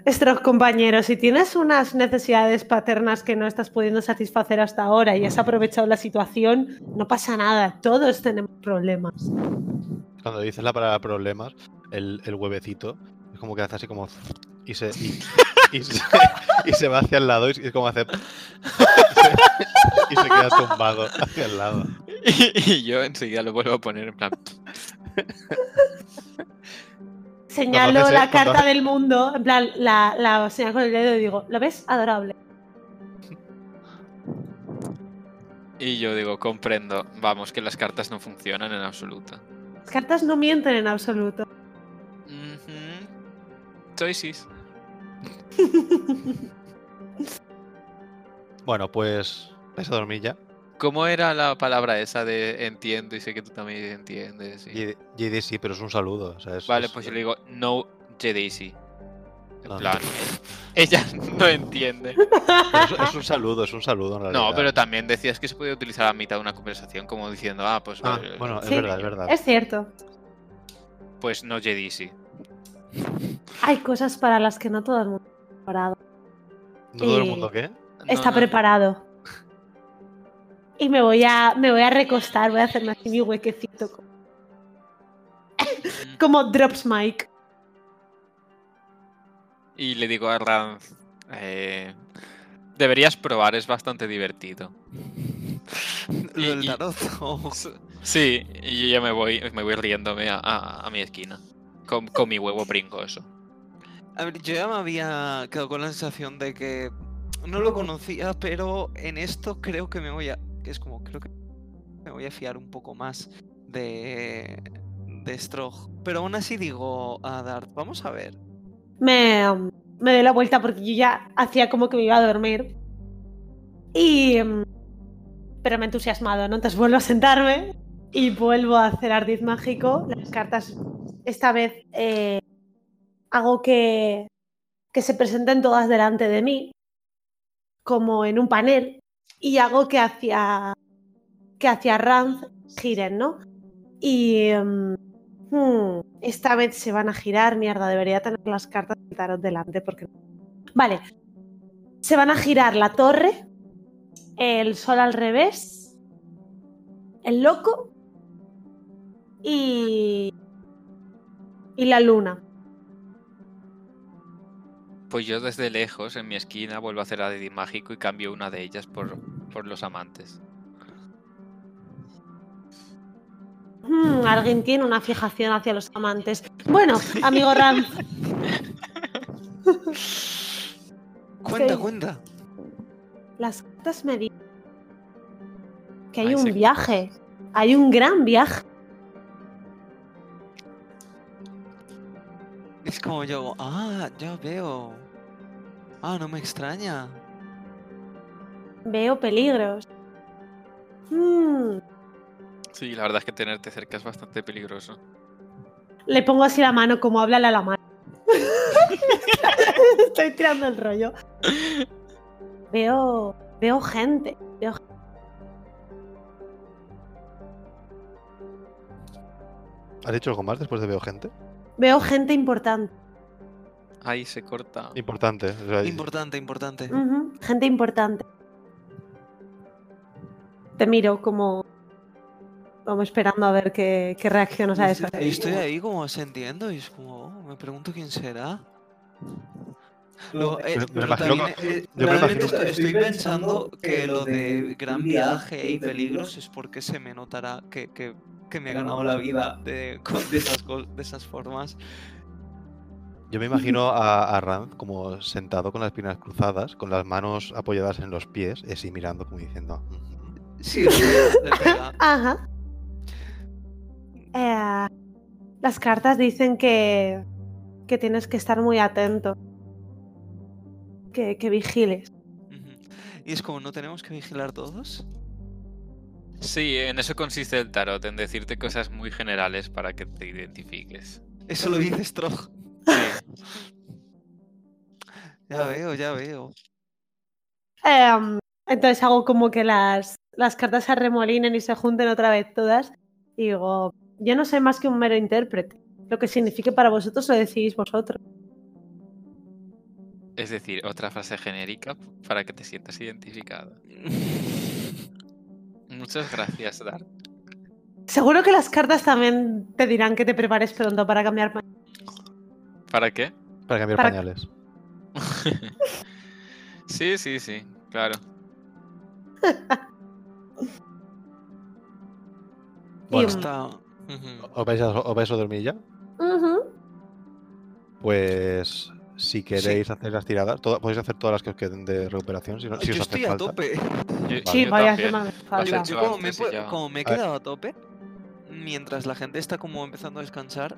Speaker 2: Estos compañeros, si tienes unas necesidades paternas que no estás pudiendo satisfacer hasta ahora y has aprovechado la situación, no pasa nada, todos tenemos problemas.
Speaker 1: Cuando dices la palabra problemas, el, el huevecito es como que hace así como. Y se, y, y se, y se va hacia el lado y es como hacer. Y se queda tumbado hacia el lado.
Speaker 3: Y, yo enseguida lo vuelvo a poner en plan.
Speaker 2: Señalo
Speaker 1: haces, eh,
Speaker 2: la
Speaker 1: cuando
Speaker 2: carta del mundo, en plan, la, la señalo con el dedo y digo, ¿lo ves? Adorable.
Speaker 3: Y yo digo, comprendo. Vamos, que las cartas no funcionan en absoluto.
Speaker 2: Las cartas no mienten en absoluto.
Speaker 3: Ujú. Soy cis.
Speaker 1: Bueno, pues. ¿Vais a dormir ya?
Speaker 3: ¿Cómo era la palabra esa de entiendo y sé que tú también entiendes? y-
Speaker 1: JD JD sí, pero es un saludo. o sea, es-
Speaker 3: Vale,
Speaker 1: es-
Speaker 3: pues yo le digo, no JDC. En
Speaker 1: No, no.
Speaker 3: plan, ella no entiende.
Speaker 1: pero es, es un saludo, es un saludo en realidad.
Speaker 3: No, pero también decías que se podía utilizar a mitad de una conversación, como diciendo, ah, pues.
Speaker 1: Ah,
Speaker 3: eh,
Speaker 1: bueno, es
Speaker 2: Sí.
Speaker 1: verdad, es verdad.
Speaker 2: Es cierto.
Speaker 3: Pues no Jedi, sí.
Speaker 2: Hay cosas para las que no todo el mundo está preparado.
Speaker 1: ¿No todo el
Speaker 2: y-
Speaker 1: mundo qué?
Speaker 3: No,
Speaker 2: está
Speaker 3: no,
Speaker 2: preparado. Y me voy a me voy a recostar, voy a hacerme así mi huequecito co-
Speaker 3: mm.
Speaker 2: como drops mic.
Speaker 3: Y le digo a Ranz, eh, deberías probar, es bastante divertido.
Speaker 4: Lo
Speaker 3: Y-
Speaker 4: del
Speaker 3: y-
Speaker 4: tarot. o-
Speaker 3: Sí, y yo ya me voy, me voy riéndome a, a- a mi esquina. Con, con mi huevo pringoso.
Speaker 4: A ver, yo ya me había quedado con la sensación de que no lo conocía, pero en esto creo que me voy a. que Es como, creo que me voy a fiar un poco más de. de Strog. Pero aún así digo ah, a Dart, vamos a ver.
Speaker 2: Me, um, me doy la vuelta porque yo ya hacía como que me iba a dormir. Y um, pero me he entusiasmado, ¿no? Entonces vuelvo a sentarme y vuelvo a hacer ardiz mágico. Las cartas esta vez eh, hago que, que se presenten todas delante de mí, como en un panel, y hago que hacia, que hacia Ranz giren, ¿no? Y em, hmm, esta vez se van a girar, mierda, debería tener las cartas del tarot delante porque... Vale, se van a girar la torre, el sol al revés, el loco y... y la luna.
Speaker 3: Pues yo desde lejos, en mi esquina, vuelvo a hacer a Didi Mágico y cambio una de ellas por, por los amantes.
Speaker 2: Hmm, Alguien tiene una fijación hacia los amantes. Bueno, amigo Ram,
Speaker 4: Cuenta,
Speaker 2: Seis.
Speaker 4: cuenta.
Speaker 2: Las cartas me dicen que hay
Speaker 3: Ahí
Speaker 2: un
Speaker 3: se-
Speaker 2: viaje. Hay un gran viaje.
Speaker 4: Es como yo, ah, ya veo. Ah, no me extraña.
Speaker 2: Veo peligros. Mm,
Speaker 3: Sí, la verdad es que tenerte cerca es bastante peligroso.
Speaker 2: Le pongo así la mano como háblale a la mano. Estoy tirando el rollo. Veo, veo gente. Veo gen-
Speaker 1: ¿Has dicho algo más después de veo gente?
Speaker 2: veo gente importante.
Speaker 3: Ahí se corta.
Speaker 1: Importante. o sea,
Speaker 4: Importante, importante.
Speaker 2: Ujú, Gente importante. Te miro como... Vamos esperando a ver qué, qué reaccionas a eso.
Speaker 4: Y estoy ahí como asentiendo y es como, oh, me pregunto quién será. Lo- eh,
Speaker 1: me
Speaker 4: pero
Speaker 1: imagino
Speaker 4: también, eh,
Speaker 1: yo me
Speaker 4: realmente
Speaker 1: imagino-
Speaker 4: esto- estoy pensando que lo de gran viaje y peligros es porque se me notará que, que- que me he ganado la vida de, con- de esas, cos- de esas formas.
Speaker 1: Yo me imagino a, a Rand como sentado con las piernas cruzadas, con las manos apoyadas en los pies, y así mirando como diciendo... "Mm, "Ujú".
Speaker 4: Sí, le pega, le pega.
Speaker 2: Ajá. Eh, las cartas dicen que, que tienes que estar muy atento. Que, que vigiles.
Speaker 4: Ujú. Y es como, ¿no tenemos que vigilar todos?
Speaker 3: Sí, en eso consiste el tarot, en decirte cosas muy generales para que te identifiques.
Speaker 4: Eso lo dice Strog.
Speaker 3: Sí,
Speaker 4: Ya veo, ya veo.
Speaker 2: Em, entonces hago como que las, las cartas se arremolinen y se junten otra vez todas. Y digo, yo no soy más que un mero intérprete. Lo que signifique para vosotros lo decidís vosotros.
Speaker 3: es decir, otra frase genérica para que te sientas identificado. Muchas gracias, Dar.
Speaker 2: Seguro que las cartas también te dirán que te prepares pronto para cambiar. pa-
Speaker 3: ¿Para qué?
Speaker 1: Para cambiar
Speaker 2: Para-
Speaker 1: pañales.
Speaker 3: Sí, sí, sí, claro.
Speaker 1: Bueno,
Speaker 4: Está... ujú.
Speaker 1: ¿os vais, a, os vais a dormir ya?
Speaker 2: Ujú.
Speaker 1: Pues si queréis hacer las tiradas, toda- podéis hacer todas las que os queden de recuperación si, no- si
Speaker 4: Yo
Speaker 1: os hace
Speaker 4: estoy a
Speaker 1: falta.
Speaker 4: tope.
Speaker 3: Yo-
Speaker 2: Sí,
Speaker 3: yo
Speaker 2: vaya,
Speaker 3: también.
Speaker 2: hace más
Speaker 3: Vale.
Speaker 2: falta.
Speaker 4: Yo,
Speaker 3: Has
Speaker 4: yo
Speaker 3: hecho
Speaker 4: como, me he,
Speaker 3: antes y
Speaker 4: pu-
Speaker 3: ya.
Speaker 4: como me he
Speaker 1: A ver.
Speaker 4: quedado a tope, mientras la gente está como empezando a descansar,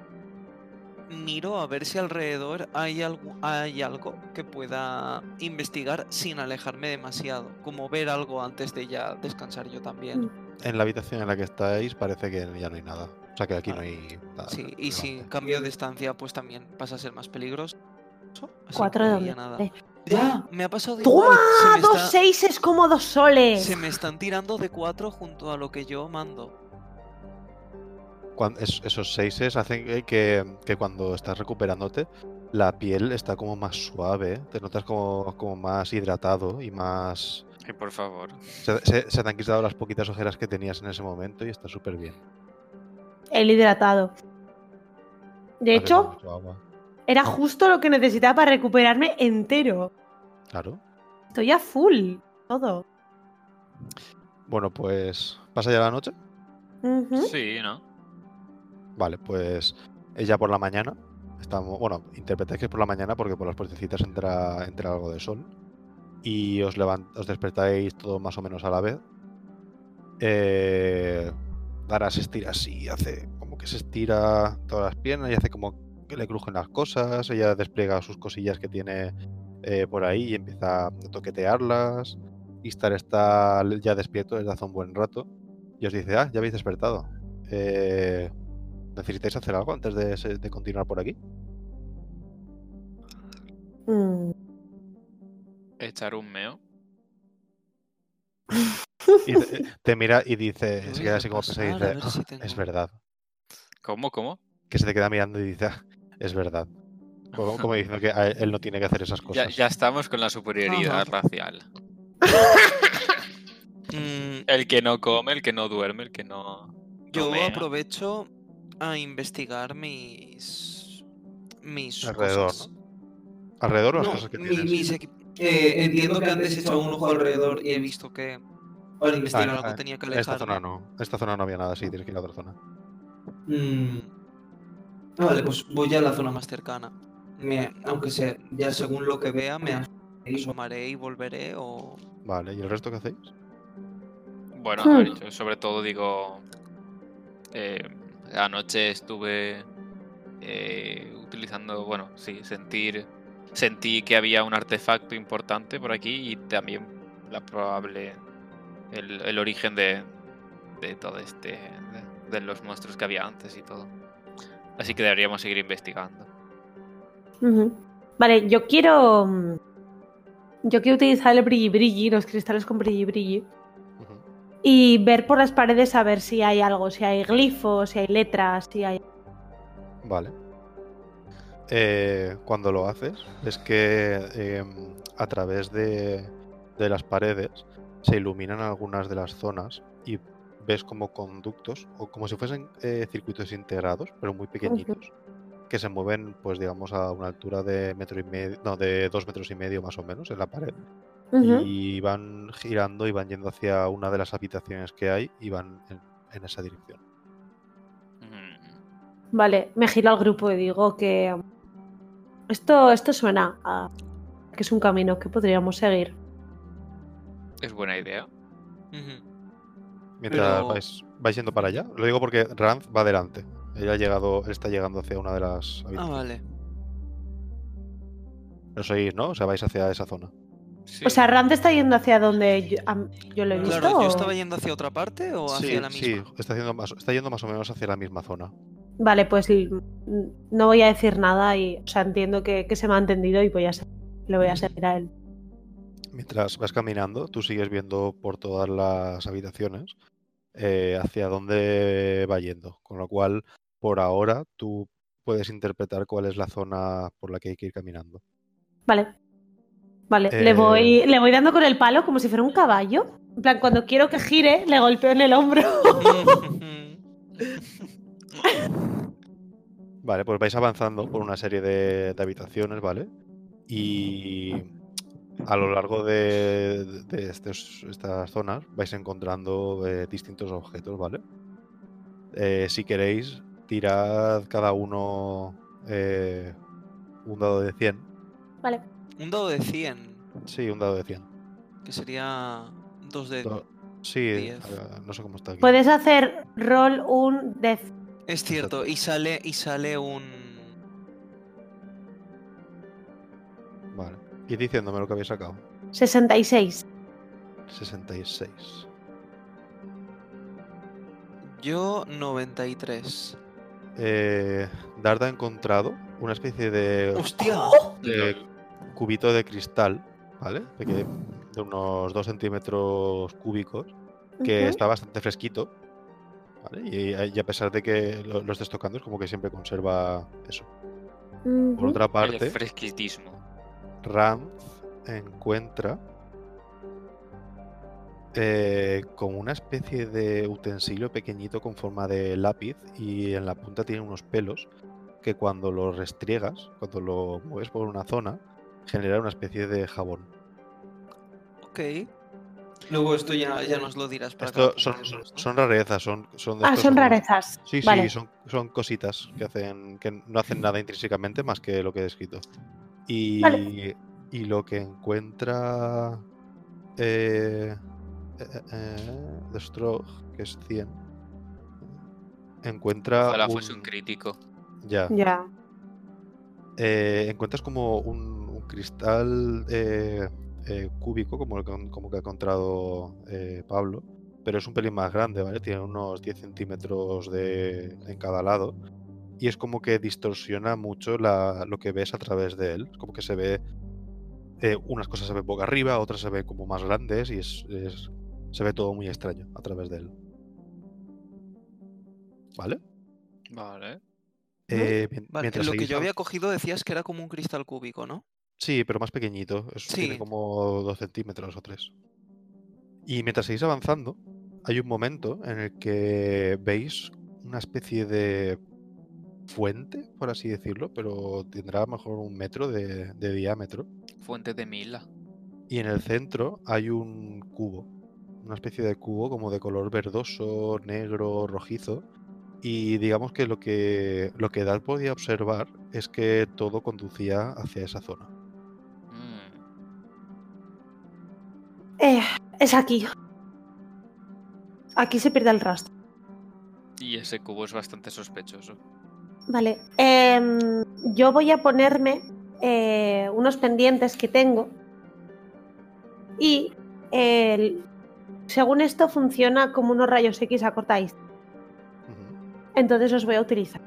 Speaker 4: miro a ver si alrededor hay algo, hay algo que pueda investigar sin alejarme demasiado. Como ver algo antes de ya descansar yo también.
Speaker 1: En la habitación en la que estáis parece que ya no hay nada. O sea que aquí no hay nada.
Speaker 4: Sí, y si
Speaker 1: relevante.
Speaker 4: cambio de estancia, pues también pasa a ser más peligroso. así que
Speaker 2: Cuatro de
Speaker 4: ya
Speaker 2: doble.
Speaker 4: nada.
Speaker 2: Eh,
Speaker 4: ¡Ya! Me ha pasado
Speaker 2: ¡Toma!
Speaker 4: igual. Se me
Speaker 2: Ah, dos
Speaker 4: está-
Speaker 2: seises como dos soles.
Speaker 4: Se me están tirando de cuatro junto a lo que yo mando.
Speaker 1: Cuan- es- esos seises hacen que- que, que cuando estás recuperándote, la piel está como más suave, te notas como, como más hidratado y más...
Speaker 3: Ay, por favor.
Speaker 1: Se, se- se te han quitado las poquitas ojeras que tenías en ese momento y está súper bien.
Speaker 2: El hidratado. De hecho, era justo lo que necesitaba para recuperarme entero.
Speaker 1: Claro.
Speaker 2: Estoy a full. Todo.
Speaker 1: Bueno, pues... ¿Pasa ya la noche?
Speaker 2: Ujú.
Speaker 3: Sí, ¿no?
Speaker 1: Vale, pues ella por la mañana. Estamos, bueno, interpretáis que es por la mañana porque por las puertecitas entra, entra algo de sol. Y os, levant, os despertáis todos más o menos a la vez. Eh, Dara se estira así, hace como que se estira todas las piernas y hace como que le crujen las cosas. Ella despliega sus cosillas que tiene eh, por ahí y empieza a toquetearlas. Istar está ya despierto desde hace un buen rato y os dice, ah, ya habéis despertado. Eh, ¿Necesitáis hacer algo antes de, se- de continuar por aquí?
Speaker 2: Mm.
Speaker 3: Echar un meo.
Speaker 1: Y te, te mira y dice, Eh,
Speaker 4: Lo
Speaker 1: se
Speaker 4: voy
Speaker 1: queda
Speaker 4: a
Speaker 1: así como pensando y
Speaker 4: repasar,
Speaker 1: dice,
Speaker 4: a ver si
Speaker 1: "Ah,
Speaker 4: tengo-
Speaker 1: es verdad.
Speaker 3: ¿Cómo, cómo?
Speaker 1: Que se te queda mirando y dice, "Ah, es verdad. Como, como diciendo que a él, él no tiene que hacer esas
Speaker 3: Ya,
Speaker 1: cosas.
Speaker 3: ya estamos con la superioridad racial.
Speaker 4: Mm,
Speaker 3: El que no come, el que no duerme, el que no...
Speaker 4: Yo
Speaker 3: mea.
Speaker 4: aprovecho a investigar mis. mis.
Speaker 1: Alrededor,
Speaker 4: cosas.
Speaker 1: Alrededor las
Speaker 4: No,
Speaker 1: cosas que
Speaker 4: mi-
Speaker 1: tienes.
Speaker 4: mis equip-
Speaker 5: Eh, entiendo que antes he echado un ojo alrededor y
Speaker 4: He
Speaker 5: he visto
Speaker 4: visto que
Speaker 1: Ah,
Speaker 4: investigar
Speaker 5: para investigar.
Speaker 4: algo
Speaker 1: ah,
Speaker 4: tenía que
Speaker 1: En esta zona
Speaker 4: alejarme.
Speaker 1: no. En esta zona no había nada, sí, tienes que ir a otra zona.
Speaker 5: Mm,
Speaker 4: Ah,
Speaker 5: Vale, pues voy a la zona
Speaker 4: Zona
Speaker 5: más.
Speaker 4: más cercana.
Speaker 5: Me, aunque sea, ya según lo que vea, me
Speaker 4: me asomaré y volveré o...
Speaker 1: Vale, ¿y el resto qué hacéis?
Speaker 3: Bueno,
Speaker 2: Hmm.
Speaker 3: a ver, yo sobre todo digo. eh, anoche estuve eh, utilizando. Bueno, sí, sentir. Sentí que había un artefacto importante por aquí y también la probable. El, el origen de. De todo este. De, de los monstruos que había antes y todo. Así que deberíamos seguir investigando.
Speaker 2: Ujú. Vale, yo quiero. mm, Yo quiero utilizar el brilli brilli, los cristales con brilli brilli,
Speaker 1: Ujú.
Speaker 2: y ver por las paredes a ver si hay algo, si hay glifos, si hay letras, si hay.
Speaker 1: Vale. Eh, cuando lo haces, es que em, a través de, de las paredes se iluminan algunas de las zonas y ves como conductos o como si fuesen eh, circuitos integrados, pero muy pequeñitos, que se mueven, pues digamos, a una altura de metro y medio, no, de dos metros y medio más o menos en la pared
Speaker 2: Ujú.
Speaker 1: y van girando y van yendo hacia una de las habitaciones que hay y van en, en esa dirección.
Speaker 3: Mm,
Speaker 2: Vale, me giro al grupo y digo que. mm, Esto, esto suena a que es un camino que podríamos seguir.
Speaker 3: Es buena idea.
Speaker 4: Ujú.
Speaker 1: Mientras
Speaker 4: Pero-
Speaker 1: vais, vais yendo para allá. Lo digo porque Ranz va adelante. Él ha llegado, él está llegando hacia una de las
Speaker 4: Ah,
Speaker 1: habitaciones.
Speaker 4: vale.
Speaker 1: Lo sois, ¿no? O sea, vais hacia esa zona.
Speaker 3: Sí.
Speaker 2: O sea, Rand está yendo hacia donde yo, am- yo lo he visto.
Speaker 4: Claro, ¿yo
Speaker 2: o-
Speaker 4: estaba yendo hacia otra parte o hacia la misma?
Speaker 1: sí, está, haciendo más, está yendo más o menos hacia la misma zona.
Speaker 2: Vale, pues l- n- no voy a decir nada y o sea, entiendo que, que se me ha entendido y voy a se- le voy a seguir a él.
Speaker 1: Mientras vas caminando, tú sigues viendo por todas las habitaciones eh, hacia dónde va yendo. Con lo cual, por ahora, tú puedes interpretar cuál es la zona por la que hay que ir caminando.
Speaker 2: Vale. Vale,
Speaker 1: Eh.
Speaker 2: le, voy, le voy dando con el palo como si fuera un caballo. En plan, cuando quiero que gire, le golpeo en el hombro.
Speaker 1: Vale, pues vais avanzando por una serie de, de habitaciones, ¿vale? Y a lo largo de, de estos- estas zonas vais encontrando eh, distintos objetos, ¿vale? Eh, si queréis, tirad cada uno eh, un dado de 100.
Speaker 2: Vale.
Speaker 4: Un dado de 100,
Speaker 1: Sí, un dado de 100.
Speaker 4: que sería dos de...
Speaker 1: Do- sí,
Speaker 4: Diez.
Speaker 1: ahora no sé cómo está aquí.
Speaker 2: Puedes hacer roll un de
Speaker 4: Es cierto, y sale, y sale un...
Speaker 1: Vale. Y diciéndome lo que habéis sacado.
Speaker 2: 66.
Speaker 1: 66.
Speaker 4: Yo 93.
Speaker 1: Eh, Darda ha encontrado una especie de
Speaker 4: ¡Hostia!
Speaker 1: de cubito de cristal, ¿vale? De, que- de unos 2 centímetros cúbicos, que
Speaker 2: Ujú.
Speaker 1: está bastante fresquito, ¿vale? Y, a- y a pesar de que lo, lo estés tocando, es como que siempre conserva eso. Por
Speaker 2: Ujú.
Speaker 1: otra
Speaker 3: El
Speaker 1: parte,
Speaker 3: fresquitismo.
Speaker 1: Ram encuentra eh, como una especie de utensilio pequeñito con forma de lápiz y en la punta tiene unos pelos que cuando lo restriegas, cuando lo mueves por una zona, genera una especie de jabón.
Speaker 4: Ok.
Speaker 5: Luego esto ya,
Speaker 4: Ya,
Speaker 5: ya
Speaker 4: ya
Speaker 5: no es
Speaker 4: nos lo dirás para
Speaker 1: Esto
Speaker 4: cada
Speaker 1: son,
Speaker 4: podcast, ¿no?
Speaker 1: son rarezas, son, son de
Speaker 2: Ah,
Speaker 1: estos
Speaker 2: son
Speaker 1: como-
Speaker 2: rarezas.
Speaker 1: Sí, sí,
Speaker 2: Vale.
Speaker 1: son, son cositas que hacen que no hacen nada intrínsecamente más que lo que he descrito. Y,
Speaker 2: Vale.
Speaker 1: y lo que encuentra eh, eh, eh, eh, The Strog, que es 100, encuentra
Speaker 3: Ojalá
Speaker 1: Ah, un,
Speaker 3: fuese un crítico.
Speaker 1: ya,
Speaker 2: Ya.
Speaker 1: eh, encuentras como un, un cristal eh, eh, cúbico, como el que, han- como que ha encontrado eh, Pablo, pero es un pelín más grande, ¿vale? Tiene unos 10 centímetros de, en cada lado. Y es como que distorsiona mucho la- lo que ves a través de él. Es como que se ve. eh, unas cosas se ven boca arriba, otras se ven como más grandes y es- es- se ve todo muy extraño a través de él. ¿Vale?
Speaker 3: Vale.
Speaker 1: Eh, mien-
Speaker 4: Vale,
Speaker 1: mientras
Speaker 4: lo que
Speaker 1: seguís
Speaker 4: yo
Speaker 1: av-
Speaker 4: había cogido decías que era como un cristal cúbico, ¿no?
Speaker 1: Sí, pero más pequeñito. es- Tiene
Speaker 4: Sí.
Speaker 1: como dos centímetros o tres. Y mientras seguís avanzando, hay un momento en el que veis una especie de fuente, por así decirlo, pero tendrá a lo mejor un metro de, de diámetro.
Speaker 3: Fuente de Mila.
Speaker 1: Y en el centro hay un cubo, una especie de cubo como de color verdoso, negro, rojizo. Y digamos que lo que, lo que Dal podía observar es que todo conducía hacia esa zona.
Speaker 3: Mm,
Speaker 2: Eh, es aquí. Aquí se pierde el rastro.
Speaker 3: Y ese cubo es bastante sospechoso.
Speaker 2: Vale. Em, yo voy a ponerme eh, unos pendientes que tengo. Y el- según esto funciona como unos rayos X a corta distancia.
Speaker 1: Ujú.
Speaker 2: Entonces los voy a utilizar.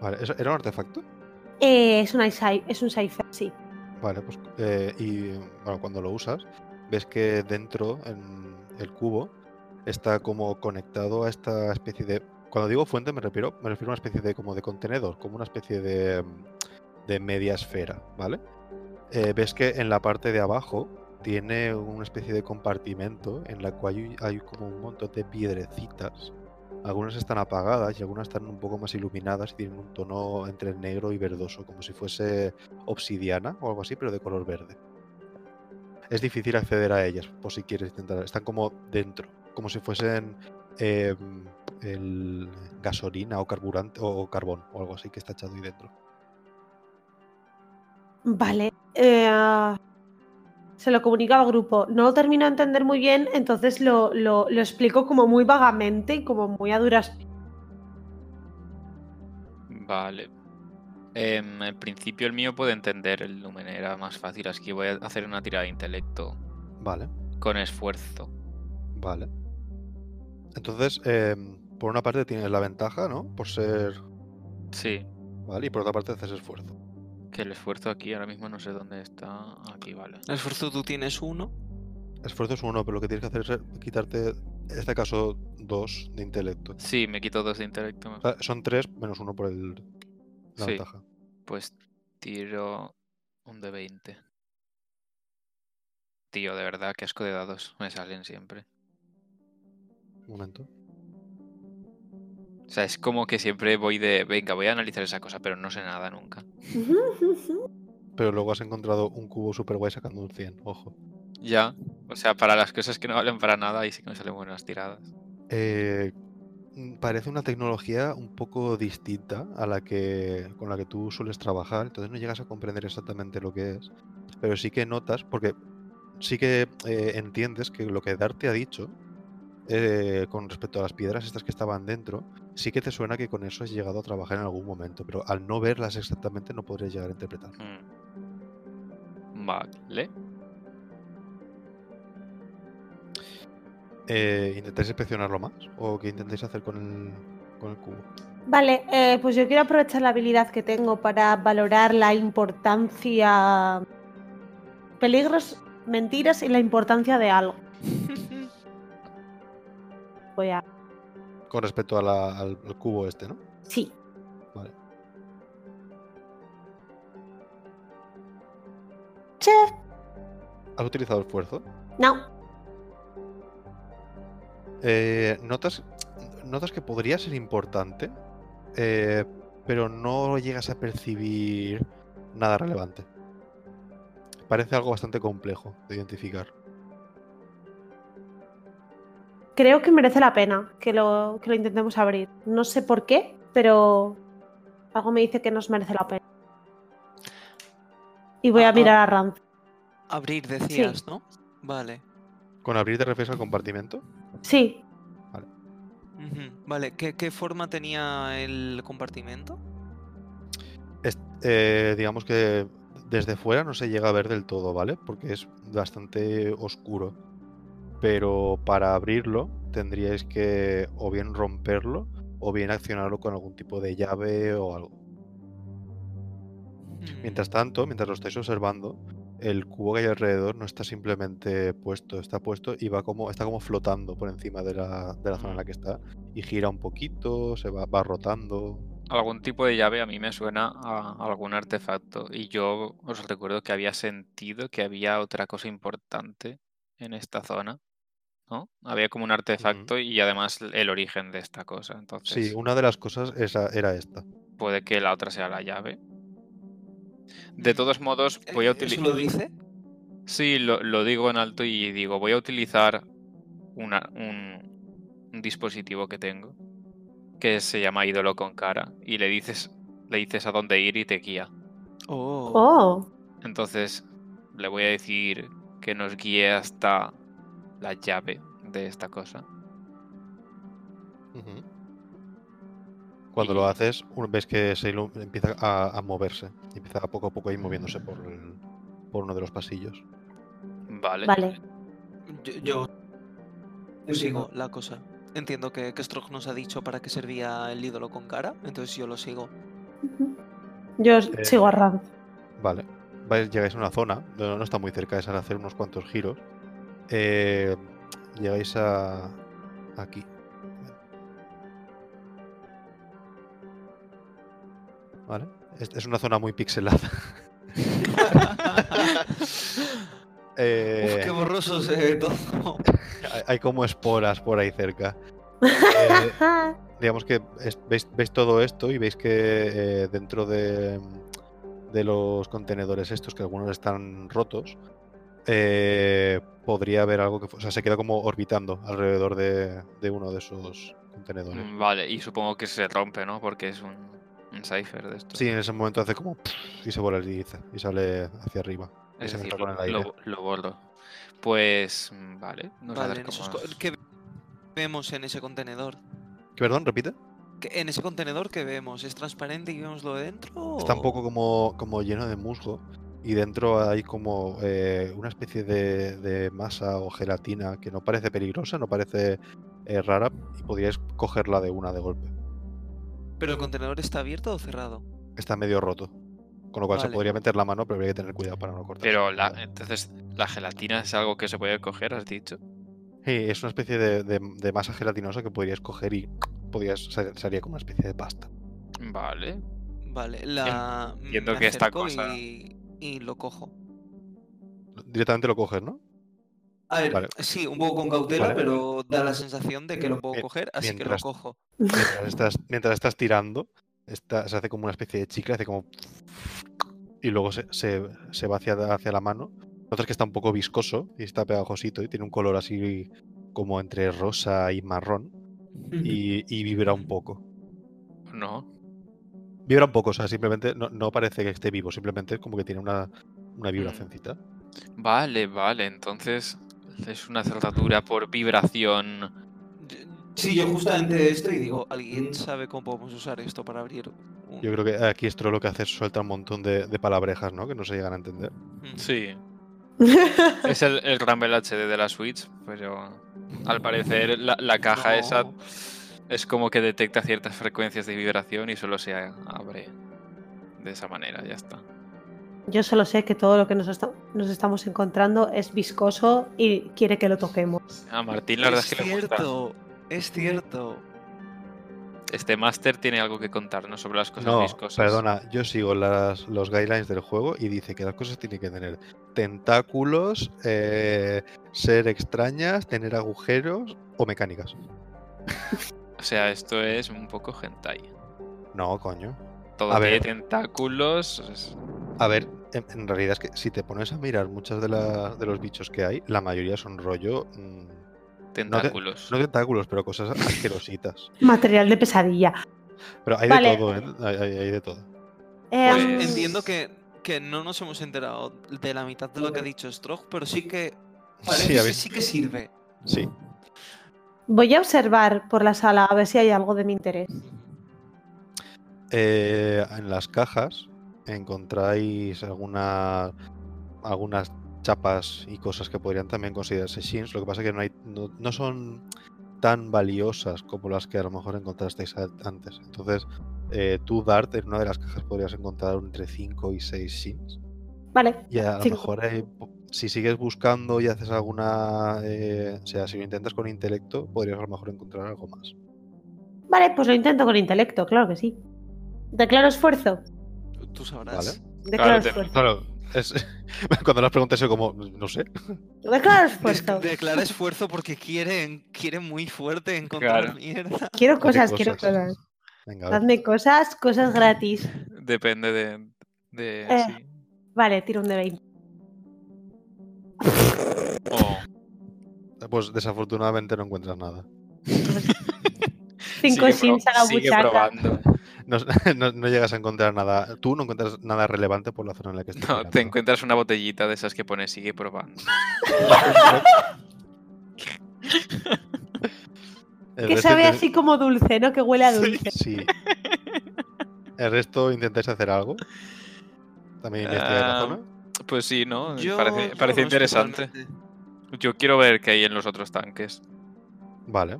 Speaker 1: Vale, ¿eso ¿era un artefacto?
Speaker 2: Eh, es, una sci- es un cipher, sí.
Speaker 1: Vale, pues eh, y bueno, cuando lo usas, ves que dentro, en el cubo, está como conectado a esta especie de. Cuando digo fuente me refiero, me refiero a una especie de como de contenedor, como una especie de, mm, de media esfera, ¿vale? Eh, ves que en la parte de abajo tiene una especie de compartimento en la cual hay, hay como un montón de piedrecitas. Algunas están apagadas y algunas están un poco más iluminadas y tienen un tono entre negro y verdoso, como si fuese obsidiana o algo así, pero de color verde. Es difícil acceder a ellas, por si quieres intentar. Están como dentro, como si fuesen eh, el gasolina o carburante o, o carbón o algo así que está echado ahí dentro.
Speaker 2: Vale. eh, se lo comunico al grupo. No lo termino de entender muy bien, entonces lo, lo- lo explico como muy vagamente y como muy a duras.
Speaker 3: Vale. Em, en principio el mío puede entender el lumen, era más fácil, así que voy a hacer una tirada de intelecto
Speaker 1: Vale,
Speaker 3: con esfuerzo.
Speaker 1: vale. Entonces, em, por una parte tienes la ventaja, ¿no? Por ser.
Speaker 3: Sí,
Speaker 1: Vale, y por otra parte haces esfuerzo.
Speaker 3: que el esfuerzo aquí ahora mismo no sé dónde está. Aquí, vale.
Speaker 4: El esfuerzo tú tienes uno.
Speaker 1: Esfuerzo es uno, pero lo que tienes que hacer es eh, quitarte, en este caso, dos de intelecto.
Speaker 3: Sí, me quito dos de intelecto.
Speaker 1: O
Speaker 3: mejor.
Speaker 1: sea, son tres menos uno por el, la
Speaker 3: Sí.
Speaker 1: ventaja.
Speaker 3: Pues tiro un de 20. Tío, de verdad, qué asco de dados me salen siempre.
Speaker 1: Un momento.
Speaker 3: O sea, es como que siempre voy de, venga, voy a analizar esa cosa, pero no sé nada nunca.
Speaker 1: Pero luego has encontrado un cubo super guay sacando un 100, ojo.
Speaker 3: Ya, o sea, para las cosas que no valen para nada, ahí sí que me salen buenas tiradas.
Speaker 1: Eh, mm, parece una tecnología un poco distinta a la que con la que tú sueles trabajar, entonces no llegas a comprender exactamente lo que es, pero sí que notas, porque sí que eh, entiendes que lo que Darte ha dicho eh, con respecto a las piedras estas que estaban dentro, sí que te suena que con eso has llegado a trabajar en algún momento, pero al no verlas exactamente no podrías llegar a interpretar.
Speaker 3: Mm. Vale.
Speaker 1: Eh, ¿Intentáis inspeccionarlo más? ¿O qué intentáis hacer con el, con el cubo?
Speaker 2: Vale, eh, pues yo quiero aprovechar la habilidad que tengo para valorar la importancia. Peligros, mentiras y la importancia de algo. Voy a.
Speaker 1: Con respecto a la- al, al cubo este, ¿no?
Speaker 2: Sí.
Speaker 1: Vale.
Speaker 2: Chef,
Speaker 1: ¿Has utilizado esfuerzo?
Speaker 2: no.
Speaker 1: Eh, notas, notas que podría ser importante, eh, pero no llegas a percibir nada relevante. Parece algo bastante complejo de identificar.
Speaker 2: Creo que merece la pena que lo, que lo intentemos abrir. No sé por qué, pero algo me dice que nos merece la pena. Y voy
Speaker 4: Ah,
Speaker 2: a
Speaker 4: ah.
Speaker 2: mirar a Ranz.
Speaker 4: Abrir, decías, ¿no? Vale.
Speaker 1: ¿Con abrir te refieres al compartimento?
Speaker 2: Sí,
Speaker 4: Ujú, mm, Vale, ¿Qué, qué forma tenía el compartimento?
Speaker 1: Es- eh, digamos que desde fuera no se llega a ver del todo, ¿vale? Porque es bastante oscuro. Pero para abrirlo tendríais que o bien romperlo o bien accionarlo con algún tipo de llave o algo.
Speaker 4: Mm,
Speaker 1: Mientras tanto, mientras lo estáis observando, el cubo que hay alrededor no está simplemente puesto, está puesto y va como, está como flotando por encima de la, de la zona en la que está. Y gira un poquito, se va, va rotando.
Speaker 3: Algún tipo de llave a mí me suena a algún artefacto. Y yo os recuerdo que había sentido que había otra cosa importante en esta zona. ¿No? Había como un artefacto y además el origen de esta cosa. Entonces.
Speaker 1: Sí, una de las cosas esa- era esta.
Speaker 3: Puede que la otra sea la llave. De todos modos,
Speaker 4: ¿e-
Speaker 3: voy a
Speaker 4: ¿Eso
Speaker 3: utilizar.
Speaker 4: lo dice?
Speaker 3: Sí, lo, lo digo en alto y digo, voy a utilizar una- un, un dispositivo que tengo que se llama ídolo con cara y le dices, le dices a dónde ir y te guía.
Speaker 4: Oh.
Speaker 2: Oh,
Speaker 3: Entonces, le voy a decir que nos guíe hasta la llave de esta cosa.
Speaker 1: Ujú. Cuando lo
Speaker 3: Y-
Speaker 1: haces, un- ves que se ilu- empieza a, a moverse. y Empieza a poco a poco a ir moviéndose por, el- por uno de los pasillos.
Speaker 3: Vale.
Speaker 2: Vale.
Speaker 4: Yo, yo
Speaker 5: Yo
Speaker 4: sigo
Speaker 5: sigo.
Speaker 4: la cosa. Entiendo que, que Strog nos ha dicho para qué servía el ídolo con cara, entonces yo lo sigo.
Speaker 2: Yo sigo a Ram.
Speaker 1: Vale. Vais- llegáis a una zona, no, no está muy cerca, es al hacer unos cuantos giros. Eh, llegáis a. aquí. Vale. Es, es una zona muy pixelada.
Speaker 4: Uf,
Speaker 1: Eh,
Speaker 4: qué borroso se ve todo.
Speaker 1: hay- hay como esporas por ahí cerca. Eh, digamos que es- veis, veis todo esto y veis que eh, dentro de, de los contenedores estos, que algunos están rotos, eh, podría haber algo que... fu- O sea, se queda como orbitando alrededor de, de uno de esos contenedores.
Speaker 3: Mm, Vale, y supongo que se rompe, ¿no? Porque es un, un cipher de esto.
Speaker 1: Sí, en ese momento hace como... y se volariza y sale hacia arriba. y
Speaker 3: es
Speaker 1: se
Speaker 3: decir,
Speaker 1: mezcla con
Speaker 3: lo,
Speaker 1: el aire.
Speaker 3: lo- lo borro. Pues, mm, vale. Nos
Speaker 4: Vale, en esos co-
Speaker 3: acercamos.
Speaker 4: ¿qué vemos en ese contenedor?
Speaker 1: ¿Qué, Perdón, repite.
Speaker 4: ¿Qué- ¿En ese contenedor que vemos? ¿Es transparente y vemos lo de dentro?
Speaker 1: Está un
Speaker 4: o-
Speaker 1: poco como, como lleno de musgo y dentro hay como eh, una especie de, de masa o gelatina que no parece peligrosa, no parece eh, rara y podríais cogerla de una de golpe.
Speaker 4: ¿Pero el contenedor está abierto o cerrado?
Speaker 1: Está medio roto, con lo cual se
Speaker 4: Vale.
Speaker 1: podría meter la mano, pero habría que tener cuidado para no cortar.
Speaker 3: Pero la, entonces, ¿la gelatina es algo que se puede coger, has dicho?
Speaker 1: es una especie de, de- de masa gelatinosa que podrías coger y podrías, se, se haría como una especie de pasta.
Speaker 3: Vale.
Speaker 4: Vale, la.
Speaker 3: Entiendo
Speaker 4: me
Speaker 3: que esta
Speaker 4: acerco
Speaker 3: cosa-
Speaker 4: Y, y lo cojo.
Speaker 1: Directamente lo coges, ¿no?
Speaker 4: A ver,
Speaker 1: Vale.
Speaker 4: sí, un poco con cautela,
Speaker 1: Vale.
Speaker 4: pero da la sensación de que
Speaker 3: Eh,
Speaker 4: lo puedo
Speaker 1: Mi-
Speaker 4: coger, así que lo
Speaker 1: mientras-
Speaker 4: cojo.
Speaker 1: Mientras estás, mientras estás tirando, está- se hace como una especie de chicle, hace como. Y luego se, se- se va hacia, hacia la mano. Notas que está un poco viscoso y está pegajosito y tiene un color así como entre rosa y marrón. Y, y vibra un poco.
Speaker 3: No.
Speaker 1: Vibra un poco, o sea, simplemente no, no parece que esté vivo, simplemente es como que tiene una, una vibracioncita.
Speaker 3: Vale, vale. Entonces, es una cerradura por vibración.
Speaker 4: Yo-
Speaker 5: Sí, yo justamente esto y
Speaker 4: este
Speaker 5: digo,
Speaker 4: Digo, mm. ¿alguien sabe cómo podemos usar esto para abrir un...
Speaker 1: Yo creo que aquí esto lo que hace es suelta un montón de, de palabrejas, ¿no? Que no se llegan a entender.
Speaker 4: Mm.
Speaker 3: Sí. Es el, el Rumble HD de la Switch, pero al parecer la, la caja esa
Speaker 4: No.
Speaker 3: es como que detecta ciertas frecuencias de vibración y solo se a- abre de esa manera, ya está.
Speaker 2: Yo solo sé que todo lo que nos, esta- nos estamos encontrando es viscoso y quiere que lo toquemos.
Speaker 3: A Martín la verdad
Speaker 4: es
Speaker 3: es que le gusta.
Speaker 4: cierto, es cierto.
Speaker 3: Este máster tiene algo que contarnos sobre las cosas
Speaker 1: No,
Speaker 3: viscosas.
Speaker 1: perdona, yo sigo las, los guidelines del juego y dice que las cosas tienen que tener tentáculos, eh, ser extrañas, tener agujeros o mecánicas.
Speaker 3: O sea, esto es un poco hentai.
Speaker 1: No, coño.
Speaker 3: Todo
Speaker 1: A
Speaker 3: tiene
Speaker 1: ver.
Speaker 3: tentáculos. es-
Speaker 1: A ver, en, en realidad es que si te pones a mirar muchas de, las de los bichos que hay, la mayoría son rollo, mm,
Speaker 3: Tentáculos.
Speaker 1: no tentáculos, pero cosas asquerositas.
Speaker 2: Material de pesadilla.
Speaker 1: Pero hay
Speaker 2: Vale.
Speaker 1: de todo, ¿eh? hay, hay- hay de todo.
Speaker 3: Pues-
Speaker 2: Em,
Speaker 4: Entiendo que, que no nos hemos enterado de la mitad de lo que ha dicho Strog, pero sí que parece
Speaker 1: Sí,
Speaker 4: que
Speaker 1: habéis-
Speaker 4: sí que sirve.
Speaker 1: sí.
Speaker 2: Voy a observar por la sala a ver si hay algo de mi interés.
Speaker 1: Eh, en las cajas encontráis alguna, algunas chapas y cosas que podrían también considerarse shins. Lo que pasa es que no, hay, no, no son tan valiosas como las que a lo mejor encontrasteis a- antes. Entonces, eh, tú, Dart, en una de las cajas podrías encontrar entre 5 y 6 shins.
Speaker 2: Vale.
Speaker 1: Y a lo
Speaker 2: Cinco.
Speaker 1: mejor eh, po- si sigues buscando y haces alguna... eh, o sea, si lo intentas con intelecto, podrías a lo mejor encontrar algo más.
Speaker 2: Vale, pues lo intento con intelecto, claro que sí. Declaro esfuerzo.
Speaker 4: Tú sabrás.
Speaker 2: Declaro
Speaker 3: te-
Speaker 2: esfuerzo.
Speaker 1: Claro, es, cuando las preguntas yo como, no sé.
Speaker 2: Declaro
Speaker 4: Des-
Speaker 2: esfuerzo.
Speaker 4: declara esfuerzo porque quiere, quiere muy fuerte encontrar
Speaker 3: Claro.
Speaker 4: mierda.
Speaker 2: Quiero
Speaker 1: Hazme
Speaker 2: cosas, quiero
Speaker 1: cosas.
Speaker 2: cosas.
Speaker 1: Venga, a ver.
Speaker 2: Hazme cosas, cosas gratis.
Speaker 3: Depende de. de-
Speaker 2: Eh.
Speaker 3: sí.
Speaker 2: Vale, tiro un de 20.
Speaker 3: Oh,
Speaker 1: Pues desafortunadamente no encuentras nada.
Speaker 2: Cinco
Speaker 3: sigue pro-
Speaker 2: sims a la
Speaker 3: sigue
Speaker 2: buchaca.
Speaker 3: probando.
Speaker 1: No, no- no llegas a encontrar nada. Tú no encuentras nada relevante por la zona en la que estás.
Speaker 3: No,
Speaker 1: mirando.
Speaker 3: te encuentras una botellita de esas que pone sigue probando.
Speaker 1: El
Speaker 2: Que
Speaker 1: resto
Speaker 2: sabe
Speaker 1: inten-
Speaker 2: así como dulce, ¿no? Que huele a dulce.
Speaker 1: Sí. ¿El resto intentáis hacer algo? ¿También investigáis la
Speaker 3: Ah,
Speaker 1: zona?
Speaker 3: Pues sí, ¿no?
Speaker 4: Yo-
Speaker 3: parece
Speaker 4: yo
Speaker 3: parece
Speaker 4: no
Speaker 3: interesante.
Speaker 4: especialmente.
Speaker 3: Yo quiero ver qué hay en los otros tanques.
Speaker 1: Vale.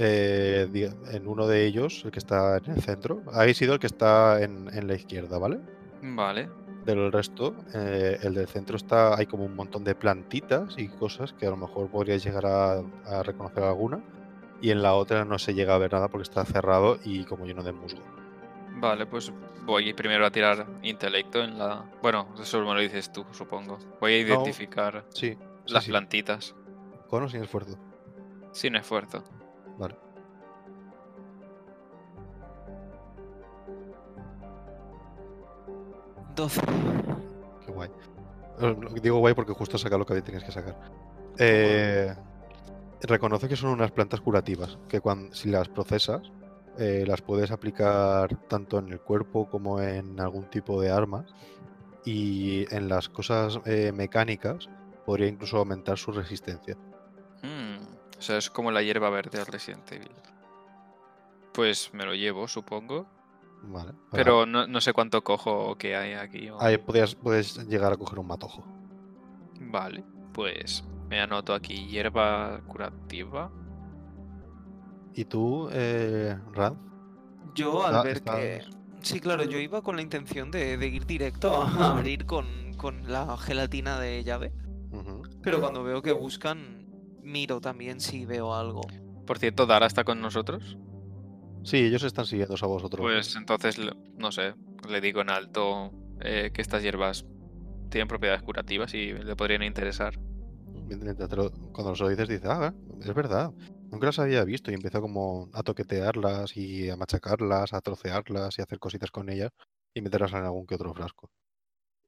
Speaker 1: Eh, diga- en uno de ellos, el que está en el centro, habéis sido el que está en, en la izquierda, ¿vale?
Speaker 3: Vale.
Speaker 1: Del resto, eh, el del centro está, hay como un montón de plantitas y cosas que a lo mejor podríais llegar a, a reconocer alguna. Y en la otra no se llega a ver nada porque está cerrado y como lleno de musgo.
Speaker 3: Vale, pues voy primero a tirar intelecto en la... Bueno, eso me lo dices tú, supongo. Voy a identificar
Speaker 1: Sí. sí,
Speaker 3: las
Speaker 1: sí.
Speaker 3: plantitas
Speaker 1: Con o sin esfuerzo.
Speaker 3: sin esfuerzo.
Speaker 1: Vale.
Speaker 4: Doce.
Speaker 1: Qué guay. Eh, lo- Digo guay porque justo saca lo que tenías que sacar. Eh, reconoce que son unas plantas curativas, que cuando, si las procesas, eh, las puedes aplicar tanto en el cuerpo como en algún tipo de arma. Y en las cosas eh, mecánicas podría incluso aumentar su resistencia.
Speaker 3: Mm, o sea, es como la hierba verde al Resident Evil. Pues me lo llevo, supongo.
Speaker 1: Vale. para-
Speaker 3: Pero no, no sé cuánto cojo o qué hay aquí. o-
Speaker 1: Ahí podrías, puedes llegar a coger un matojo.
Speaker 3: Vale, pues me anoto aquí hierba curativa.
Speaker 1: ¿Y tú, eh, Rand?
Speaker 4: Yo al
Speaker 1: Ah,
Speaker 4: ver
Speaker 1: está-
Speaker 4: que... Sí, claro, yo iba con la intención de, de ir directo a abrir con, con la gelatina de llave.
Speaker 1: Ujú.
Speaker 4: Pero cuando veo que buscan, miro también si veo algo.
Speaker 3: Por cierto, Dara está con nosotros.
Speaker 1: Sí, ellos están siguiendo a vosotros.
Speaker 3: Pues entonces, le- no sé, le digo en alto eh, que estas hierbas tienen propiedades curativas y le podrían interesar.
Speaker 1: Mientras te lo- cuando se lo dices, dice, ah, es verdad, nunca las había visto y empieza como a toquetearlas y a machacarlas, a trocearlas y a hacer cositas con ellas y meterlas en algún que otro frasco.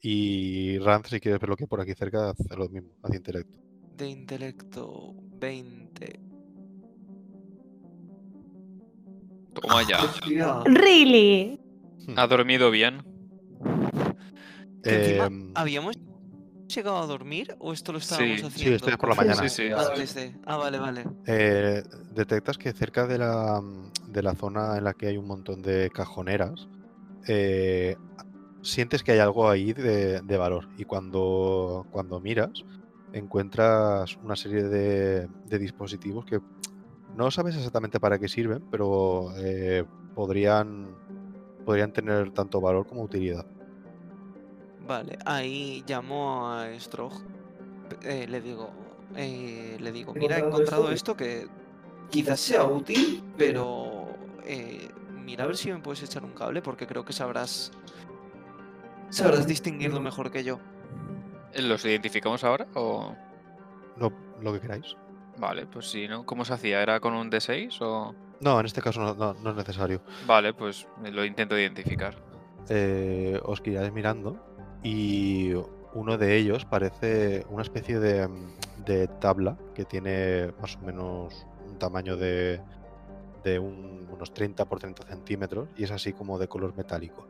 Speaker 1: Y Ranz, si quieres ver lo que hay por aquí cerca, hace lo mismo, hace intelecto.
Speaker 4: De intelecto 20.
Speaker 3: Toma ya.
Speaker 5: Hostia.
Speaker 2: Really.
Speaker 3: ¿Ha dormido bien?
Speaker 4: Que encima,
Speaker 1: Em,
Speaker 4: ¿Habíamos llegado a dormir o esto lo estábamos
Speaker 3: sí,
Speaker 4: haciendo?
Speaker 1: esto es por la
Speaker 4: como
Speaker 1: mañana.
Speaker 3: Sí, sí.
Speaker 4: antes de- Ah, vale, vale.
Speaker 1: eh, detectas que cerca de la, mm, de la zona en la que hay un montón de cajoneras, eh, sientes que hay algo ahí de, de valor. Y cuando, cuando miras, encuentras una serie de, de dispositivos que no sabes exactamente para qué sirven, pero eh, podrían, podrían tener tanto valor como utilidad.
Speaker 4: Vale, ahí llamo a Strog. eh, le digo, eh, le digo,
Speaker 5: He
Speaker 4: mira, he
Speaker 5: encontrado
Speaker 4: encontrado esto que quizás sea útil, pero eh, mira a ver si me puedes echar un cable porque creo que sabrás, sabrás distinguirlo mejor que yo.
Speaker 3: ¿Los identificamos ahora o...?
Speaker 1: Lo, lo que queráis.
Speaker 3: Vale, pues sí, ¿no? ¿Cómo se hacía? ¿Era con un D6 o...?
Speaker 1: No, en este caso no, no- no es necesario.
Speaker 3: Vale, pues lo intento identificar.
Speaker 1: eh, os quedáis mirando y uno de ellos parece una especie de, mm, de tabla que tiene más o menos un tamaño de, de un- unos 30 por 30 centímetros y es así como de color metálico.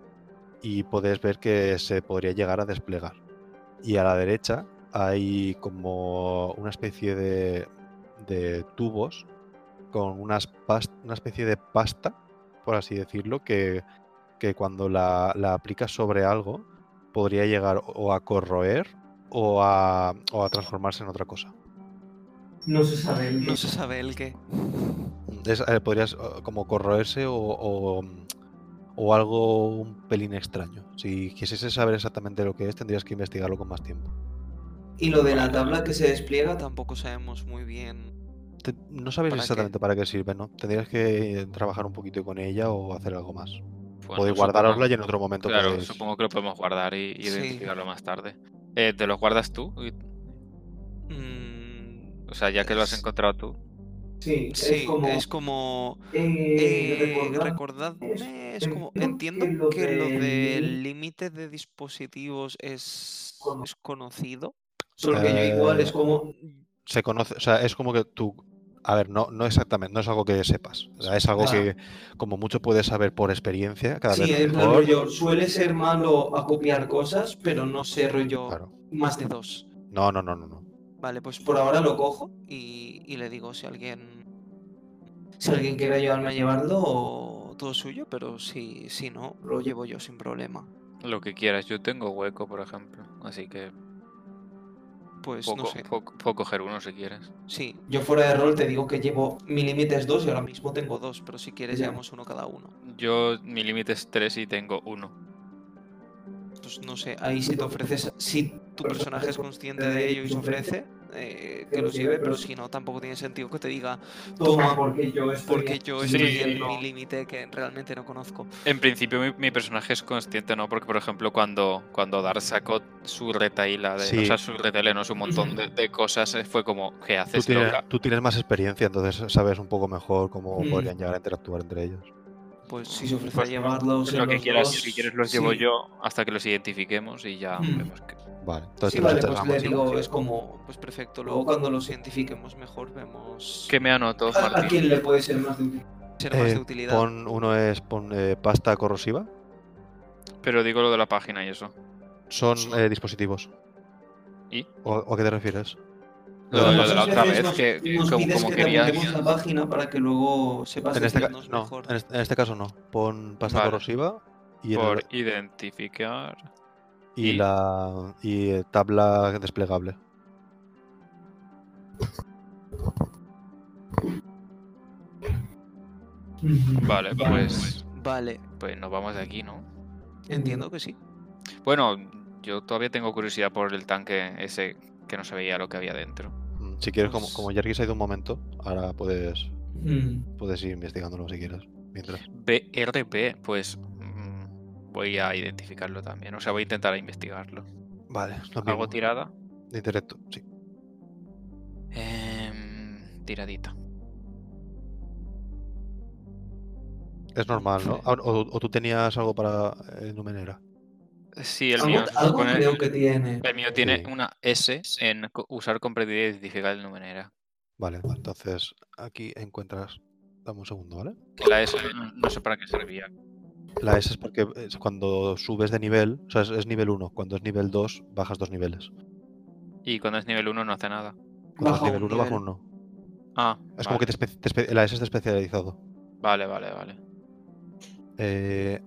Speaker 1: Y podéis ver que se podría llegar a desplegar. Y a la derecha hay como una especie de, de tubos con unas pas- una especie de pasta, por así decirlo, que que cuando la, la aplicas sobre algo podría llegar o a corroer o a, o a transformarse en otra cosa.
Speaker 5: No se sabe. el
Speaker 4: No
Speaker 5: qué.
Speaker 4: se sabe el qué.
Speaker 1: Es, eh, podrías eh, como corroerse o, o, mm, o algo un pelín extraño. Si quisiese saber exactamente lo que es, tendrías que investigarlo con más tiempo.
Speaker 5: Y lo de la tabla que se despliega tam-
Speaker 4: Tampoco sabemos muy bien.
Speaker 1: Te- no sabéis
Speaker 4: ¿Para qué?
Speaker 1: exactamente para qué sirve, ¿no? Tendrías que trabajar un poquito con ella o hacer algo más.
Speaker 3: Bueno,
Speaker 1: Podéis
Speaker 3: supongo-
Speaker 1: guardarosla y en otro momento pues,
Speaker 3: Claro,
Speaker 1: podéis-
Speaker 3: supongo que lo podemos guardar y y
Speaker 4: Sí.
Speaker 3: identificarlo más tarde. Eh, ¿Te los guardas tú? Y-
Speaker 4: mm,
Speaker 3: O sea, ya que lo has
Speaker 4: Es-
Speaker 3: encontrado tú.
Speaker 5: Sí,
Speaker 4: sí,
Speaker 5: es como.
Speaker 4: es como
Speaker 5: eh,
Speaker 4: Eh,
Speaker 5: recordar-
Speaker 4: recordadme, es
Speaker 5: entiendo
Speaker 4: como.
Speaker 5: que
Speaker 4: Entiendo
Speaker 5: lo
Speaker 4: que este, lo
Speaker 5: del
Speaker 4: del límite de dispositivos es,
Speaker 5: Cono-
Speaker 4: es conocido.
Speaker 5: Solo que yo
Speaker 1: Eh,
Speaker 5: igual es como.
Speaker 1: se conoce, o sea, es como que tú, a ver, no, no exactamente, no es algo que sepas, o sea, es algo
Speaker 5: Claro.
Speaker 1: que como mucho puedes saber por experiencia, cada
Speaker 5: Sí,
Speaker 1: vez
Speaker 5: en plan
Speaker 1: mejor.
Speaker 5: rollo, suele ser malo a copiar cosas, pero no sé rollo
Speaker 1: Claro.
Speaker 5: más de
Speaker 4: De
Speaker 5: dos.
Speaker 4: dos.
Speaker 1: No, no, no, no, no.
Speaker 4: Vale, pues
Speaker 5: Por ahora lo
Speaker 4: cojo
Speaker 5: cojo.
Speaker 4: y, y le digo si alguien. Si alguien quiere ayudarme a llevarlo, todo suyo, pero si, si no, lo llevo yo sin problema.
Speaker 3: Lo que quieras, yo tengo hueco, por ejemplo. Así que
Speaker 4: Pues
Speaker 3: puedo,
Speaker 4: no
Speaker 3: co-
Speaker 4: sé.
Speaker 3: puedo- puedo coger uno si quieres.
Speaker 4: Sí,
Speaker 5: Yo fuera de rol te digo que llevo, mi límite es dos y ahora mismo tengo
Speaker 4: tengo
Speaker 5: dos.
Speaker 4: dos, pero si quieres
Speaker 5: Ya.
Speaker 4: llevamos uno cada uno.
Speaker 3: Yo, mi límite es tres y tengo uno.
Speaker 4: Pues no sé, ahí si te ofreces, si tu personaje es consciente de ello y se ofrece, eh, que los lleve, pero si no, tampoco tiene sentido que te diga
Speaker 5: Toma, porque yo estoy...
Speaker 4: porque yo
Speaker 3: Sí,
Speaker 4: estoy en
Speaker 3: no.
Speaker 4: mi límite que realmente no conozco.
Speaker 3: En principio, mi, mi personaje es consciente, ¿no? Porque, por ejemplo, cuando, cuando Dar sacó su retaíla, de, o
Speaker 1: Sí.
Speaker 3: sea, su retaíla, no, su montón de, de cosas, eh, fue como, ¿qué
Speaker 1: Tú
Speaker 3: haces,
Speaker 1: tienes,
Speaker 3: loca?
Speaker 1: tú tienes más experiencia, entonces sabes un poco mejor cómo
Speaker 5: Mm.
Speaker 1: podrían llegar a interactuar entre ellos.
Speaker 4: Pues si se ofrece
Speaker 3: Pues
Speaker 4: a llevarlos.
Speaker 3: Lo
Speaker 5: los
Speaker 3: que quieras,
Speaker 5: dos,
Speaker 3: si quieres los llevo
Speaker 5: sí.
Speaker 3: yo hasta que los identifiquemos y ya
Speaker 5: Hmm.
Speaker 3: vemos que...
Speaker 1: Vale, entonces
Speaker 5: Sí,
Speaker 1: te los
Speaker 5: vale,
Speaker 1: echas
Speaker 5: pues
Speaker 1: a
Speaker 5: le
Speaker 1: mano.
Speaker 5: digo, es
Speaker 4: Como, pues perfecto, luego cuando los identifiquemos mejor vemos
Speaker 3: ¿Qué me anoto,
Speaker 5: ¿A, a
Speaker 3: Martín?
Speaker 5: quién le puede ser más de útil?
Speaker 4: ser más
Speaker 1: Eh,
Speaker 4: de utilidad.
Speaker 1: Pon, uno es pon, eh, pasta corrosiva.
Speaker 3: Pero digo lo de la página y eso.
Speaker 1: Son
Speaker 4: Sí.
Speaker 1: eh, dispositivos.
Speaker 3: ¿Y?
Speaker 1: ¿O, o a qué te refieres?
Speaker 3: Lo de- lo de
Speaker 5: Muchas
Speaker 3: la otra
Speaker 5: veces
Speaker 3: vez,
Speaker 5: nos-
Speaker 3: que- que
Speaker 5: nos
Speaker 3: como-
Speaker 5: pides
Speaker 3: como
Speaker 5: que te
Speaker 3: querías.
Speaker 5: apuntemos la página para que luego sepas
Speaker 1: En este, ca-
Speaker 4: decirnos
Speaker 1: no,
Speaker 4: mejor.
Speaker 1: en, este, en este caso no. Pon pasta
Speaker 3: Vale.
Speaker 1: corrosiva y, en el-
Speaker 3: Por identificar...
Speaker 1: y
Speaker 3: y-
Speaker 1: la y eh, tabla desplegable.
Speaker 3: Vale, pues,
Speaker 4: Vale,
Speaker 3: pues nos vamos de aquí, ¿no?
Speaker 4: entiendo que sí.
Speaker 3: Bueno, yo todavía tengo curiosidad por el tanque ese que no se veía lo que había dentro.
Speaker 1: Mm, Si quieres, como,
Speaker 4: Pues-
Speaker 1: como Jerky se ha ido un momento, ahora puedes,
Speaker 5: Mm.
Speaker 1: puedes ir investigándolo si quieres. Mientras.
Speaker 3: BRB, pues mm, voy a identificarlo también. O sea, voy a intentar investigarlo.
Speaker 1: Vale, lo mismo.
Speaker 3: ¿Hago tirada?
Speaker 1: De intelecto, sí.
Speaker 3: Em, tiradita.
Speaker 1: Es normal, ¿no? Ah, O, o tú tenías algo para eh, numenera.
Speaker 3: Sí, el
Speaker 5: Algo-
Speaker 3: mío.
Speaker 5: algo
Speaker 3: con el-
Speaker 5: creo que tiene.
Speaker 3: El mío tiene
Speaker 1: Sí.
Speaker 3: una S en co- usar con predidad y identificar el numenera.
Speaker 1: Vale, entonces aquí encuentras. Dame un segundo, ¿vale?
Speaker 3: Que La S no, no sé para qué servía.
Speaker 1: La S es porque eh, es cuando subes de nivel, o sea, es, es nivel 1. Cuando es nivel 2, bajas dos niveles.
Speaker 3: Y cuando es nivel 1 no hace nada.
Speaker 1: Cuando
Speaker 5: Baja
Speaker 1: es
Speaker 5: un
Speaker 1: nivel 1, baja
Speaker 4: nivel.
Speaker 1: uno.
Speaker 3: Ah,
Speaker 1: Es como que te espe- te espe- la S está especializado.
Speaker 3: Vale, vale, vale.
Speaker 1: Eh,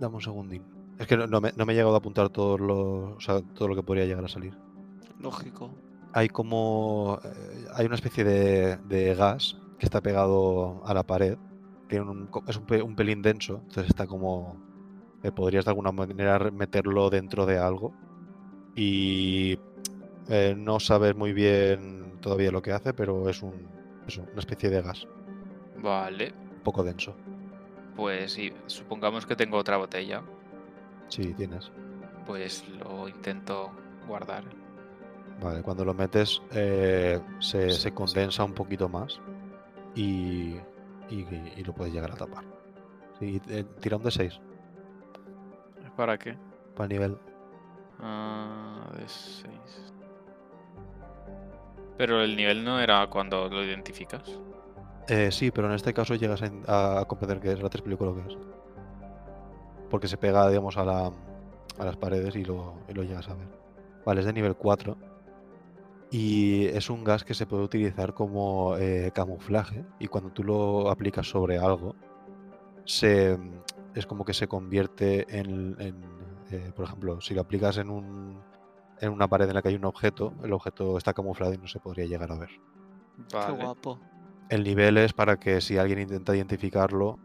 Speaker 1: dame un segundín. Es que no, no me, no me he llegado a apuntar todos los, o sea, todo lo que podría llegar a salir.
Speaker 4: Lógico.
Speaker 1: Hay como. eh, hay una especie de, de gas que está pegado a la pared. Tiene un co- es un, pe- un pelín denso, entonces está como. eh, podrías de alguna manera re- meterlo dentro de algo. Y eh, no sabes muy bien todavía lo que hace, pero es un, eso, una especie de gas,
Speaker 3: Vale,
Speaker 1: un poco denso.
Speaker 3: pues sí, supongamos que tengo otra botella.
Speaker 1: Sí, tienes.
Speaker 3: Pues lo intento guardar.
Speaker 1: Vale, cuando lo metes eh, se, se condensa un poquito más y, y- y lo puedes llegar a tapar. Sí, eh, tira un de 6
Speaker 3: ¿Para qué?
Speaker 1: para el nivel.
Speaker 3: Ah, de 6. Pero el nivel no era cuando lo identificas.
Speaker 1: Eh, sí, pero en este caso llegas a, en- a comprender qué es, ahora te explico lo que es. Porque se pega, digamos, a, la, a las paredes y lo, y lo llegas a ver. Vale, es de nivel 4 y es un gas que se puede utilizar como eh, camuflaje y cuando tú lo aplicas sobre algo, se, es como que se convierte en, en, eh, por ejemplo, si lo aplicas en, un, en una pared en la que hay un objeto, el objeto está camuflado y no se podría llegar a ver.
Speaker 3: Vale.
Speaker 4: Qué guapo.
Speaker 1: El nivel es para que si alguien intenta identificarlo,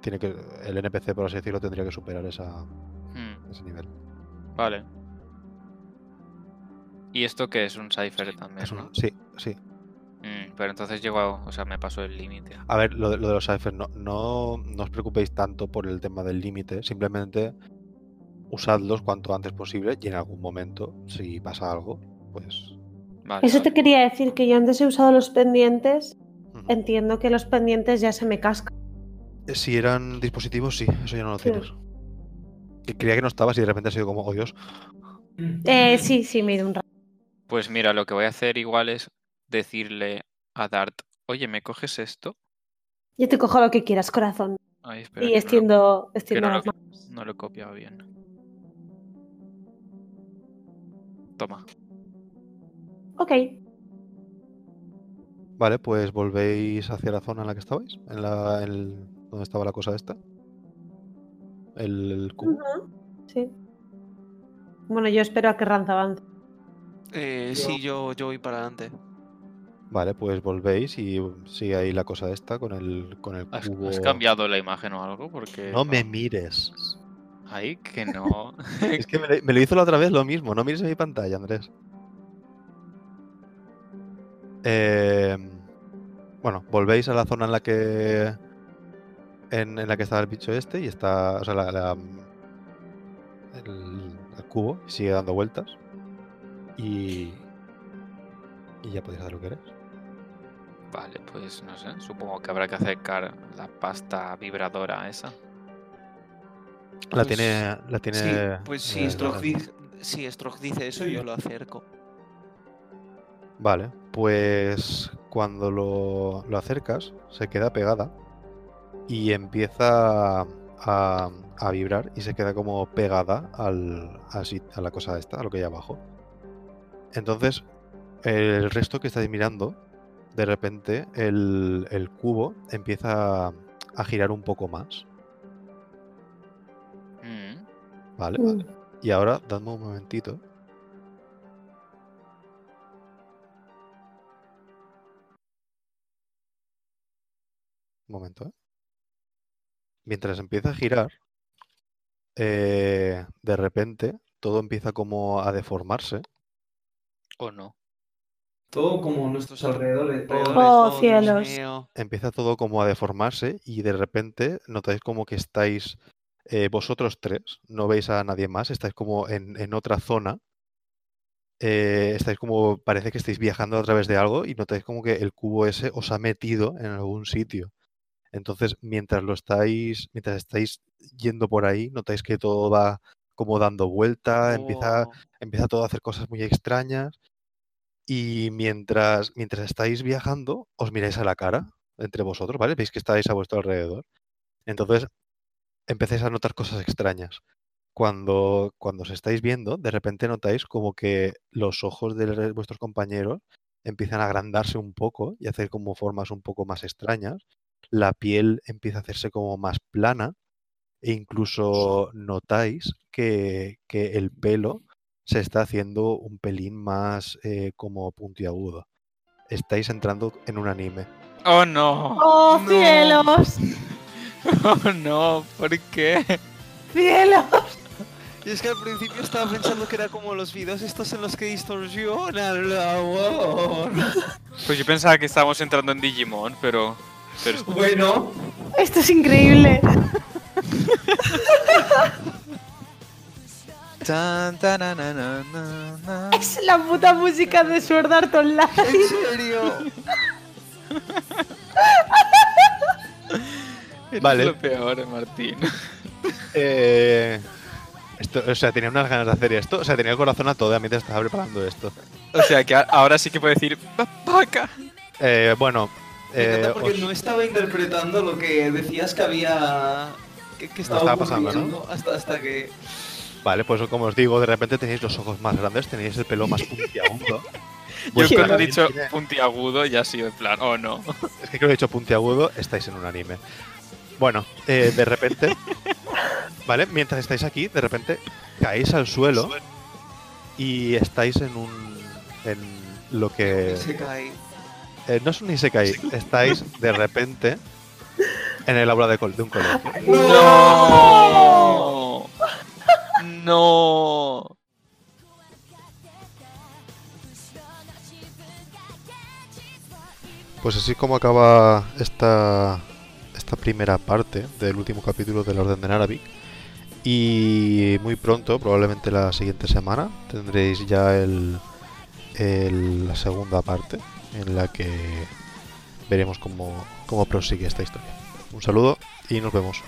Speaker 1: tiene que el NPC, por así decirlo, tendría que superar esa,
Speaker 3: Hmm,
Speaker 1: ese nivel.
Speaker 3: vale. ¿Y esto qué es? Un cipher también,
Speaker 1: Es un-
Speaker 3: ¿no?
Speaker 1: sí, sí.
Speaker 3: Mm, pero entonces llego a... O sea, me paso el límite.
Speaker 1: A ver, lo de, lo de los ciphers, no, no, no os preocupéis tanto por el tema del límite, simplemente usadlos cuanto antes posible y en algún momento, si pasa algo, pues...
Speaker 3: Vale,
Speaker 2: Eso te
Speaker 3: vale.
Speaker 2: quería decir, que yo antes he usado los pendientes.
Speaker 1: ujú.
Speaker 2: Entiendo que los pendientes ya se me cascan.
Speaker 1: Eh, Si eran dispositivos, sí, eso ya no lo
Speaker 2: Sí.
Speaker 1: tienes. Que Creía que no estabas y de repente ha sido como, oh Dios,
Speaker 2: Eh, sí, sí, me he ido un rato.
Speaker 3: Pues mira, lo que voy a hacer igual es decirle a Dart, oye, ¿me coges esto?
Speaker 2: Yo te cojo lo que quieras, corazón.
Speaker 3: Ay, espera,
Speaker 2: Y
Speaker 3: que no lo-
Speaker 2: extiendo,
Speaker 3: que
Speaker 2: extiendo
Speaker 3: no lo,
Speaker 2: las manos.
Speaker 3: no lo he copiado bien. Toma.
Speaker 2: Ok.
Speaker 1: Vale, pues volvéis hacia la zona en la que estabais, en la el- donde estaba la cosa esta. El, el cubo.
Speaker 2: Ujú, Sí. Bueno, yo espero a que Ranza avance.
Speaker 4: Eh, sí, yo, yo voy para adelante.
Speaker 1: Vale, pues volvéis y sigue ahí la cosa esta con el con el
Speaker 3: ¿Has, has
Speaker 1: cubo.
Speaker 3: cambiado la imagen o algo? Porque.
Speaker 1: No me mires.
Speaker 3: Ay, que no.
Speaker 1: Es que me lo, me lo hizo la otra vez lo mismo. No mires en mi pantalla, Andrés. Eh, bueno, volvéis a la zona en la que. En, en la que estaba el bicho este y está. O sea, la- la- mm, el, el cubo sigue dando vueltas. Y. Y ya podéis hacer lo que queréis.
Speaker 3: Vale, pues no sé. Supongo que habrá que acercar la pasta vibradora a esa.
Speaker 1: La
Speaker 4: Pues-
Speaker 1: tiene. La tiene.
Speaker 4: Sí, pues si
Speaker 1: eh,
Speaker 4: Stroh dice, si Stroh dice eso, yo lo acerco.
Speaker 1: Vale, pues cuando lo, lo acercas se queda pegada y empieza a, a vibrar y se queda como pegada al, al sit- a la cosa esta, a lo que hay abajo. Entonces, el resto que estáis mirando, de repente el, el cubo empieza a, a girar un poco más,
Speaker 3: Mm,
Speaker 1: ¿vale? Vale. Y ahora, dadme un momentito. Un momento, ¿eh? Mientras empieza a girar, eh, de repente todo empieza como a deformarse.
Speaker 3: ¿O no?
Speaker 5: Todo como nuestros alrededores.
Speaker 4: Alrededores,
Speaker 3: Oh.
Speaker 4: Dios
Speaker 2: cielos.
Speaker 4: mío.
Speaker 1: Empieza todo como a deformarse y de repente notáis como que estáis eh, vosotros tres, no veis a nadie más, estáis como en, en otra zona. eh, estáis como, parece que estáis viajando a través de algo y notáis como que el cubo ese os ha metido en algún sitio. Entonces, mientras lo estáis, mientras estáis yendo por ahí, notáis que todo va como dando
Speaker 4: Oh.
Speaker 1: vuelta, empieza,
Speaker 4: Wow.
Speaker 1: empieza todo a hacer cosas muy extrañas. Y mientras, mientras estáis viajando, os miráis a la cara entre vosotros, ¿vale? Veis que estáis a vuestro alrededor. Entonces empezáis a notar cosas extrañas. Cuando, cuando os estáis viendo, de repente notáis como que los ojos de re- vuestros compañeros empiezan a agrandarse un poco y hacer como formas un poco más extrañas. La piel empieza a hacerse como más plana e incluso notáis que, que el pelo se está haciendo un pelín más eh, como puntiagudo. Estáis entrando en un anime.
Speaker 3: ¡Oh no!
Speaker 2: ¡Oh,
Speaker 4: No.
Speaker 2: cielos!
Speaker 3: ¡Oh no! ¿Por qué?
Speaker 2: ¡Cielos!
Speaker 4: Y es que al principio estaba pensando que era como los videos estos en los que distorsiona el agua.
Speaker 3: Pues yo pensaba que estábamos entrando en Digimon, pero. pero es-
Speaker 5: Bueno,
Speaker 2: Esto es increíble.
Speaker 3: Tan, tanananana.
Speaker 2: Es la puta música de Sword Art Online.
Speaker 4: ¿En serio?
Speaker 3: Eres
Speaker 1: Vale.
Speaker 3: lo peor, Martín.
Speaker 1: Eh, esto, o sea, tenía unas ganas de hacer esto. O sea, tenía el corazón a toda mientras estaba preparando esto.
Speaker 3: O sea que a- ahora sí que puedo decir. "Va- ¡Vaca!
Speaker 1: Eh, bueno,
Speaker 4: Me encanta
Speaker 1: eh,
Speaker 4: porque
Speaker 1: os-
Speaker 5: no estaba interpretando lo que decías que había. que, que estaba,
Speaker 1: estaba pasando,
Speaker 5: ocurriendo Hasta, hasta que.
Speaker 1: vale, pues como os digo, de repente tenéis los ojos más grandes, tenéis el pelo más puntiagudo.
Speaker 3: Yo
Speaker 1: Vuestra
Speaker 3: cuando he
Speaker 1: piel
Speaker 3: dicho
Speaker 1: tiene-
Speaker 3: puntiagudo ya ha sido en plan. ¡Oh no!
Speaker 1: Es que creo que he dicho puntiagudo, estáis en un anime. Bueno, eh, de repente, ¿vale? Mientras estáis aquí, de repente caéis al suelo y estáis en un. en lo que.
Speaker 4: Se cae.
Speaker 1: eh, no es un isekai, estáis de repente en el aula de, col- de un colegio.
Speaker 3: ¡No! ¡No!
Speaker 1: Pues así como acaba esta, esta primera parte del último capítulo del Orden de Narabi. Y muy pronto, probablemente la siguiente semana, tendréis ya el, el- la segunda parte en la que veremos cómo, cómo prosigue esta historia. Un saludo y nos vemos.